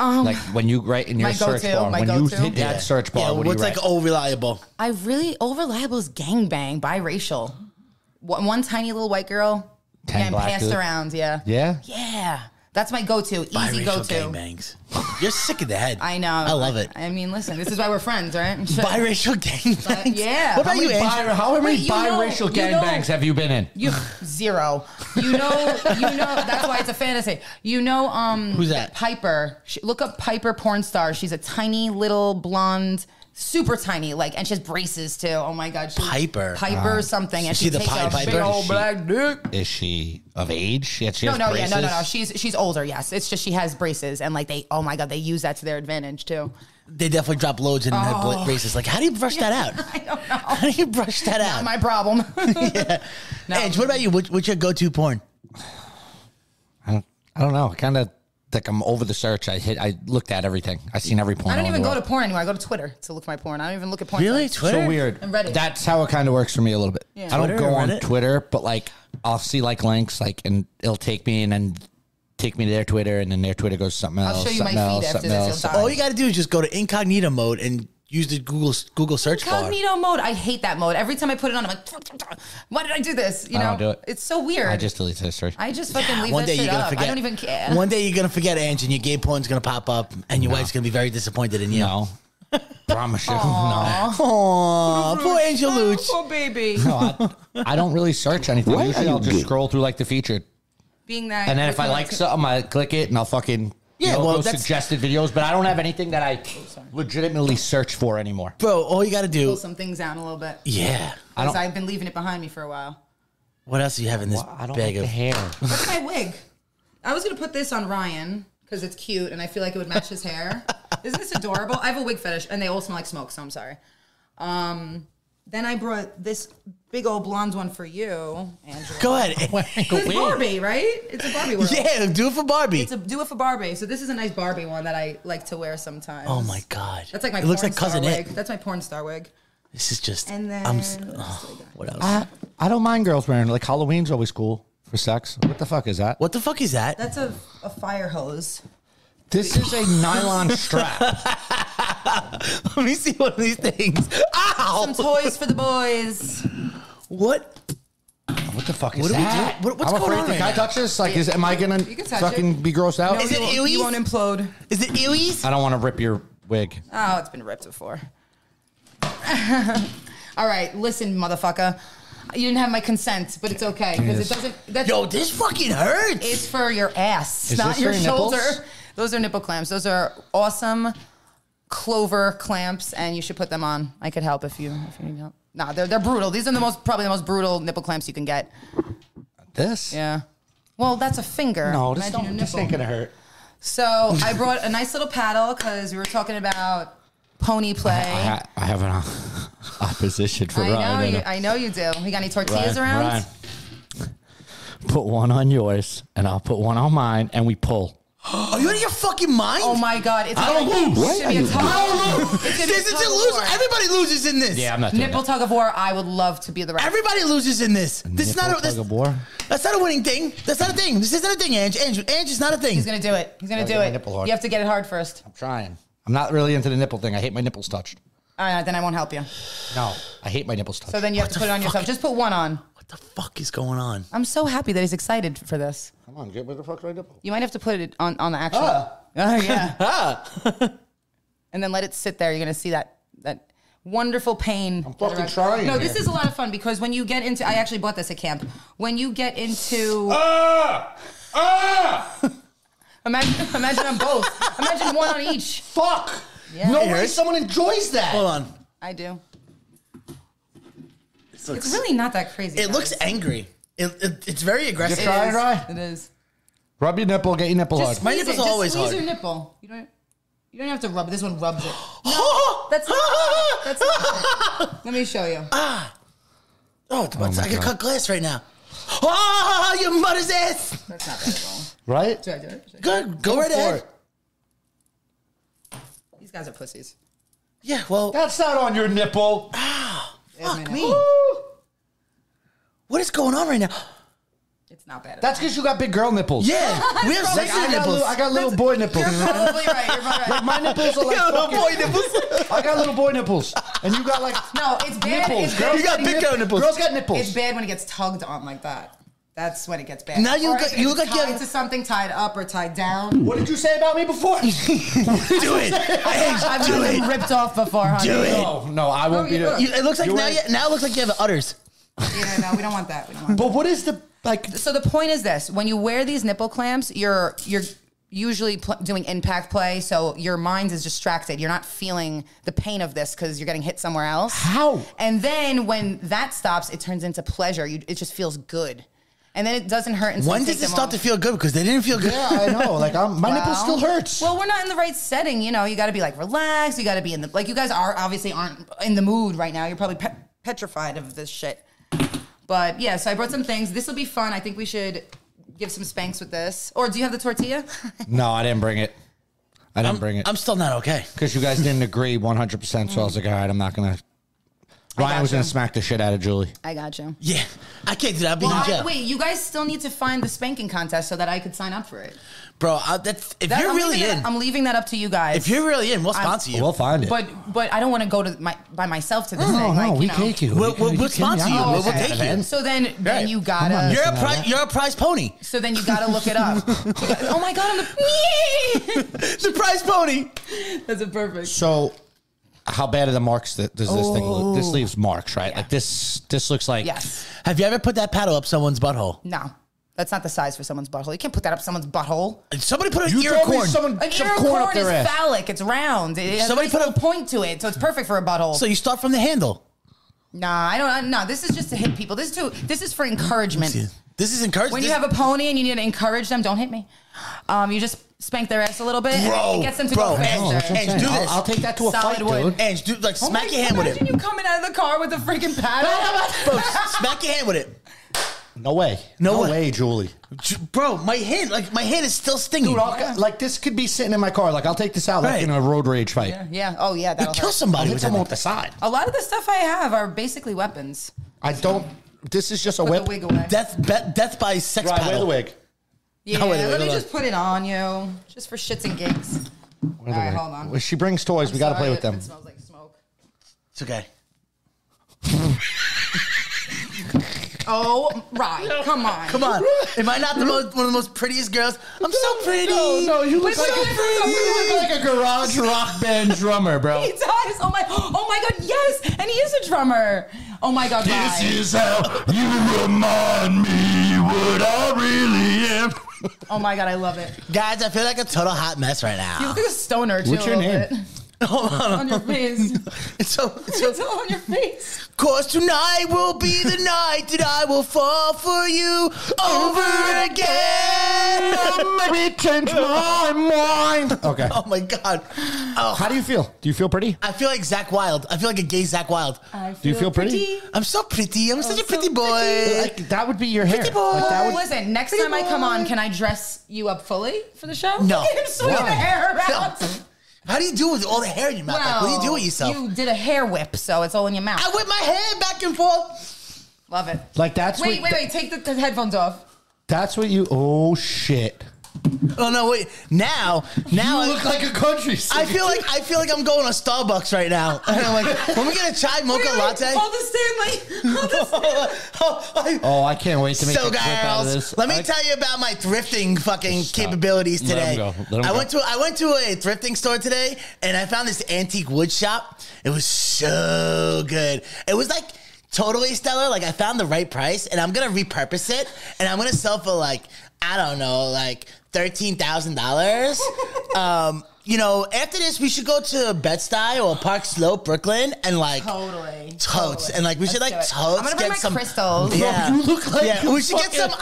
Speaker 6: like when you write in your
Speaker 5: Um, my
Speaker 6: search
Speaker 5: go-to,
Speaker 6: bar,
Speaker 5: my
Speaker 6: when you
Speaker 5: go-to.
Speaker 6: hit that
Speaker 5: Yeah.
Speaker 6: search bar,
Speaker 4: Yeah,
Speaker 6: what do you
Speaker 4: what's like
Speaker 6: write?
Speaker 4: oh reliable?
Speaker 5: I really all reliable is gangbang, biracial. One, one tiny little white girl
Speaker 6: Ten
Speaker 5: getting
Speaker 6: black
Speaker 5: passed
Speaker 6: dude.
Speaker 5: around. Yeah.
Speaker 6: yeah,
Speaker 5: Yeah. That's my go-to. Easy
Speaker 4: Biracial
Speaker 5: go-to.
Speaker 4: gangbangs. You're sick in the head.
Speaker 5: I know.
Speaker 4: I love it.
Speaker 5: I mean, listen, this is why we're friends, right?
Speaker 4: Biracial gangbangs.
Speaker 5: yeah.
Speaker 4: What about
Speaker 5: How
Speaker 4: you,
Speaker 5: many
Speaker 4: Andrew?
Speaker 6: How many
Speaker 5: Wait, you know-
Speaker 6: biracial
Speaker 5: you know-
Speaker 6: gangbangs have you been in?
Speaker 5: You zero. You know, you know. That's why it's a fantasy. You know, um,
Speaker 4: Who's that?
Speaker 5: Piper. She, look up Piper porn star. She's a tiny little blonde, super tiny, like, and she has braces too. Oh my god, she,
Speaker 4: Piper?
Speaker 5: Piper something, and
Speaker 4: Is
Speaker 5: she,
Speaker 4: she the
Speaker 5: takes
Speaker 4: Pied
Speaker 5: a
Speaker 4: Piper?
Speaker 5: big old
Speaker 4: Is she-
Speaker 5: black dick.
Speaker 6: Is she of age? Yeah, she
Speaker 5: No,
Speaker 6: has
Speaker 5: no, yeah, no, no, no.
Speaker 6: braces?
Speaker 5: She's she's older. Yes, it's just she has braces, and like they, oh my god, they use that to their advantage too.
Speaker 4: They definitely drop loads in
Speaker 5: Oh.
Speaker 4: their bla- braces. Like, how do you brush that out?
Speaker 5: I don't know.
Speaker 4: How do you brush that out?
Speaker 5: My problem. No.
Speaker 4: Edge, what about you? What, what's your go-to porn?
Speaker 6: I don't, I don't know. I kind of like I'm over the search. I hit. I looked at everything. I seen every porn.
Speaker 5: I don't
Speaker 6: in
Speaker 5: even
Speaker 6: the
Speaker 5: go to
Speaker 6: world.
Speaker 5: porn anymore. I go to Twitter to look for my porn. I don't even look at porn. sites.
Speaker 4: Twitter?
Speaker 6: So weird.
Speaker 5: And Reddit.
Speaker 6: That's how it kind of works for me a little bit. I don't
Speaker 4: Twitter
Speaker 6: go
Speaker 4: or
Speaker 6: on
Speaker 4: Reddit?
Speaker 6: Twitter, but like I'll see like links, like and it'll take me and then take me to their Twitter, and then their Twitter goes to something
Speaker 5: I'll
Speaker 6: else.
Speaker 5: show you my
Speaker 6: something
Speaker 5: feed
Speaker 6: else,
Speaker 5: after
Speaker 6: something
Speaker 5: this.
Speaker 6: else.
Speaker 5: You'll die.
Speaker 4: All you got to do is just go to incognito mode and use the Google Google search
Speaker 5: Incognito mode. I hate that mode. Every time I put it on, I'm like, why did I do this? You
Speaker 6: I
Speaker 5: know,
Speaker 6: don't do it.
Speaker 5: It's so weird.
Speaker 6: Oh, I just delete history.
Speaker 5: I just fucking
Speaker 4: bar.
Speaker 5: leave that shit up. I don't even care.
Speaker 4: One day you're gonna forget, Ange, and your gay porn's gonna pop up, and your wife's gonna be very disappointed in you.
Speaker 6: no, promise you, no.
Speaker 4: Aw, Uh, poor Angel Luch.
Speaker 5: oh, baby.
Speaker 6: No, I, I don't really search anything.
Speaker 8: Why
Speaker 6: Usually,
Speaker 8: are you
Speaker 6: I'll just
Speaker 8: gay?
Speaker 6: scroll through like the featured,
Speaker 5: Being that.
Speaker 6: and then if I like something, I click it, and I'll fucking
Speaker 4: Yeah,
Speaker 6: yeah,
Speaker 4: well,
Speaker 6: those
Speaker 4: that's-
Speaker 6: suggested videos. But I don't have anything that I
Speaker 5: Oh,
Speaker 6: legitimately search for anymore.
Speaker 4: Bro, all you gotta
Speaker 5: pull
Speaker 4: do.
Speaker 5: some things down a little bit,
Speaker 4: Yeah.
Speaker 6: I
Speaker 5: because
Speaker 6: don't.
Speaker 5: I've been leaving it behind me for a while.
Speaker 4: What else do you have in this
Speaker 6: I don't like
Speaker 4: bag
Speaker 6: the
Speaker 4: of?
Speaker 6: hair.
Speaker 5: What's my wig? I was gonna put this on Ryan because it's cute and I feel like it would match his hair. Isn't this adorable? I have a wig fetish, and they all smell like smoke. So I'm sorry. Um, then I brought this big old blonde one for you, Angela.
Speaker 4: Go ahead.
Speaker 5: It's Barbie, right? It's a Barbie world.
Speaker 4: Yeah, do it for Barbie.
Speaker 5: It's a do it for Barbie. So this is a nice Barbie one that I like to wear sometimes.
Speaker 4: oh my god.
Speaker 5: That's like my.
Speaker 4: It looks
Speaker 5: porn
Speaker 4: like cousin
Speaker 5: star
Speaker 4: it.
Speaker 5: wig. That's my porn star wig.
Speaker 4: This is just.
Speaker 5: And then
Speaker 4: I'm, s- uh,
Speaker 5: what else do we got?
Speaker 4: what else?
Speaker 6: I, I don't mind girls wearing like Halloween's always cool for sex. What the fuck is that?
Speaker 4: what the fuck is that?
Speaker 5: that's a, a fire hose.
Speaker 6: This is a nylon strap.
Speaker 4: Let me see one of these things. Ow!
Speaker 5: Some toys for the boys.
Speaker 4: What?
Speaker 6: What the fuck is
Speaker 4: What do we
Speaker 6: that?
Speaker 4: do? What- what's
Speaker 6: I'm
Speaker 4: going
Speaker 6: afraid.
Speaker 4: on
Speaker 6: Can
Speaker 4: right
Speaker 6: I
Speaker 4: now?
Speaker 6: touch this? Like, is, am I gonna
Speaker 5: You can touch
Speaker 6: fucking
Speaker 5: it.
Speaker 6: be grossed out?
Speaker 5: No,
Speaker 4: Is
Speaker 5: you
Speaker 4: it
Speaker 5: won't-
Speaker 4: Illy's?
Speaker 5: You won't implode.
Speaker 4: Is it Illy's?
Speaker 6: I don't want to rip your wig.
Speaker 5: Oh, it's been ripped before. All right, listen, motherfucker. You didn't have my consent, but it's okay because it doesn't. That's,
Speaker 4: Yo, this fucking hurts.
Speaker 5: it's for your ass,
Speaker 6: Is
Speaker 5: not
Speaker 6: this
Speaker 5: your
Speaker 6: for your
Speaker 5: shoulder.
Speaker 6: nipples?
Speaker 5: Those are nipple clamps. Those are awesome clover clamps, and you should put them on. I could help if you if you need help. Nah, they're they're brutal. These are the most probably the most brutal nipple clamps you can get.
Speaker 6: This?
Speaker 5: Yeah. Well, that's a finger.
Speaker 6: No, this,
Speaker 5: Imagine your
Speaker 6: don't, this
Speaker 5: nipple.
Speaker 6: ain't gonna hurt.
Speaker 5: So I brought a nice little paddle because we were talking about pony play.
Speaker 6: I, ha- I have an opposition for
Speaker 5: I know
Speaker 6: Ryan.
Speaker 5: you. I know you do. You got any tortillas
Speaker 6: Ryan,
Speaker 5: around?
Speaker 6: Ryan. Put one on yours, and I'll put one on mine, and we pull.
Speaker 4: Are you out of your fucking mind?
Speaker 5: Oh my god! It's
Speaker 6: I don't
Speaker 5: gonna-
Speaker 6: lose.
Speaker 5: it's gonna be a
Speaker 8: Why
Speaker 5: tug-
Speaker 8: are
Speaker 5: It's gonna be a
Speaker 4: This is
Speaker 5: tug
Speaker 4: a
Speaker 5: of
Speaker 4: loser.
Speaker 5: war.
Speaker 4: Everybody loses in this.
Speaker 6: Yeah, I'm not doing
Speaker 5: Nipple
Speaker 6: that.
Speaker 5: tug of war. I would love to be the ref.
Speaker 4: Everybody loses in this. This is
Speaker 6: Nipple
Speaker 4: not a
Speaker 6: tug
Speaker 4: this,
Speaker 6: of war.
Speaker 4: that's not a winning thing. That's not a thing. This isn't a thing, Ange. Ange, Ange is not a thing.
Speaker 5: He's gonna do it. He's gonna
Speaker 6: Gotta
Speaker 5: do
Speaker 6: get my
Speaker 5: it.
Speaker 6: nipple hard.
Speaker 5: You have to get it hard first.
Speaker 6: I'm trying. I'm not really into the nipple thing. I hate my nipples touched.
Speaker 5: All right, then I won't help you.
Speaker 6: No, I hate my nipples touched.
Speaker 5: So then you have to put it on yourself. Just put one on.
Speaker 4: What the fuck is going on?
Speaker 5: I'm so happy that he's excited for this.
Speaker 6: Come on, get where the fuck's my nipple?
Speaker 5: You might have to put it on on the actual. Oh yeah. and then let it sit there. You're gonna see that that wonderful pain. I'm
Speaker 6: fucking trying
Speaker 5: No, this
Speaker 6: here.
Speaker 5: is a lot of fun because when you get into, I actually bought this at camp. When you get into,
Speaker 6: Ah! Ah!
Speaker 5: imagine imagine on both. Imagine one on each.
Speaker 6: Fuck! No way someone enjoys that.
Speaker 4: Hold on.
Speaker 5: I do.
Speaker 4: This looks-
Speaker 5: It's really not that crazy.
Speaker 4: It looks angry. It, it, it's very aggressive.
Speaker 6: Just try it, Ryan.
Speaker 5: It is.
Speaker 6: Rub your nipple, get your nipple
Speaker 5: Just
Speaker 6: hard.
Speaker 4: My
Speaker 5: squeeze
Speaker 4: nipple's
Speaker 5: it. Just
Speaker 4: always
Speaker 5: squeeze
Speaker 4: hard.
Speaker 5: your nipple. You don't. You don't have to rub it. This one rubs it.
Speaker 4: Oh,
Speaker 5: That's not, that's not it. Let me show you.
Speaker 4: it's
Speaker 6: Oh
Speaker 4: about to- Oh, I could cut glass right now. Oh, your mother's ass.
Speaker 5: That's not that at all.
Speaker 6: Right?
Speaker 5: Should I do it? Should I do
Speaker 4: Good. Go, right ahead.
Speaker 5: it? These guys are pussies.
Speaker 4: Yeah, well,
Speaker 6: That's not on your nipple.
Speaker 5: There's my
Speaker 4: fuck
Speaker 5: nipple.
Speaker 4: me. What is going on right now?
Speaker 5: It's not bad. At
Speaker 6: That's because you got big girl nipples.
Speaker 4: Yeah, we have
Speaker 5: Like,
Speaker 6: I
Speaker 4: sensitive
Speaker 6: got,
Speaker 4: nipples.
Speaker 6: little, I got little boy
Speaker 5: all.
Speaker 6: nipples.
Speaker 5: You're probably right. You're probably right.
Speaker 6: My nipples are like
Speaker 4: Yeah, little
Speaker 6: fucking-
Speaker 4: boy nipples.
Speaker 6: I got little boy nipples, and you got like
Speaker 5: No, it's bad.
Speaker 6: nipples.
Speaker 5: It's
Speaker 6: Girls
Speaker 5: bad.
Speaker 4: You got
Speaker 6: getting
Speaker 4: big
Speaker 6: nip-
Speaker 4: girl nipples.
Speaker 6: Girls got nipples.
Speaker 5: It's bad when it gets tugged on like that. That's when it gets bad.
Speaker 4: Now you
Speaker 5: Or
Speaker 4: look
Speaker 5: if
Speaker 4: like- you
Speaker 5: it's
Speaker 4: look like you
Speaker 5: tied
Speaker 4: have-
Speaker 5: to something tied up or tied down.
Speaker 6: What did you say about me before?
Speaker 4: do it.
Speaker 5: I've
Speaker 4: Ange, do
Speaker 5: been
Speaker 4: it.
Speaker 5: ripped off before, honey.
Speaker 4: Do it.
Speaker 6: no, no, I
Speaker 5: Oh,
Speaker 6: won't be.
Speaker 5: you
Speaker 6: the-
Speaker 5: look.
Speaker 4: You, it looks like
Speaker 6: You
Speaker 4: now.
Speaker 6: ain't-
Speaker 4: You, now it looks like you have udders.
Speaker 5: Yeah, no, we don't want that. We don't want
Speaker 6: But what is the like?
Speaker 5: so the point is this when you wear these nipple clamps you're you're usually pl- doing impact play so your mind is distracted you're not feeling the pain of this because you're getting hit somewhere else
Speaker 6: How?
Speaker 5: and then when that stops it turns into pleasure you, it just feels good and then it doesn't hurt until
Speaker 4: When
Speaker 5: you
Speaker 4: does
Speaker 5: take
Speaker 4: it
Speaker 5: them
Speaker 4: start
Speaker 5: off.
Speaker 4: to feel good? Because they didn't feel good.
Speaker 6: Yeah, I know. Like I'm, my nipple
Speaker 5: Well-
Speaker 6: still hurts.
Speaker 5: Well, we're not in the right setting, you know. You got to be like relaxed. You got to be in the like. You guys are obviously aren't in the mood right now. You're probably pe- petrified of this shit. But yeah, so I brought some things. This will be fun. I think we should give some spanks with this. Or do you have the tortilla?
Speaker 6: no, I didn't bring it. I didn't bring it
Speaker 4: I'm still not okay.
Speaker 6: because you guys didn't agree 100. percent So I was like, all right, I'm not gonna. Ryan was
Speaker 5: gotcha.
Speaker 6: gonna smack the shit out of Julie.
Speaker 5: I got you.
Speaker 4: Yeah, I can't do that. I'll be in jail,
Speaker 5: wait, you guys still need to find the spanking contest so that I could sign up for it.
Speaker 4: bro. I, that's if
Speaker 5: That-
Speaker 4: you're
Speaker 5: I'm
Speaker 4: really
Speaker 5: leaving
Speaker 4: in.
Speaker 5: that- I'm leaving that up to you guys.
Speaker 4: if you're really in, we'll sponsor you.
Speaker 6: We'll find it.
Speaker 5: but but I don't want to go to my by myself to
Speaker 4: Oh,
Speaker 5: this
Speaker 6: no,
Speaker 5: thing.
Speaker 6: no,
Speaker 5: like,
Speaker 6: we
Speaker 5: you know.
Speaker 6: take you.
Speaker 4: We'll-
Speaker 6: You can-
Speaker 4: we'll-
Speaker 6: you
Speaker 4: we'll
Speaker 6: can-
Speaker 4: sponsor
Speaker 6: I'm
Speaker 4: you.
Speaker 6: not
Speaker 4: We'll- we'll
Speaker 6: saying
Speaker 4: take you.
Speaker 6: that.
Speaker 5: So then, then
Speaker 4: Right.
Speaker 5: you
Speaker 6: on,
Speaker 5: gotta.
Speaker 4: you're a
Speaker 6: Listen,
Speaker 4: pri-
Speaker 6: I'm not-
Speaker 4: you're a prize pony.
Speaker 5: So then you gotta look it up. oh my god, I'm the
Speaker 4: the prize pony.
Speaker 5: That's a perfect.
Speaker 6: So, how bad are the marks that does this thing look? This leaves marks, right? Like this. This looks like
Speaker 5: Yes.
Speaker 4: Have you ever put that paddle up someone's butthole?
Speaker 5: No. That's not the size for someone's butthole. You can't put that up someone's butthole.
Speaker 4: Somebody put an
Speaker 6: You
Speaker 4: ear of
Speaker 6: told me
Speaker 4: corn.
Speaker 6: someone
Speaker 5: An
Speaker 6: shoved
Speaker 5: ear
Speaker 6: corn up
Speaker 5: corn is
Speaker 6: their ass.
Speaker 5: phallic. It's round. It Somebody
Speaker 4: Somebody
Speaker 5: put
Speaker 4: put
Speaker 5: a
Speaker 4: a-
Speaker 5: point to it, so it's perfect for a butthole.
Speaker 4: so you start from the handle.
Speaker 5: nah, I don't. I- No, this is just to hit people. This is to. This is for encouragement.
Speaker 4: See, This is encouraging.
Speaker 5: When
Speaker 4: This-
Speaker 5: you have a pony and you need to encourage them, don't hit me. Um, you just spank their ass a little bit. and
Speaker 4: Bro,
Speaker 5: it gets them to
Speaker 4: bro,
Speaker 5: go
Speaker 4: no, that's
Speaker 5: faster.
Speaker 4: what I'm saying.
Speaker 5: do
Speaker 4: I'll-
Speaker 5: this.
Speaker 4: I'll
Speaker 6: take that to a
Speaker 5: Solid
Speaker 6: fight,
Speaker 5: wood.
Speaker 6: dude.
Speaker 4: Ange, dude, like
Speaker 5: Oh my
Speaker 4: smack your hand
Speaker 5: God,
Speaker 4: with it.
Speaker 5: Imagine you coming out of the car with a freaking paddle.
Speaker 4: Folks, smack your hand with it.
Speaker 6: No way.
Speaker 4: No
Speaker 6: No
Speaker 4: way.
Speaker 6: way, Julie.
Speaker 4: J- Bro, my hand, like my hand is still stinging.
Speaker 6: Dude, I'll, like this could be sitting in my car. Like I'll take this out
Speaker 4: Right.
Speaker 6: like in a road rage fight.
Speaker 5: yeah. Oh yeah.
Speaker 4: you
Speaker 5: That'll
Speaker 4: kill
Speaker 5: hurt.
Speaker 4: somebody with that.
Speaker 6: the side.
Speaker 5: A lot of the stuff I have are basically weapons.
Speaker 6: I don't. This is just a
Speaker 5: Put
Speaker 6: whip.
Speaker 5: the wig away.
Speaker 4: Death, be- death by sex
Speaker 6: Right, wear
Speaker 4: paddle.
Speaker 6: the wig.
Speaker 5: yeah,
Speaker 4: No, wait, wait,
Speaker 5: let me
Speaker 4: hold
Speaker 5: just put it on you, just for shits and gigs.
Speaker 6: Wear the
Speaker 5: All right,
Speaker 6: wig.
Speaker 5: hold on.
Speaker 6: When she brings toys, we got to play with them.
Speaker 5: It smells like smoke.
Speaker 4: It's okay.
Speaker 5: Oh, right. Come on.
Speaker 4: Come on. Am I not the most one of the most prettiest girls? I'm so pretty.
Speaker 6: No, no, you look,
Speaker 5: We're
Speaker 6: like,
Speaker 5: so
Speaker 6: a, you look like a garage rock band drummer, bro.
Speaker 5: oh He does. Oh my. Oh my God. Yes. And he is a drummer. Oh my God. guys.
Speaker 6: is how you remind me what I really am.
Speaker 5: oh my God. I love it.
Speaker 4: Guys, I feel like a total hot mess right
Speaker 5: You
Speaker 4: now.
Speaker 5: look like a stoner too.
Speaker 6: What's
Speaker 5: a
Speaker 6: your
Speaker 5: little
Speaker 6: name?
Speaker 5: Bit. on your face.
Speaker 4: It's so, it's
Speaker 5: It's
Speaker 4: so,
Speaker 5: all on your face.
Speaker 4: Cause tonight will be the night that I will fall for you over again.
Speaker 6: Maybe change my mind. Okay.
Speaker 4: Oh my god. Oh,
Speaker 6: How do you feel? Do you feel pretty?
Speaker 4: I feel like Zach Wild. I feel like a gay Zach Wild.
Speaker 6: Do you feel pretty?
Speaker 4: I'm so pretty. I'm such a
Speaker 5: so
Speaker 4: pretty boy.
Speaker 6: Like, that would be your hair.
Speaker 4: Pretty boy.
Speaker 6: Like, that would,
Speaker 5: Oh, Listen, next time I come on, can I dress you up fully for the show?
Speaker 4: No.
Speaker 5: Look at him swinging
Speaker 4: Why?
Speaker 5: the hair around.
Speaker 4: No. How do you do with all the hair in your mouth? Like, what do you do with yourself?
Speaker 5: You did a hair whip, so it's all in your mouth.
Speaker 4: I whip my hair back and forth.
Speaker 5: Love it.
Speaker 6: like that's
Speaker 5: Wait,
Speaker 6: what,
Speaker 5: wait, wait. Take the, the headphones off.
Speaker 6: That's what you. Oh shit!
Speaker 4: Oh no, wait. Now, now I,
Speaker 6: like a country.
Speaker 4: I feel like I feel like I'm going to Starbucks right now. And I'm like, when we get a chai mocha
Speaker 5: Really?
Speaker 4: latte.
Speaker 5: Hold the Stanley. Hold the Stanley.
Speaker 4: Oh, I-
Speaker 6: Oh, I can't wait to make
Speaker 4: so
Speaker 6: a clip out of
Speaker 4: girls,
Speaker 6: this.
Speaker 4: let me
Speaker 6: I-
Speaker 4: tell you about my thrifting fucking
Speaker 6: Stop.
Speaker 4: capabilities
Speaker 6: Let 'em
Speaker 4: today.
Speaker 6: go. Let 'em
Speaker 4: I
Speaker 6: go.
Speaker 4: went to I went to a thrifting store today and I found this antique wood shop. It was so good. It was like totally stellar. Like I found the right price and I'm gonna repurpose it and I'm gonna sell for like I don't know like thirteen thousand dollars. Um. You know, after this, we should go to Bed Stuy or Park Slope, Brooklyn, and like
Speaker 5: Oh, Totally.
Speaker 4: totes, and like we should like
Speaker 5: Let's do it.
Speaker 4: totes.
Speaker 5: I'm gonna
Speaker 4: get
Speaker 5: bring my
Speaker 4: some
Speaker 5: crystals.
Speaker 4: Yeah,
Speaker 6: you look like
Speaker 4: yeah.
Speaker 6: you
Speaker 4: We should get
Speaker 6: fucking-
Speaker 4: some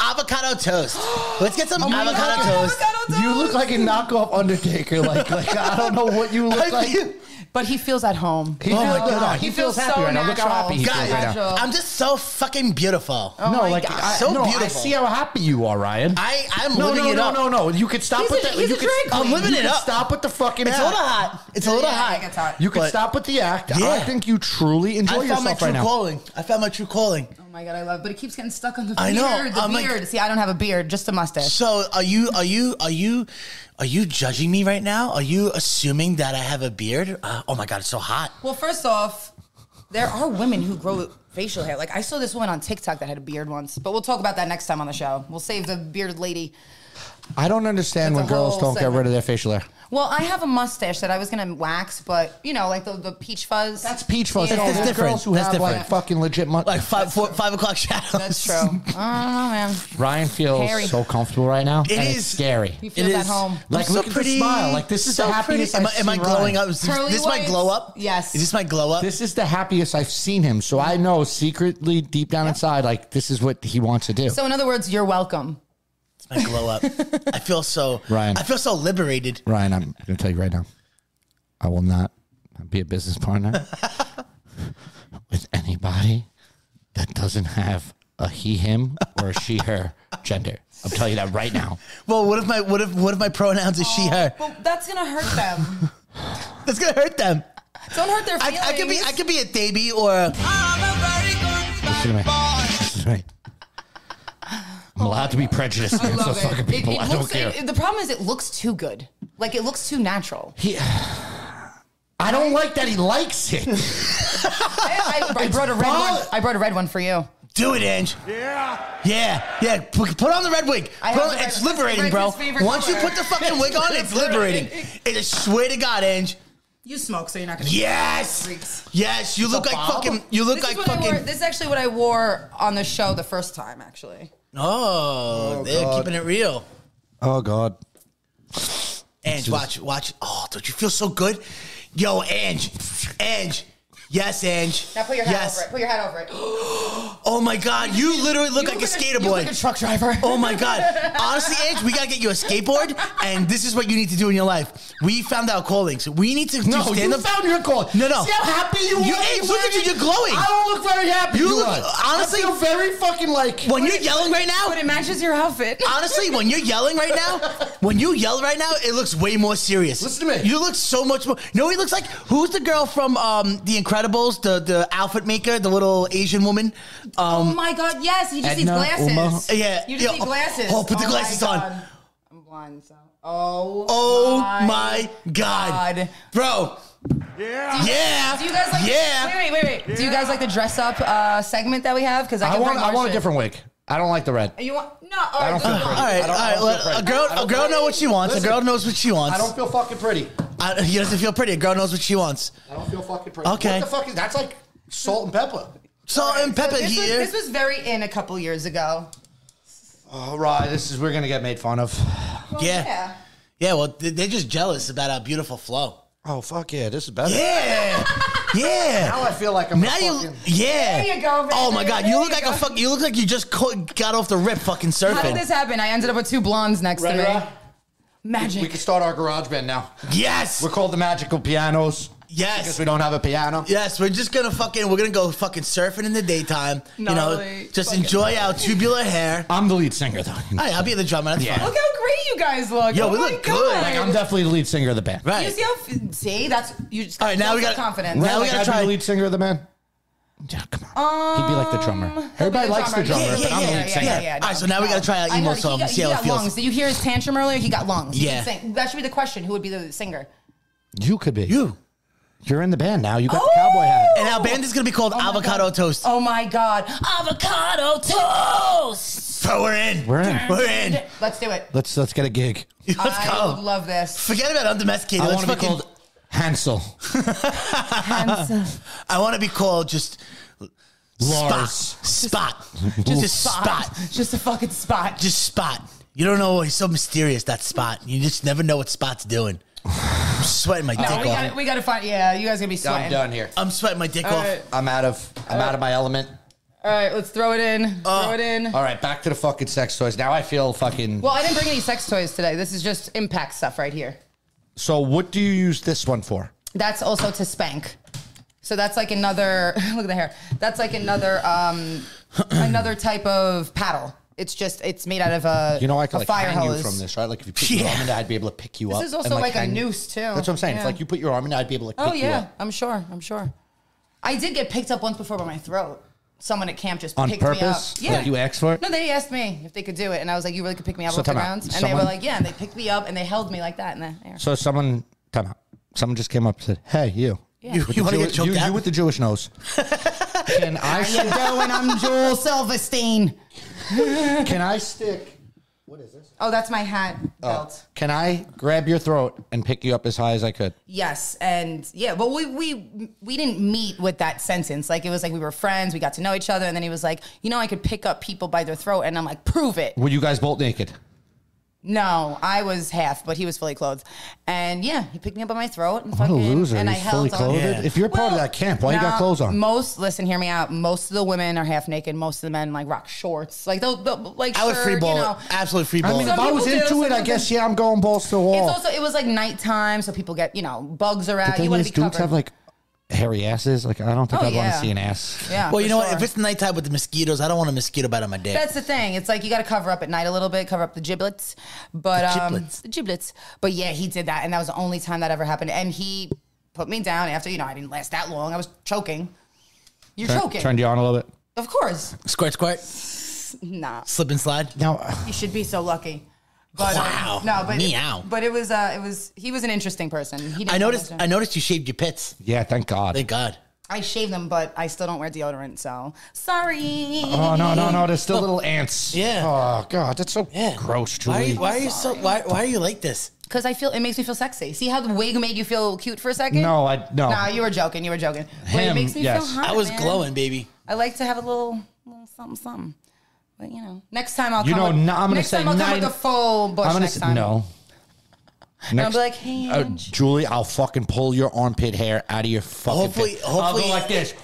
Speaker 4: avocado toast. Let's get some
Speaker 5: Oh my God,
Speaker 4: avocado toast.
Speaker 5: avocado toast.
Speaker 6: You look like a knockoff Undertaker. Like, like I don't know what you look
Speaker 4: I
Speaker 6: like.
Speaker 4: feel-
Speaker 5: But he feels at home.
Speaker 6: He feels,
Speaker 4: my
Speaker 6: no, no,
Speaker 4: God.
Speaker 6: he
Speaker 5: He feels
Speaker 6: feels happy
Speaker 5: so
Speaker 6: right now. Look how happy he
Speaker 5: natural.
Speaker 6: feels right
Speaker 4: Guys,
Speaker 6: now.
Speaker 5: Natural.
Speaker 4: I'm just so fucking beautiful.
Speaker 6: no,
Speaker 5: my
Speaker 6: Oh, like
Speaker 5: God.
Speaker 6: I,
Speaker 4: So
Speaker 6: no, I
Speaker 4: beautiful.
Speaker 6: see how happy you are, Ryan.
Speaker 4: I I'm
Speaker 6: no,
Speaker 4: living
Speaker 6: no,
Speaker 4: it
Speaker 6: no,
Speaker 4: up.
Speaker 6: no, no. You could stop
Speaker 5: He's
Speaker 6: with
Speaker 5: a-
Speaker 6: that.
Speaker 5: he's
Speaker 6: you
Speaker 5: a
Speaker 6: could,
Speaker 5: drag
Speaker 4: queen. I'm living
Speaker 6: you
Speaker 4: it
Speaker 6: could
Speaker 4: up.
Speaker 6: Stop with the fucking.
Speaker 4: It's a
Speaker 6: act.
Speaker 4: little hot. It's a little
Speaker 5: Yeah,
Speaker 4: hot.
Speaker 5: it gets hot.
Speaker 6: You can
Speaker 4: But-
Speaker 6: stop with the act. I
Speaker 4: Yeah.
Speaker 6: think you truly enjoy
Speaker 4: I found my
Speaker 6: yourself
Speaker 4: true
Speaker 6: right now.
Speaker 4: calling. I found my true calling.
Speaker 5: Oh my god, I love. But it keeps getting stuck on the beard.
Speaker 4: I know,
Speaker 5: The
Speaker 4: I'm like-
Speaker 5: beard. See, I don't have a beard, just a mustache.
Speaker 4: So are you? Are you? Are you? Are you judging me right now? Are you assuming that I have a beard? Uh, oh my god, it's so hot.
Speaker 5: Well, first off, there are women who grow facial hair. Like I saw this woman on TikTok that had a beard once. But we'll talk about that next time on the show. We'll save the bearded lady.
Speaker 6: I don't understand
Speaker 5: That's
Speaker 6: when
Speaker 5: a
Speaker 6: girls
Speaker 5: whole
Speaker 6: don't get
Speaker 5: segment.
Speaker 6: rid of their facial hair.
Speaker 5: Well, I have a mustache that I was gonna wax, but you know, like the, the peach fuzz.
Speaker 6: That's peach fuzz.
Speaker 5: Yeah.
Speaker 6: No,
Speaker 5: That's
Speaker 6: there's
Speaker 4: different.
Speaker 6: Girls who
Speaker 4: That's
Speaker 6: have like
Speaker 4: different.
Speaker 6: fucking legit money.
Speaker 4: Like five, four, five o'clock shadows.
Speaker 5: That's true. I don't know, man.
Speaker 6: Ryan feels
Speaker 5: Hairy.
Speaker 6: so comfortable right now.
Speaker 4: It
Speaker 6: and
Speaker 4: is-
Speaker 6: it's scary.
Speaker 5: He feels
Speaker 4: It
Speaker 5: at
Speaker 4: is.
Speaker 5: home.
Speaker 6: Like,
Speaker 4: I'm
Speaker 6: look at the smile. Like, this is the happiest
Speaker 4: Am I,
Speaker 6: I've
Speaker 4: am I
Speaker 6: seen
Speaker 4: glowing
Speaker 6: Ryan.
Speaker 4: up? Is this,
Speaker 5: Curly
Speaker 4: this my
Speaker 5: whites?
Speaker 4: glow up?
Speaker 5: Yes.
Speaker 4: Is this my glow up?
Speaker 6: This is the happiest I've seen him. So I know secretly, deep down inside, like this is what he wants to do.
Speaker 5: So in other words, you're welcome.
Speaker 4: It's my glow up. I feel so.
Speaker 6: Ryan.
Speaker 4: I feel so liberated.
Speaker 6: Ryan, I'm going to tell you right now, I will not be a business partner with anybody that doesn't have a he, him, or a she, her gender. I'm telling you that right now.
Speaker 4: Well, what if my what if what if my pronouns is she her?
Speaker 5: Well, that's gonna hurt them.
Speaker 4: That's gonna hurt them.
Speaker 5: don't hurt their
Speaker 4: I,
Speaker 5: feelings.
Speaker 4: I could be I could be a baby or a,
Speaker 6: Listen to me. Listen to me. I'm allowed to be prejudiced
Speaker 5: I
Speaker 6: against
Speaker 5: love
Speaker 6: those fucking
Speaker 5: it.
Speaker 6: people.
Speaker 5: It- it
Speaker 6: I don't
Speaker 5: looks-
Speaker 6: care.
Speaker 5: it- the problem is, it looks too good. Like it looks too natural.
Speaker 6: I don't like that he likes it.
Speaker 5: I, I- I brought a red
Speaker 6: fun.
Speaker 5: one. I brought a red one for you.
Speaker 4: do it, Ange. Yeah. Yeah. Yeah. Put, put on the red wig.
Speaker 5: I
Speaker 4: Put
Speaker 5: have
Speaker 4: on-
Speaker 5: the red-
Speaker 4: it's liberating,
Speaker 5: red's
Speaker 4: bro.
Speaker 5: his favorite
Speaker 4: Once you
Speaker 5: color.
Speaker 4: put the fucking wig on, it's liberating. It is swear to God, Ange.
Speaker 5: You smoke, so you're not gonna.
Speaker 4: Yes.
Speaker 5: Freaks.
Speaker 4: Yes. You look like
Speaker 5: bob?
Speaker 4: fucking. You look
Speaker 5: This
Speaker 4: like
Speaker 5: is what I wore-
Speaker 4: fucking.
Speaker 5: this is actually what I wore on the show the first time. Actually,
Speaker 4: Oh, they're keeping it real.
Speaker 6: Oh God.
Speaker 4: Ange, watch, watch. Oh, don't you feel so good? Yo, Ange, Ange. Yes, Ange.
Speaker 5: now put your hat
Speaker 4: yes.
Speaker 5: over it. Put your hat over it. You
Speaker 4: Oh my God, you literally look like a skater boy.
Speaker 5: look like a truck driver.
Speaker 4: Oh my God. Honestly, Ange, we gotta get you a skateboard, and this is what you need to do in your life. We found our callings. We need to do
Speaker 6: No,
Speaker 4: stand
Speaker 6: you
Speaker 4: up.
Speaker 6: found your goal.
Speaker 4: No, no.
Speaker 6: See how happy you,
Speaker 4: You-
Speaker 6: are.
Speaker 4: hey, look at you, you're glowing.
Speaker 6: I don't look very happy.
Speaker 4: You
Speaker 6: You,
Speaker 4: look-
Speaker 6: are.
Speaker 4: honestly-
Speaker 6: I feel very fucking like.
Speaker 4: when you're yelling right
Speaker 5: But
Speaker 4: now,
Speaker 5: it matches your outfit.
Speaker 4: honestly, when you're yelling right now, when you yell right now, it looks way more serious.
Speaker 6: Listen to me.
Speaker 4: You look so much more. You know, what he looks like who's the girl from um, The Incredibles, the the outfit maker, the little Asian woman.
Speaker 5: oh my god, yes, he just
Speaker 6: Edna,
Speaker 5: needs glasses.
Speaker 4: Uma. Yeah,
Speaker 5: you just
Speaker 4: yeah,
Speaker 5: need glasses.
Speaker 4: oh, put the
Speaker 5: my
Speaker 4: glasses on.
Speaker 5: God. I'm blind, so. Oh.
Speaker 4: Oh my, god.
Speaker 5: God.
Speaker 4: Bro, Yeah.
Speaker 5: Do you guys like?
Speaker 4: Yeah.
Speaker 5: Wait, wait, wait, wait. Do you guys like the dress up uh, segment that we have? Because I,
Speaker 6: I
Speaker 5: can
Speaker 6: want
Speaker 5: bring
Speaker 6: I
Speaker 5: our
Speaker 6: want a
Speaker 5: shit.
Speaker 6: different wig. I don't like the red.
Speaker 5: You want no? All right,
Speaker 6: don't feel
Speaker 5: go-
Speaker 6: pretty.
Speaker 4: All right,
Speaker 6: I
Speaker 4: all
Speaker 6: don't- I
Speaker 4: right.
Speaker 6: don't feel
Speaker 4: Let, a
Speaker 6: pretty.
Speaker 4: girl,
Speaker 6: I
Speaker 4: a
Speaker 6: don't
Speaker 4: girl
Speaker 6: feel-
Speaker 4: knows what she wants.
Speaker 6: Listen.
Speaker 4: a girl knows what she wants.
Speaker 6: I don't feel fucking pretty.
Speaker 4: I- she doesn't feel pretty. A girl knows what she wants.
Speaker 6: I don't feel fucking pretty. What
Speaker 4: Okay.
Speaker 6: the fuck is that's like salt and pepper.
Speaker 4: Salt and
Speaker 5: so
Speaker 4: pepper
Speaker 5: this was,
Speaker 4: here.
Speaker 5: this was very in a couple years ago.
Speaker 6: All right, this is we're gonna get made fun of.
Speaker 5: Well,
Speaker 4: yeah. yeah, Well, th- they're just jealous about our beautiful flow.
Speaker 6: Oh fuck yeah, this is better.
Speaker 4: Yeah, yeah.
Speaker 6: Now I feel like I'm
Speaker 4: Now
Speaker 6: a
Speaker 4: you,
Speaker 6: fucking.
Speaker 4: yeah.
Speaker 5: There you go,
Speaker 4: Oh
Speaker 5: baby.
Speaker 4: my God,
Speaker 5: There
Speaker 4: you look
Speaker 5: you
Speaker 4: like
Speaker 5: go.
Speaker 4: a fuck. You look like you just co- got off the rip, fucking
Speaker 5: How did
Speaker 4: surfing.
Speaker 5: this happen? I ended up with two blondes next
Speaker 6: Right,
Speaker 5: to me.
Speaker 6: right.
Speaker 5: Magic.
Speaker 6: We can start our garage band now.
Speaker 4: Yes,
Speaker 6: We're called the Magical Pianos because
Speaker 4: yes.
Speaker 6: we don't have a piano.
Speaker 4: Yes, we're just gonna fucking we're gonna go fucking surfing in the daytime. you know,
Speaker 5: Gnarly.
Speaker 4: just
Speaker 5: Fucking
Speaker 4: enjoy our tubular hair.
Speaker 6: I'm the lead singer though.
Speaker 4: Hey, I'll be the drummer. That's
Speaker 6: Yeah.
Speaker 4: fine.
Speaker 5: look how great you guys look.
Speaker 4: Yo,
Speaker 5: oh
Speaker 4: we
Speaker 5: my
Speaker 4: look
Speaker 5: God.
Speaker 4: good. Like,
Speaker 6: I'm definitely the lead singer of the band.
Speaker 4: Right.
Speaker 5: You see how? f- See, that's you. Just
Speaker 4: All right, now we
Speaker 5: got
Speaker 4: gotta-
Speaker 5: confidence.
Speaker 4: now we
Speaker 6: Like,
Speaker 4: gotta
Speaker 6: I'd be
Speaker 4: try-
Speaker 6: the lead singer of the band. Yeah, come on. Um, He'd be like the drummer. Everybody
Speaker 5: the
Speaker 6: likes the
Speaker 5: drummer.
Speaker 6: drummer,
Speaker 5: Yeah,
Speaker 6: but I'm the lead singer.
Speaker 4: All right, so now we gotta try out
Speaker 5: I
Speaker 4: emo
Speaker 5: know, he
Speaker 4: songs,
Speaker 5: got-
Speaker 4: see
Speaker 5: he
Speaker 4: how it
Speaker 5: got
Speaker 4: feels.
Speaker 5: lungs. Did you hear his tantrum earlier? He got lungs. He
Speaker 4: Yeah.
Speaker 5: can sing. That should be the question. Who would be the singer?
Speaker 6: You could be.
Speaker 4: You.
Speaker 6: You're in the band now. You got the cowboy hat.
Speaker 4: And our band is gonna be called Avocado Toast.
Speaker 5: Oh my God! Avocado toast.
Speaker 4: So we're in.
Speaker 6: We're in.
Speaker 4: We're in.
Speaker 5: Let's do it.
Speaker 6: Let's let's get a gig.
Speaker 4: Let's
Speaker 5: I
Speaker 4: go.
Speaker 5: would love this.
Speaker 4: Forget about undomesticated.
Speaker 6: I
Speaker 4: Let's
Speaker 6: want to be
Speaker 4: fucking,
Speaker 6: called Hansel,
Speaker 4: I want to be called just
Speaker 6: Lars,
Speaker 4: spot. Spot. Just a spot.
Speaker 5: Just a fucking spot.
Speaker 4: Just spot. You don't know. He's so mysterious. That spot. You just never know what spot's doing. I'm sweating my dick
Speaker 5: No, we
Speaker 4: off.
Speaker 5: got we got to find. Yeah, you guys gonna be sweating.
Speaker 6: I'm done here.
Speaker 4: I'm sweating my dick
Speaker 5: All
Speaker 4: off.
Speaker 5: right,
Speaker 6: I'm out of I'm out of my element.
Speaker 5: all right. Let's throw it in.
Speaker 4: Uh,
Speaker 5: throw it in.
Speaker 6: All right, back to the fucking sex toys. Now I feel fucking.
Speaker 5: Well, I didn't bring any sex toys today. This is just impact stuff right here.
Speaker 6: so what do you use this one for?
Speaker 5: That's also to spank. So that's like another look at the hair. That's like another um another type of paddle. It's just it's made out of a
Speaker 6: You know I
Speaker 5: a
Speaker 6: could like
Speaker 5: fire
Speaker 6: hang
Speaker 5: hose.
Speaker 6: you from this, right? Like if you put your
Speaker 4: Yeah.
Speaker 6: arm in, it, I'd be able to pick you
Speaker 5: This
Speaker 6: up.
Speaker 5: is also
Speaker 6: and,
Speaker 5: like a
Speaker 6: hang you.
Speaker 5: noose, too.
Speaker 6: That's what I'm saying. It's
Speaker 5: Yeah.
Speaker 6: like you put your arm in, it, I'd be able to pick
Speaker 5: Oh
Speaker 6: you
Speaker 5: yeah,
Speaker 6: up.
Speaker 5: I'm sure. I'm sure. I did get picked up once before by my throat. Someone at camp just
Speaker 6: On
Speaker 5: picked
Speaker 6: purpose?
Speaker 5: me up. Yeah,
Speaker 6: Like, you asked for it?
Speaker 5: No, they asked me if they could do it, and I was like, "You really could pick me up
Speaker 6: So
Speaker 5: off the
Speaker 6: time out.
Speaker 5: ground?" And they
Speaker 6: Someone-
Speaker 5: were like, "Yeah," and they picked me up and they held me like that in the air.
Speaker 6: So someone, time out. Someone just came up and said, "Hey, you,
Speaker 4: You,
Speaker 6: With
Speaker 4: you
Speaker 6: the
Speaker 4: want to
Speaker 6: Jew-
Speaker 4: get choked
Speaker 6: you,
Speaker 4: out?
Speaker 6: you with the Jewish nose? can I
Speaker 5: How you
Speaker 6: stick,
Speaker 5: doing? I'm Joel Silverstein.
Speaker 6: can I stick? What is this?
Speaker 5: Oh, that's my hat belt.
Speaker 6: Can I grab your throat and pick you up as high as I could?
Speaker 5: Yes, and yeah, but we we we didn't meet with that sentence. Like it was like we were friends, we got to know each other, and then he was like, you know, I could pick up people by their throat, and I'm like, prove it.
Speaker 6: Were you guys both naked?
Speaker 5: No, I was half, but he was fully clothed, and yeah, he picked me up by my throat. And
Speaker 6: What a
Speaker 5: fucking,
Speaker 6: loser!
Speaker 5: And I
Speaker 6: He's fully
Speaker 5: held on.
Speaker 6: clothed.
Speaker 4: Yeah.
Speaker 6: If you're part of
Speaker 5: Well,
Speaker 6: that camp, why you got
Speaker 5: no,
Speaker 6: clothes on?
Speaker 5: Most listen, hear me out. Most of the women are half naked. Most of the men like rock shorts, like they'll, they'll like.
Speaker 4: I would
Speaker 5: shirt,
Speaker 4: free ball
Speaker 5: You know,
Speaker 4: it. Absolutely free
Speaker 6: I
Speaker 4: ball
Speaker 6: mean,
Speaker 4: it.
Speaker 6: if I was
Speaker 5: people do,
Speaker 6: into
Speaker 5: some
Speaker 6: it, I
Speaker 5: people
Speaker 6: guess yeah, I'm going balls to the wall.
Speaker 5: It's also it was like nighttime, so people get you know bugs
Speaker 6: Oh. the
Speaker 5: around. You
Speaker 6: thing
Speaker 5: want
Speaker 6: is,
Speaker 5: to be
Speaker 6: dudes
Speaker 5: covered.
Speaker 6: have like hairy asses. Like I don't think
Speaker 5: Oh,
Speaker 6: I'd want
Speaker 5: yeah.
Speaker 6: to see an ass.
Speaker 5: yeah.
Speaker 4: Well,
Speaker 5: for
Speaker 4: you know what?
Speaker 5: sure.
Speaker 4: If it's nighttime with the mosquitoes, I don't want a mosquito bite on my dick.
Speaker 5: That's the thing. It's like you got to cover up at night a little bit, cover up the giblets, but
Speaker 4: The
Speaker 5: um,
Speaker 4: giblets.
Speaker 5: the giblets. But yeah, he did that, and that was the only time that ever happened. And he put me down after you know I didn't last that long. I was choking. You're choking,
Speaker 6: Turned you on a little bit.
Speaker 5: of course.
Speaker 4: squirt, squirt,
Speaker 5: Nah,
Speaker 4: slip and slide.
Speaker 6: Now,
Speaker 5: you should be so lucky. But, um,
Speaker 4: Wow.
Speaker 5: no, but
Speaker 4: Meow.
Speaker 5: But it was uh, it was he was an interesting person. He didn't
Speaker 4: I noticed.
Speaker 5: have
Speaker 4: I noticed you shaved your pits.
Speaker 6: yeah, thank God.
Speaker 4: Thank God.
Speaker 5: I shave them, but I still don't wear deodorant. So sorry.
Speaker 6: Oh no, no, no! There's still little ants.
Speaker 4: Yeah.
Speaker 6: Oh god, that's so
Speaker 4: Yeah.
Speaker 6: gross,
Speaker 4: Why? Are
Speaker 6: Julie.
Speaker 4: you, why are you so? Why? Why are you like this?
Speaker 5: Because I feel it makes me feel sexy. See how the wig made you feel cute for a second?
Speaker 6: No, I no.
Speaker 5: Nah, you were joking. You were joking. But it
Speaker 6: Him,
Speaker 5: makes me
Speaker 6: yes.
Speaker 5: feel hot.
Speaker 4: I was
Speaker 5: man.
Speaker 4: glowing, baby.
Speaker 5: I like to have a little, little something, something. But you know, next time I'll
Speaker 6: You
Speaker 5: come.
Speaker 6: know,
Speaker 5: with,
Speaker 6: no, I'm gonna
Speaker 5: next
Speaker 6: say
Speaker 5: time I'll come with
Speaker 6: nine-
Speaker 5: the full bush
Speaker 6: I'm gonna
Speaker 5: next
Speaker 6: say
Speaker 5: time.
Speaker 6: no.
Speaker 5: And I'll
Speaker 6: Next-
Speaker 5: be like, hey,
Speaker 6: Uh,
Speaker 5: Ange.
Speaker 6: Julie, I'll fucking pull your armpit hair out of your fucking.
Speaker 4: Hopefully-
Speaker 6: pit.
Speaker 4: hopefully-
Speaker 6: I'll go like this.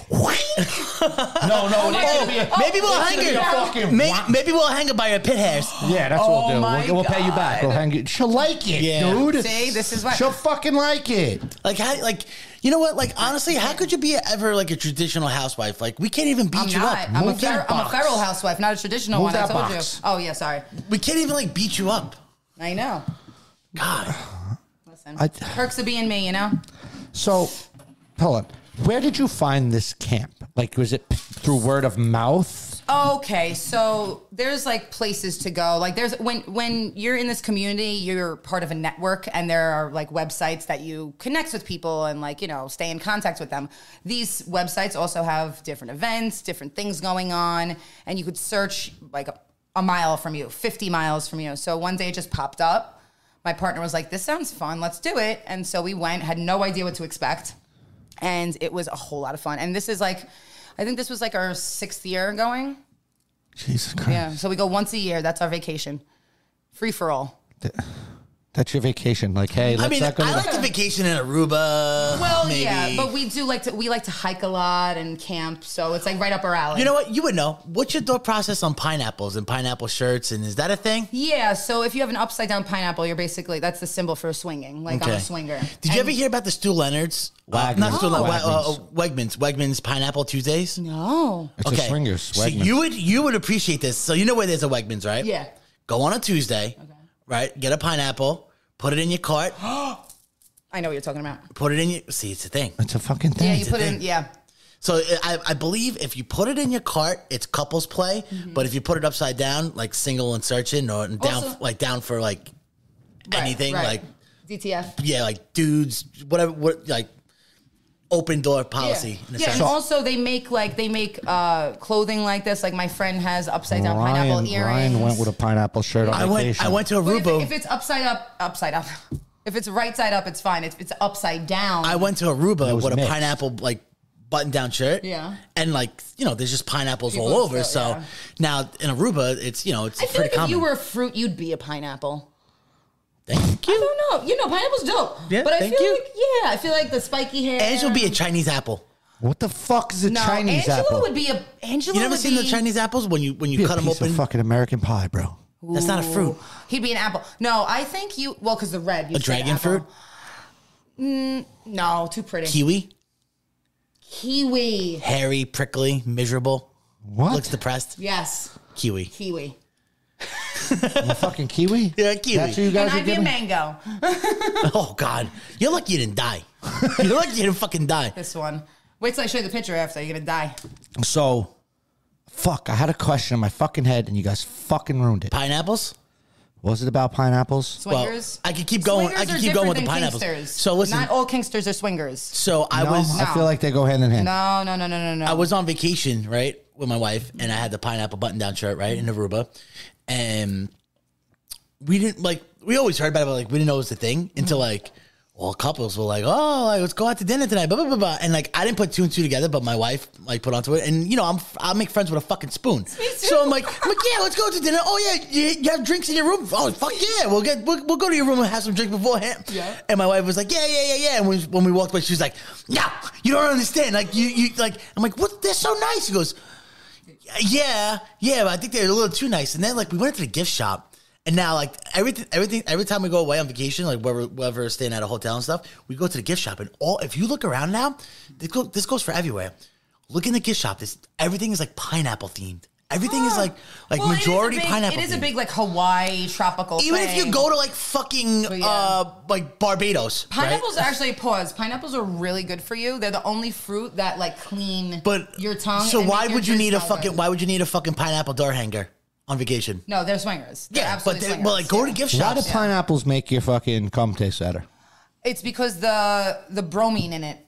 Speaker 6: no, oh. no, it's gonna be a-
Speaker 4: Maybe we'll
Speaker 6: it's
Speaker 4: hang
Speaker 6: gonna be a
Speaker 4: her.
Speaker 6: fucking
Speaker 4: Oh, May,
Speaker 6: wha-
Speaker 4: maybe we'll hang her by her pit hairs.
Speaker 6: Yeah, that's what we'll do.
Speaker 5: Oh my
Speaker 6: We'll, we'll pay you back. We'll hang you. She'll like it,
Speaker 4: Yeah.
Speaker 6: dude.
Speaker 5: See, this is what-
Speaker 6: she'll fucking like it.
Speaker 4: Like, how, like, you know what? Like, honestly, how could you be ever like a traditional housewife? Like, we can't even beat
Speaker 5: I'm
Speaker 4: you
Speaker 5: not.
Speaker 4: up.
Speaker 5: I'm a,
Speaker 6: Move
Speaker 5: fer-
Speaker 6: that
Speaker 5: I'm a
Speaker 6: box.
Speaker 5: feral housewife, not a traditional
Speaker 6: Move
Speaker 5: one. I
Speaker 6: that
Speaker 5: told
Speaker 6: box.
Speaker 5: you. Oh yeah, sorry.
Speaker 4: we can't even like beat you up.
Speaker 5: I know.
Speaker 4: God,
Speaker 5: Listen,
Speaker 6: I-
Speaker 5: perks of being me, you know.
Speaker 6: So, hold on. Where did you find this camp? Like, was it through word of mouth?
Speaker 5: Okay, so there's like places to go. Like there's when when you're in this community, you're part of a network and there are like websites that you connect with people and like, you know, stay in contact with them. These websites also have different events, different things going on, and you could search like a, a mile from you, 50 miles from you. So one day it just popped up. My partner was like, "This sounds fun. Let's do it." And so we went, had no idea what to expect and it was a whole lot of fun. And this is like, I think this was like our sixth year going.
Speaker 6: Jesus Christ.
Speaker 5: Yeah, so we go once a year. That's our vacation, free for all.
Speaker 6: That's your vacation. Like, hey, let's
Speaker 4: I mean, I
Speaker 6: not go to
Speaker 4: like to vacation in Aruba.
Speaker 5: Well,
Speaker 4: maybe.
Speaker 5: yeah, but we do like to we like to hike a lot and camp, so it's like right up our alley.
Speaker 4: You know what? You would know. What's your thought process on pineapples and pineapple shirts? And is that a thing?
Speaker 5: Yeah, so if you have an upside down pineapple, you're basically that's the symbol for swinging. Like I'm a swinger.
Speaker 4: Did you ever hear about the Stu Leonards? Wa- Not Stu Leonards. Uh, Wegmans. Wegmans Pineapple Tuesdays.
Speaker 5: No.
Speaker 6: It's a swingers.
Speaker 4: So you would you would appreciate this. So you know where there's a Wegmans, right?
Speaker 5: Yeah.
Speaker 4: Go on a Tuesday, right? Get a pineapple, put it in your cart,
Speaker 5: I know what you're talking about.
Speaker 4: put it in your. See, it's a thing.
Speaker 6: it's a fucking thing.
Speaker 5: Yeah, you
Speaker 4: a
Speaker 5: put in
Speaker 4: thing.
Speaker 5: yeah.
Speaker 4: So I, I believe if you put it in your cart, it's couples play. But if you put it upside down, like single and searching, or down
Speaker 5: Mm-hmm. Also-
Speaker 4: like down for like
Speaker 5: Right,
Speaker 4: anything,
Speaker 5: right.
Speaker 4: like
Speaker 5: DTF.
Speaker 4: yeah, like dudes, whatever, what like open door policy.
Speaker 5: Yeah,
Speaker 4: In a
Speaker 5: Yeah,
Speaker 4: sense.
Speaker 5: and also they make like they make uh, clothing like this. Like my friend has upside down pineapple earrings.
Speaker 6: Ryan went with a pineapple shirt on
Speaker 4: I went.
Speaker 6: vacation.
Speaker 4: I went to
Speaker 5: But if,
Speaker 4: Aruba.
Speaker 5: if it's upside up, upside up. If it's right side up, it's fine. If it's upside down,
Speaker 4: I went to Aruba
Speaker 6: was
Speaker 4: with
Speaker 6: mixed.
Speaker 4: a pineapple like button down shirt.
Speaker 5: Yeah.
Speaker 4: And like, you know, there's just pineapples all
Speaker 5: People
Speaker 4: over.
Speaker 5: still-
Speaker 4: so
Speaker 5: yeah.
Speaker 4: now in Aruba, it's, you know, it's
Speaker 5: I feel
Speaker 4: pretty
Speaker 5: like
Speaker 4: common.
Speaker 5: if you were a fruit, you'd be a pineapple.
Speaker 4: Thank you.
Speaker 5: I don't know. You know, pineapple's dope.
Speaker 4: Yeah,
Speaker 5: but I
Speaker 4: thank
Speaker 5: feel
Speaker 4: you.
Speaker 5: like yeah, I feel like the spiky hair.
Speaker 4: Angela would be a Chinese apple.
Speaker 6: What the fuck is a
Speaker 5: no,
Speaker 6: Chinese
Speaker 5: Angela
Speaker 6: apple?
Speaker 5: would be a Angela.
Speaker 4: You never
Speaker 5: would
Speaker 4: seen
Speaker 5: be,
Speaker 4: the Chinese apples when you when you
Speaker 6: Be a
Speaker 4: cut them
Speaker 6: piece of
Speaker 4: open?
Speaker 6: fucking American pie, bro.
Speaker 4: That's not a fruit.
Speaker 5: He'd be an apple. No, I think you. Well, because the red. You
Speaker 4: A
Speaker 5: said
Speaker 4: dragon
Speaker 5: apple.
Speaker 4: fruit,
Speaker 5: No, too pretty.
Speaker 4: kiwi,
Speaker 5: Kiwi.
Speaker 4: hairy, prickly, miserable,
Speaker 6: What?
Speaker 4: looks depressed.
Speaker 5: Yes,
Speaker 4: Kiwi.
Speaker 5: kiwi.
Speaker 6: a fucking kiwi?
Speaker 4: Yeah, kiwi.
Speaker 6: That's who you guys
Speaker 5: And
Speaker 6: are
Speaker 5: I'd be a
Speaker 6: giving?
Speaker 5: mango.
Speaker 4: Oh God, you're lucky you didn't die. you're lucky you didn't fucking die.
Speaker 5: This one. Wait till I show you the picture after. You're gonna die.
Speaker 6: So, fuck, I had a question in my fucking head and you guys fucking ruined it.
Speaker 4: Pineapples.
Speaker 6: Was it about pineapples?
Speaker 4: Well,
Speaker 5: Swingers.
Speaker 4: I could keep going. I
Speaker 5: Swingers
Speaker 4: could
Speaker 5: are
Speaker 4: keep going with the
Speaker 5: different than
Speaker 4: pineapples.
Speaker 5: Kingsters.
Speaker 4: So listen.
Speaker 5: not all kingsters are swingers.
Speaker 4: so I
Speaker 6: no,
Speaker 4: was
Speaker 6: I feel like they go hand in hand.
Speaker 5: No, no, no, no, no, no.
Speaker 4: I was on vacation, right, with my wife, and I had the pineapple button down shirt, right, in Aruba. And we didn't like, we always heard about it, but like, we didn't know it was a thing until like, all couples were like, oh, like, let's go out to dinner tonight, blah, blah, blah, blah. And like, I didn't put two and two together, but my wife like put onto it. And you know, I'm, I'll make friends with a fucking spoon. So I'm like, I'm like, yeah, let's go to dinner. Oh, yeah, you, you have drinks in your room. Oh, fuck yeah. We'll get, we'll, we'll go to your room and have some drink beforehand. Yeah. And my wife was like, yeah, yeah, yeah, yeah. And when, when we walked away, she was like, no, you don't understand. Like, you, you, like, I'm like, what? They're so nice. She goes, yeah, yeah, but I think they're a little too nice. And then like we went to the gift shop, and now like everything, everything, every time we go away on vacation, like wherever, wherever we're staying at a hotel and stuff, we go to the gift shop, and all if you look around now, this, go, this goes for everywhere. Look in the gift shop. This everything is like pineapple themed. Everything is like like
Speaker 5: Well, it is a
Speaker 4: majority
Speaker 5: big-
Speaker 4: pineapple.
Speaker 5: It is a
Speaker 4: themed.
Speaker 5: big like Hawaii tropical.
Speaker 4: Even
Speaker 5: thing.
Speaker 4: if you go to like fucking
Speaker 5: yeah.
Speaker 4: uh like Barbados, right?
Speaker 5: Pineapples actually pause. Pineapples are really good for you. They're the only fruit that like clean
Speaker 4: But
Speaker 5: your tongue.
Speaker 4: So
Speaker 5: and make
Speaker 4: why
Speaker 5: your
Speaker 4: would you
Speaker 5: juice
Speaker 4: need a
Speaker 5: not
Speaker 4: fucking?
Speaker 5: work.
Speaker 4: Why would you need a fucking pineapple door hanger on vacation?
Speaker 5: No, they're swingers. They're
Speaker 4: Yeah, but
Speaker 5: absolutely
Speaker 4: they,
Speaker 5: swingers.
Speaker 4: well, like go to gift
Speaker 6: Why
Speaker 4: shops.
Speaker 6: do pineapples make your fucking cum taste better?
Speaker 5: It's because the the bromine in it.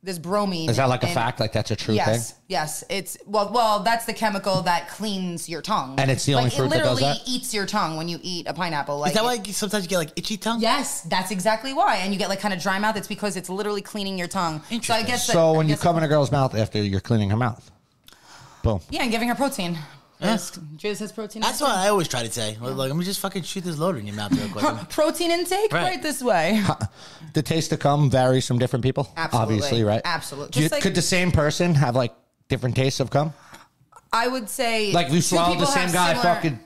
Speaker 5: There's bromine.
Speaker 6: Is that like a
Speaker 5: in-
Speaker 6: fact? Like that's a true
Speaker 5: Yes,
Speaker 6: thing?
Speaker 5: yes. It's well, well. That's the chemical that cleans your tongue,
Speaker 6: And it's the
Speaker 5: Like,
Speaker 6: only fruit
Speaker 5: it
Speaker 6: that does
Speaker 5: literally
Speaker 6: that?
Speaker 5: eats your tongue when you eat a pineapple. Like
Speaker 4: Is that why you- sometimes you get like itchy tongue?
Speaker 5: Yes, that's exactly why. And you get like kind of dry mouth. It's because it's literally cleaning your tongue. So I
Speaker 4: Interesting.
Speaker 5: guess that-
Speaker 6: So
Speaker 5: I
Speaker 6: when you
Speaker 5: guess-
Speaker 6: come in a girl's mouth after you're cleaning her mouth, boom.
Speaker 5: yeah, and giving her protein. Yes, Jizz has protein.
Speaker 4: That's what I always try to say. Like, let me just fucking shoot this loader in your mouth real quick.
Speaker 5: protein intake
Speaker 4: Right.
Speaker 5: right, this way.
Speaker 6: The taste of cum varies from different people.
Speaker 5: Absolutely.
Speaker 6: Obviously, right?
Speaker 5: Absolutely.
Speaker 6: Do you-
Speaker 5: Just like-
Speaker 6: could the same person have like different tastes of cum?
Speaker 5: I would say
Speaker 6: Like if you
Speaker 5: two
Speaker 6: swallowed the
Speaker 5: people have
Speaker 6: same guy,
Speaker 5: similar-
Speaker 6: fucking.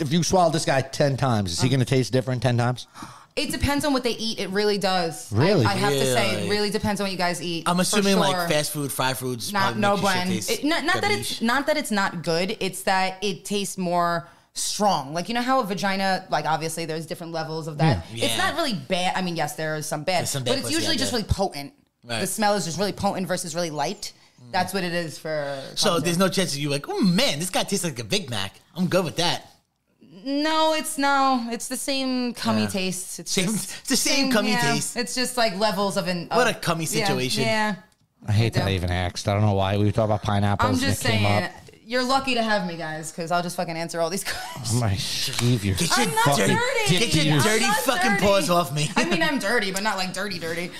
Speaker 6: If you swallowed this guy ten times, is he going to taste different ten times?
Speaker 5: It depends on what they eat. It really does. I-
Speaker 6: Really?
Speaker 5: I, have to say,
Speaker 4: Really?
Speaker 5: it really depends on what you guys eat.
Speaker 4: I'm
Speaker 5: for
Speaker 4: assuming
Speaker 5: sure.
Speaker 4: like fast food, fried foods.
Speaker 5: Not
Speaker 4: probably
Speaker 5: no
Speaker 4: make your shit
Speaker 5: blend.
Speaker 4: taste
Speaker 5: It- not not that
Speaker 4: better-ish.
Speaker 5: it's not that it's not good. It's that it tastes more strong. Like you know how a vagina, like obviously there's different levels of that. It's
Speaker 4: Yeah.
Speaker 5: not really bad. I mean, yes, there is some bad,
Speaker 4: There's some bad
Speaker 5: but it's
Speaker 4: pussy
Speaker 5: usually
Speaker 4: out
Speaker 5: just
Speaker 4: there.
Speaker 5: really potent.
Speaker 4: Right.
Speaker 5: The smell is just really potent versus really light. That's what it is for.
Speaker 4: So there's no chance of you like, oh man, this guy tastes like a Big Mac. I'm good with that.
Speaker 5: No, it's no, it's the same cummy
Speaker 4: Yeah.
Speaker 5: taste. It's
Speaker 4: Same-
Speaker 5: just-
Speaker 4: it's the same cummy taste.
Speaker 5: It's just like levels of an.
Speaker 4: What
Speaker 5: of-
Speaker 4: a cummy
Speaker 5: Oh, yeah,
Speaker 4: situation.
Speaker 5: Yeah,
Speaker 6: I hate that I even asked. I don't know why we talk about pineapples.
Speaker 5: I'm
Speaker 6: and
Speaker 5: just
Speaker 6: it came
Speaker 5: saying.
Speaker 6: up.
Speaker 5: You're lucky to have me, guys, because I'll just fucking answer all these questions.
Speaker 6: I'm like, Steve, you're
Speaker 4: Get your
Speaker 5: I'm not
Speaker 4: fucking
Speaker 5: dirty.
Speaker 4: Get your
Speaker 5: I'm
Speaker 4: dirty
Speaker 5: not
Speaker 4: fucking
Speaker 5: dirty.
Speaker 4: paws off me.
Speaker 5: I mean, I'm dirty, but not like dirty, dirty.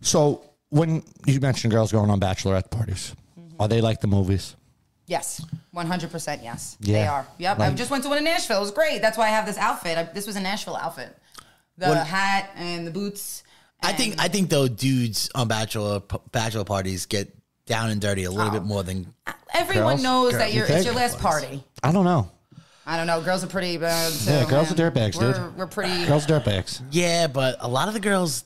Speaker 6: So when you mentioned girls going on bachelorette parties, are they like the movies?
Speaker 5: Yes, 100% yes. They
Speaker 6: Yeah.
Speaker 5: are. Yep. I
Speaker 6: Like-
Speaker 5: just went to one in Nashville. It was great. That's why I have this outfit. I, this was a Nashville outfit. The
Speaker 4: What-
Speaker 5: hat and the boots.
Speaker 4: I think I think though dudes on bachelor bachelor parties get down and dirty a
Speaker 5: Oh.
Speaker 4: little bit more than
Speaker 5: Everyone
Speaker 6: Girls?
Speaker 5: knows
Speaker 4: Girls.
Speaker 5: that
Speaker 4: You
Speaker 5: you're, it's
Speaker 6: think?
Speaker 5: your last party.
Speaker 6: I don't know.
Speaker 5: I don't know. Girls are pretty. But
Speaker 6: Yeah, girls are dirtbags, dude.
Speaker 5: we're, We're pretty.
Speaker 6: Girls are dirtbags.
Speaker 4: yeah, but a lot of the girls.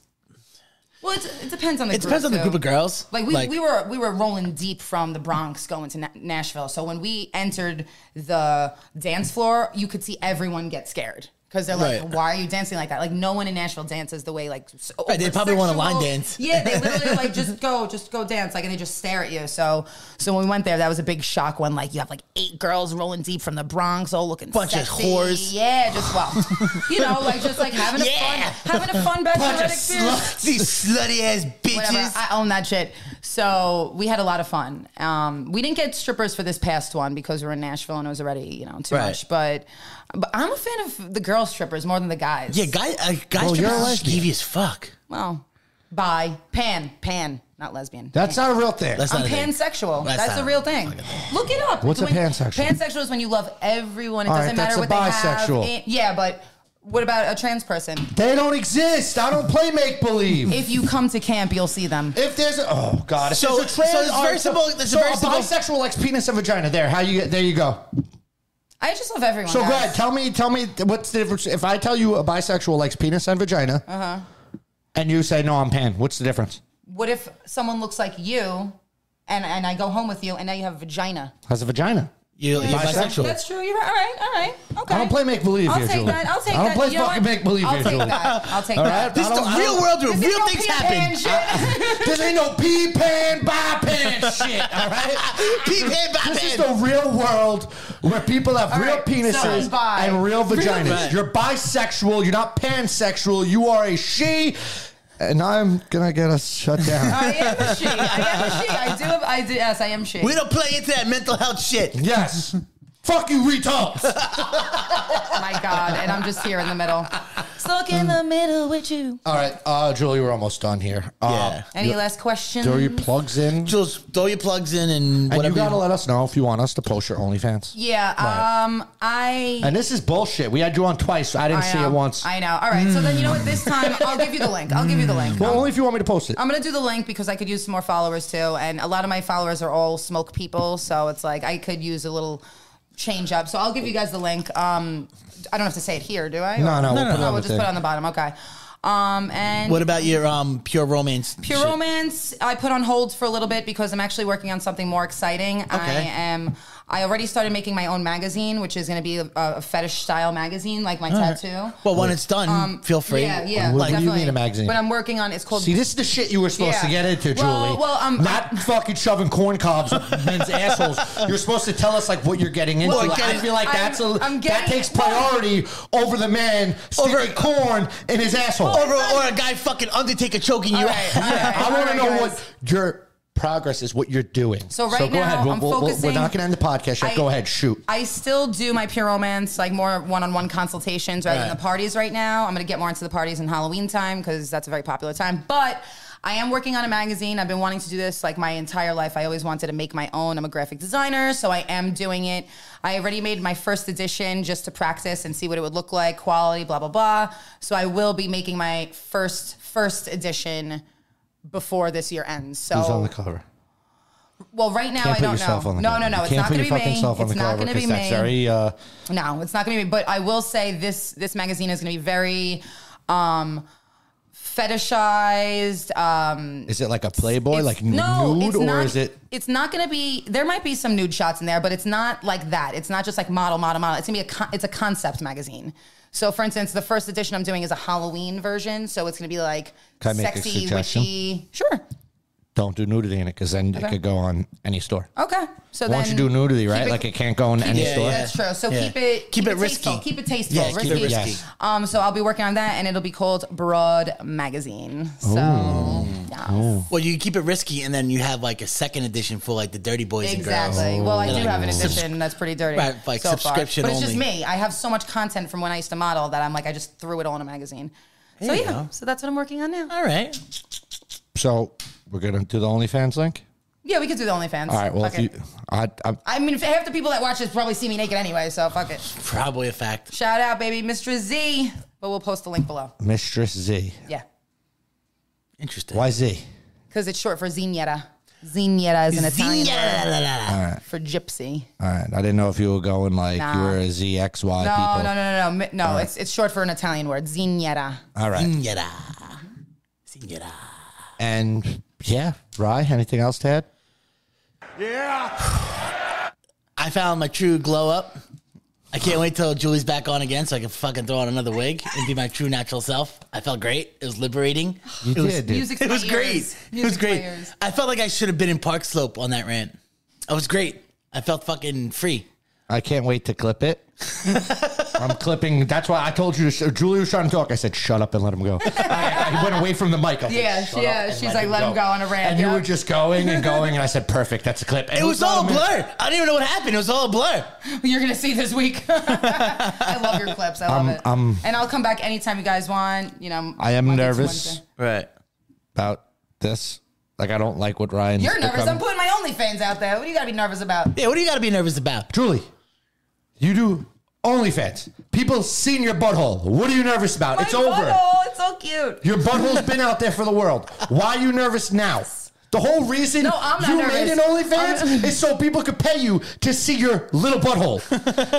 Speaker 5: Well, it's, it depends on the.
Speaker 4: It depends on the
Speaker 5: too.
Speaker 4: group of girls.
Speaker 5: Like we, we were we were rolling deep from the Bronx going to Na- Nashville. So when we entered the dance floor, you could see everyone get scared because they're like,
Speaker 4: Right.
Speaker 5: "Why are you dancing like that?" Like no one in Nashville dances the way like. So
Speaker 4: Right, they probably wanna line
Speaker 5: sexual-
Speaker 4: dance.
Speaker 5: Yeah, they literally like just go, just go dance, like, and they just stare at you. So so when we went there, that was a big shock. When like you have like eight girls rolling deep from the Bronx, all looking
Speaker 4: Bunch of
Speaker 5: sexy.
Speaker 4: whores.
Speaker 5: Yeah, just well, you know, like just like having a fun,
Speaker 4: Yeah.
Speaker 5: having a fun bachelorette
Speaker 4: bunch of
Speaker 5: experience
Speaker 4: sluts, these slutty ass
Speaker 5: whatever.
Speaker 4: bitches.
Speaker 5: I own that shit. So we had a lot of fun. Um, we didn't get strippers for this past one because we were in Nashville and it was already you know too
Speaker 4: Right.
Speaker 5: much. But but I'm a fan of the girl strippers more than the guys.
Speaker 4: yeah, guy, uh, guys
Speaker 6: Well,
Speaker 4: are
Speaker 6: you're a
Speaker 4: just
Speaker 6: lesbian.
Speaker 4: skeevy as fuck.
Speaker 5: Well, bye. Pan pan not lesbian.
Speaker 6: That's not a real thing.
Speaker 4: That's
Speaker 5: I'm
Speaker 4: not a thing.
Speaker 5: pansexual.
Speaker 4: That's
Speaker 5: That's,
Speaker 4: not
Speaker 5: a
Speaker 4: a
Speaker 5: real thing. Look it up.
Speaker 6: What's a
Speaker 5: When-
Speaker 6: pansexual?
Speaker 5: Pansexual is when you love everyone. It
Speaker 6: All right,
Speaker 5: doesn't matter
Speaker 6: that's
Speaker 5: what
Speaker 6: a
Speaker 5: they
Speaker 6: bisexual.
Speaker 5: have. Yeah, but what about a trans person?
Speaker 6: they don't exist. I don't play make believe.
Speaker 5: If you come to camp, you'll see them.
Speaker 6: If there's a, oh god, if
Speaker 4: So-
Speaker 6: there's a trans,
Speaker 4: so it's
Speaker 6: all right,
Speaker 4: very simple- it's
Speaker 6: so
Speaker 4: very
Speaker 6: a
Speaker 4: simple-
Speaker 6: bisexual likes penis and vagina. There, how you get there? You go.
Speaker 5: I just love everyone.
Speaker 6: So go
Speaker 5: guys.
Speaker 6: ahead. Tell me, tell me what's the difference. If I tell you a bisexual likes penis and vagina, uh-huh. and you say no, I'm pan. What's the difference?
Speaker 5: what if someone looks like you and, and I go home with you and now you have a vagina?
Speaker 6: Has a vagina.
Speaker 4: You're, you're bisexual.
Speaker 5: That's true. You're right. All right. All right. Okay.
Speaker 6: I don't play make believe
Speaker 5: I'll
Speaker 6: here,
Speaker 5: take
Speaker 6: Julie.
Speaker 5: that. I'll take
Speaker 6: I don't
Speaker 5: that.
Speaker 6: play
Speaker 5: You know
Speaker 6: fucking
Speaker 5: what?
Speaker 6: make believe
Speaker 5: I'll
Speaker 6: here,
Speaker 5: take
Speaker 6: Julie.
Speaker 5: that. I'll take
Speaker 6: All
Speaker 5: that.
Speaker 6: right,
Speaker 4: this is
Speaker 6: I
Speaker 4: the
Speaker 6: don't- I
Speaker 4: real
Speaker 6: don't-
Speaker 4: world, dude.
Speaker 5: This is
Speaker 4: Real
Speaker 5: no
Speaker 4: things
Speaker 5: pan
Speaker 4: happen.
Speaker 5: pan shit.
Speaker 6: This ain't no pee pan bi pan shit. All right.
Speaker 4: Peep head, bop
Speaker 6: This is
Speaker 4: head.
Speaker 6: the real world where people have real
Speaker 5: right, someone's
Speaker 6: penises
Speaker 5: bi.
Speaker 6: and real vaginas.
Speaker 4: bi.
Speaker 6: You're bisexual. You're not pansexual. You are a she. And I'm gonna get us shut down.
Speaker 5: I am a she. I am a she. I do. I do. Yes, I am she.
Speaker 4: We don't play into that mental health shit.
Speaker 6: yes. Fuck you, retards.
Speaker 5: My God. And I'm just here in the middle. Stuck in the middle with you.
Speaker 6: All right, uh, Julie, we're almost done here. Uh,
Speaker 4: Yeah.
Speaker 5: Any last questions?
Speaker 6: Throw your plugs in.
Speaker 4: Jules, throw your plugs in and
Speaker 6: And you
Speaker 4: whatever.
Speaker 6: gotta let us know if you want us to post your OnlyFans.
Speaker 5: Yeah.
Speaker 6: Right.
Speaker 5: Um. I.
Speaker 6: And this is bullshit. We had you on twice. I didn't
Speaker 5: I
Speaker 6: see
Speaker 5: know.
Speaker 6: it once.
Speaker 5: I know. All right. So then you know what? This time I'll give you the link. I'll give you the link.
Speaker 6: well, only if you want me to post it.
Speaker 5: I'm gonna do the link because I could use some more followers too, and a lot of my followers are all smoke people, so it's like I could use a little change up. So I'll give you guys the link. Um, I don't have to say it here, do I?
Speaker 6: No, no,
Speaker 5: Or-
Speaker 6: we'll put it
Speaker 5: Oh,
Speaker 6: on
Speaker 5: we'll
Speaker 6: the
Speaker 5: just
Speaker 6: thing.
Speaker 5: put it on the bottom. Okay. Um, and
Speaker 4: What about your um pure romance?
Speaker 5: Pure
Speaker 4: shit?
Speaker 5: Romance, I put on hold for a little bit because I'm actually working on something more exciting. I am. I already started making my own magazine, which is going to be a, a fetish style magazine, like my tattoo.
Speaker 4: Well, when it's done, feel free.
Speaker 5: Um, Yeah, yeah.
Speaker 6: What do you
Speaker 5: definitely.
Speaker 6: mean a magazine?
Speaker 5: But I'm working on. It's called
Speaker 6: See, this is the shit you were supposed to
Speaker 5: Yeah.
Speaker 6: get into,
Speaker 5: Well,
Speaker 6: Julie.
Speaker 5: well, um,
Speaker 6: not fucking shoving corn cobs up men's assholes. You're supposed to tell us like what you're getting into.
Speaker 4: Well,
Speaker 6: Like, I
Speaker 4: getting-
Speaker 6: feel like
Speaker 5: I'm-
Speaker 6: that's a,
Speaker 5: I'm
Speaker 6: that
Speaker 5: getting-
Speaker 6: takes priority over the man
Speaker 4: Over-
Speaker 6: sticking corn in his asshole.
Speaker 4: Or, or a guy fucking Undertaker choking you
Speaker 5: All
Speaker 4: out.
Speaker 5: right, all right,
Speaker 6: I
Speaker 5: all
Speaker 6: want to
Speaker 5: right,
Speaker 6: know
Speaker 5: guys.
Speaker 6: what your progress is, what you're doing.
Speaker 5: So right
Speaker 6: go
Speaker 5: now,
Speaker 6: ahead. We'll-
Speaker 5: I'm
Speaker 6: we'll- we'll-
Speaker 5: focusing.
Speaker 6: We're not going to end the podcast yet.
Speaker 5: I-
Speaker 6: go ahead, shoot.
Speaker 5: I still do my pure romance, like more one-on-one consultations rather
Speaker 4: Right.
Speaker 5: than the parties right now. I'm gonna get more into the parties in Halloween time because that's a very popular time. But I am working on a magazine. I've been wanting to do this like my entire life. I always wanted to make my own. I'm a graphic designer, so I am doing it. I already made my first edition just to practice and see what it would look like, quality, blah blah blah. So I will be making my first first edition before this year ends. So
Speaker 6: Who's on the cover?
Speaker 5: well, right now
Speaker 6: Can't
Speaker 5: I
Speaker 6: put
Speaker 5: don't
Speaker 6: yourself
Speaker 5: know.
Speaker 6: on the
Speaker 5: No,
Speaker 6: cover.
Speaker 5: no, no.
Speaker 6: You
Speaker 5: It's
Speaker 6: can't
Speaker 5: not
Speaker 6: put
Speaker 5: gonna
Speaker 6: your
Speaker 5: be
Speaker 6: fucking
Speaker 5: me.
Speaker 6: self on
Speaker 5: It's
Speaker 6: the
Speaker 5: not
Speaker 6: cover
Speaker 5: gonna be
Speaker 6: 'cause that's
Speaker 5: me.
Speaker 6: very, uh,
Speaker 5: No, it's not going to be. But I will say this: this magazine is going to be very um, fetishized. Um,
Speaker 6: is it like a Playboy,
Speaker 5: it's-
Speaker 6: like
Speaker 5: no,
Speaker 6: nude,
Speaker 5: it's
Speaker 6: or
Speaker 5: not-
Speaker 6: is it?
Speaker 5: It's not going to be. There might be some nude shots in there, but it's not like that. It's not just like model, model, model. It's going to be a. Con- it's a concept magazine. So, for instance, the first edition I'm doing is a Halloween version. So it's going to be like
Speaker 6: Can I make a
Speaker 5: sexy,
Speaker 6: suggestion?
Speaker 5: witchy. Sure.
Speaker 6: Don't do nudity in it because then it
Speaker 5: Okay.
Speaker 6: could go on any store.
Speaker 5: Okay, so then
Speaker 6: Once you do nudity,
Speaker 5: keep
Speaker 6: right?
Speaker 5: it-
Speaker 6: like it can't go in any
Speaker 4: yeah,
Speaker 6: store.
Speaker 4: yeah.
Speaker 5: That's true. So
Speaker 4: Yeah.
Speaker 5: keep it
Speaker 4: Keep it
Speaker 5: tasteful.
Speaker 4: risky.
Speaker 5: Keep it tasteful.
Speaker 4: Yeah, keep it risky.
Speaker 5: Um, so I'll be working on that, and it'll be called Broad Magazine. So yes.
Speaker 4: Well, you keep it risky, and then you have like a second edition for like the dirty boys
Speaker 5: exactly.
Speaker 4: and girls.
Speaker 5: Well, I
Speaker 4: And,
Speaker 5: do
Speaker 4: like,
Speaker 5: have an
Speaker 4: subs-
Speaker 5: edition that's pretty dirty.
Speaker 4: Right, like
Speaker 5: so
Speaker 4: subscription
Speaker 5: far. But it's
Speaker 4: only.
Speaker 5: just me. I have so much content from when I used to model that I'm like, I just threw it all in a magazine. so
Speaker 4: you
Speaker 5: yeah,
Speaker 4: go.
Speaker 5: so that's what I'm working on now.
Speaker 4: All right.
Speaker 6: So we're gonna do the OnlyFans link.
Speaker 5: Yeah, we could do the OnlyFans.
Speaker 6: All right. Well,
Speaker 5: Fuck
Speaker 6: if you,
Speaker 5: it.
Speaker 6: I, I,
Speaker 5: I mean, if half the people that watch this probably see me naked anyway, so fuck it.
Speaker 4: Probably a fact.
Speaker 5: Shout out, baby, Mistress Z. But we'll post the link below.
Speaker 6: Mistress Z.
Speaker 5: Yeah,
Speaker 4: Interesting.
Speaker 6: Why Z?
Speaker 5: because it's short for Zinetta. Zinetta is an Italian word
Speaker 4: Zing-a-la-la-la-la.
Speaker 5: for gypsy.
Speaker 6: All right. I didn't know if you were going like you
Speaker 5: Nah.
Speaker 6: were a ZXY
Speaker 5: No,
Speaker 6: people.
Speaker 5: no, no, no, no, Mi- no. It's it's short for an Italian word, zinetta.
Speaker 6: All right.
Speaker 4: Zing-a-la. Zing-a-la.
Speaker 6: And yeah, Rye, anything else to add?
Speaker 4: I found my true glow up. I can't wait till Julie's back on again so I can fucking throw on another wig and be my true natural self. I felt great. It was liberating.
Speaker 6: You
Speaker 4: was-
Speaker 6: did, dude.
Speaker 5: Music.
Speaker 4: It was great. It was great. I felt like I should have been in Park Slope on that rant. I was great. I felt fucking free.
Speaker 6: I can't wait to clip it. I'm clipping. That's why I told you. To sh- Julie was trying to talk. I said, "Shut up and let him go." I, I went away from the mic. I was like,
Speaker 5: Yeah,
Speaker 6: "Shut
Speaker 5: yeah,
Speaker 6: up and
Speaker 5: she's like, "Let him go on a rant,"
Speaker 6: And you
Speaker 5: yeah.
Speaker 6: were just going and going, and I said, "Perfect, that's a clip." And
Speaker 4: It was all a
Speaker 6: not minute.
Speaker 4: blur. I didn't even know what happened. It was all a blur.
Speaker 5: You're gonna see this week. I love your clips. I love it.
Speaker 6: I'm-
Speaker 5: and I'll come back anytime you guys want. You know,
Speaker 6: I am
Speaker 5: Monday to
Speaker 6: nervous.
Speaker 5: Wednesday.
Speaker 4: Right.
Speaker 6: About this, like I don't like what Ryan.
Speaker 5: You're nervous. I'm putting my OnlyFans out there. What do you gotta be nervous about?
Speaker 4: Yeah, what do you got to be nervous about?
Speaker 6: Julie, you do OnlyFans. People seen your butthole. What are you nervous about? it's
Speaker 5: My
Speaker 6: over.
Speaker 5: butthole, It's so cute.
Speaker 6: Your butthole's been out there for the world. Why are you nervous now? The whole reason
Speaker 5: No, I'm not
Speaker 6: you
Speaker 5: nervous.
Speaker 6: made an OnlyFans is so people could pay you to see your little butthole.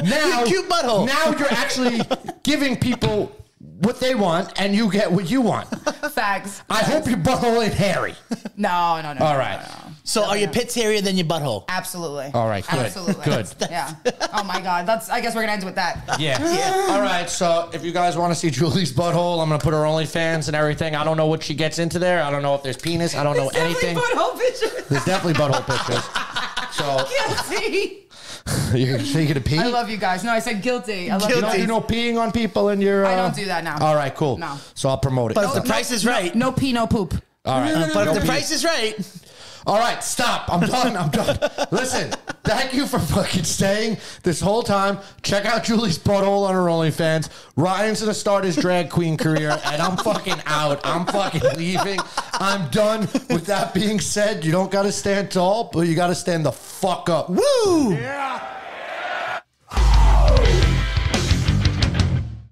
Speaker 6: Now,
Speaker 4: Your cute butthole.
Speaker 6: Now you're actually giving people what they want, and you get what you want.
Speaker 5: Facts.
Speaker 6: I hope your butthole ain't hairy.
Speaker 5: No, no, no.
Speaker 6: All
Speaker 5: no,
Speaker 6: right.
Speaker 5: no, no.
Speaker 4: So are your pits hairier than your butthole?
Speaker 5: Absolutely.
Speaker 6: All right, good,
Speaker 5: Absolutely.
Speaker 6: good.
Speaker 5: Yeah. Oh my God. That's. I guess we're gonna end with that.
Speaker 6: Yeah. All right. So if you guys want to see Julie's butthole, I'm gonna put her OnlyFans and everything. I don't know what she gets into there. I don't know if there's penis. I don't know anything.
Speaker 5: Butthole pictures.
Speaker 6: There's definitely butthole pictures. So
Speaker 5: Guilty.
Speaker 6: you're, so you're gonna pee?
Speaker 5: I love you guys. No, I said guilty. I love
Speaker 6: You
Speaker 5: you
Speaker 6: don't
Speaker 5: guys.
Speaker 6: do no peeing on people in your. Uh,
Speaker 5: I don't do that now.
Speaker 6: All right, cool.
Speaker 5: No.
Speaker 6: So I'll promote it.
Speaker 4: But if the price is right.
Speaker 5: No pee, no poop.
Speaker 6: all right.
Speaker 4: But if the price is right.
Speaker 6: all right, stop. I'm done. I'm done. Listen, thank you for fucking staying this whole time. Check out Julie's butthole on her OnlyFans. Ryan's gonna start his drag queen career, and I'm fucking out. I'm fucking leaving. I'm done. With that being said, you don't gotta stand tall, but you gotta stand the fuck up.
Speaker 4: Woo!
Speaker 6: Yeah.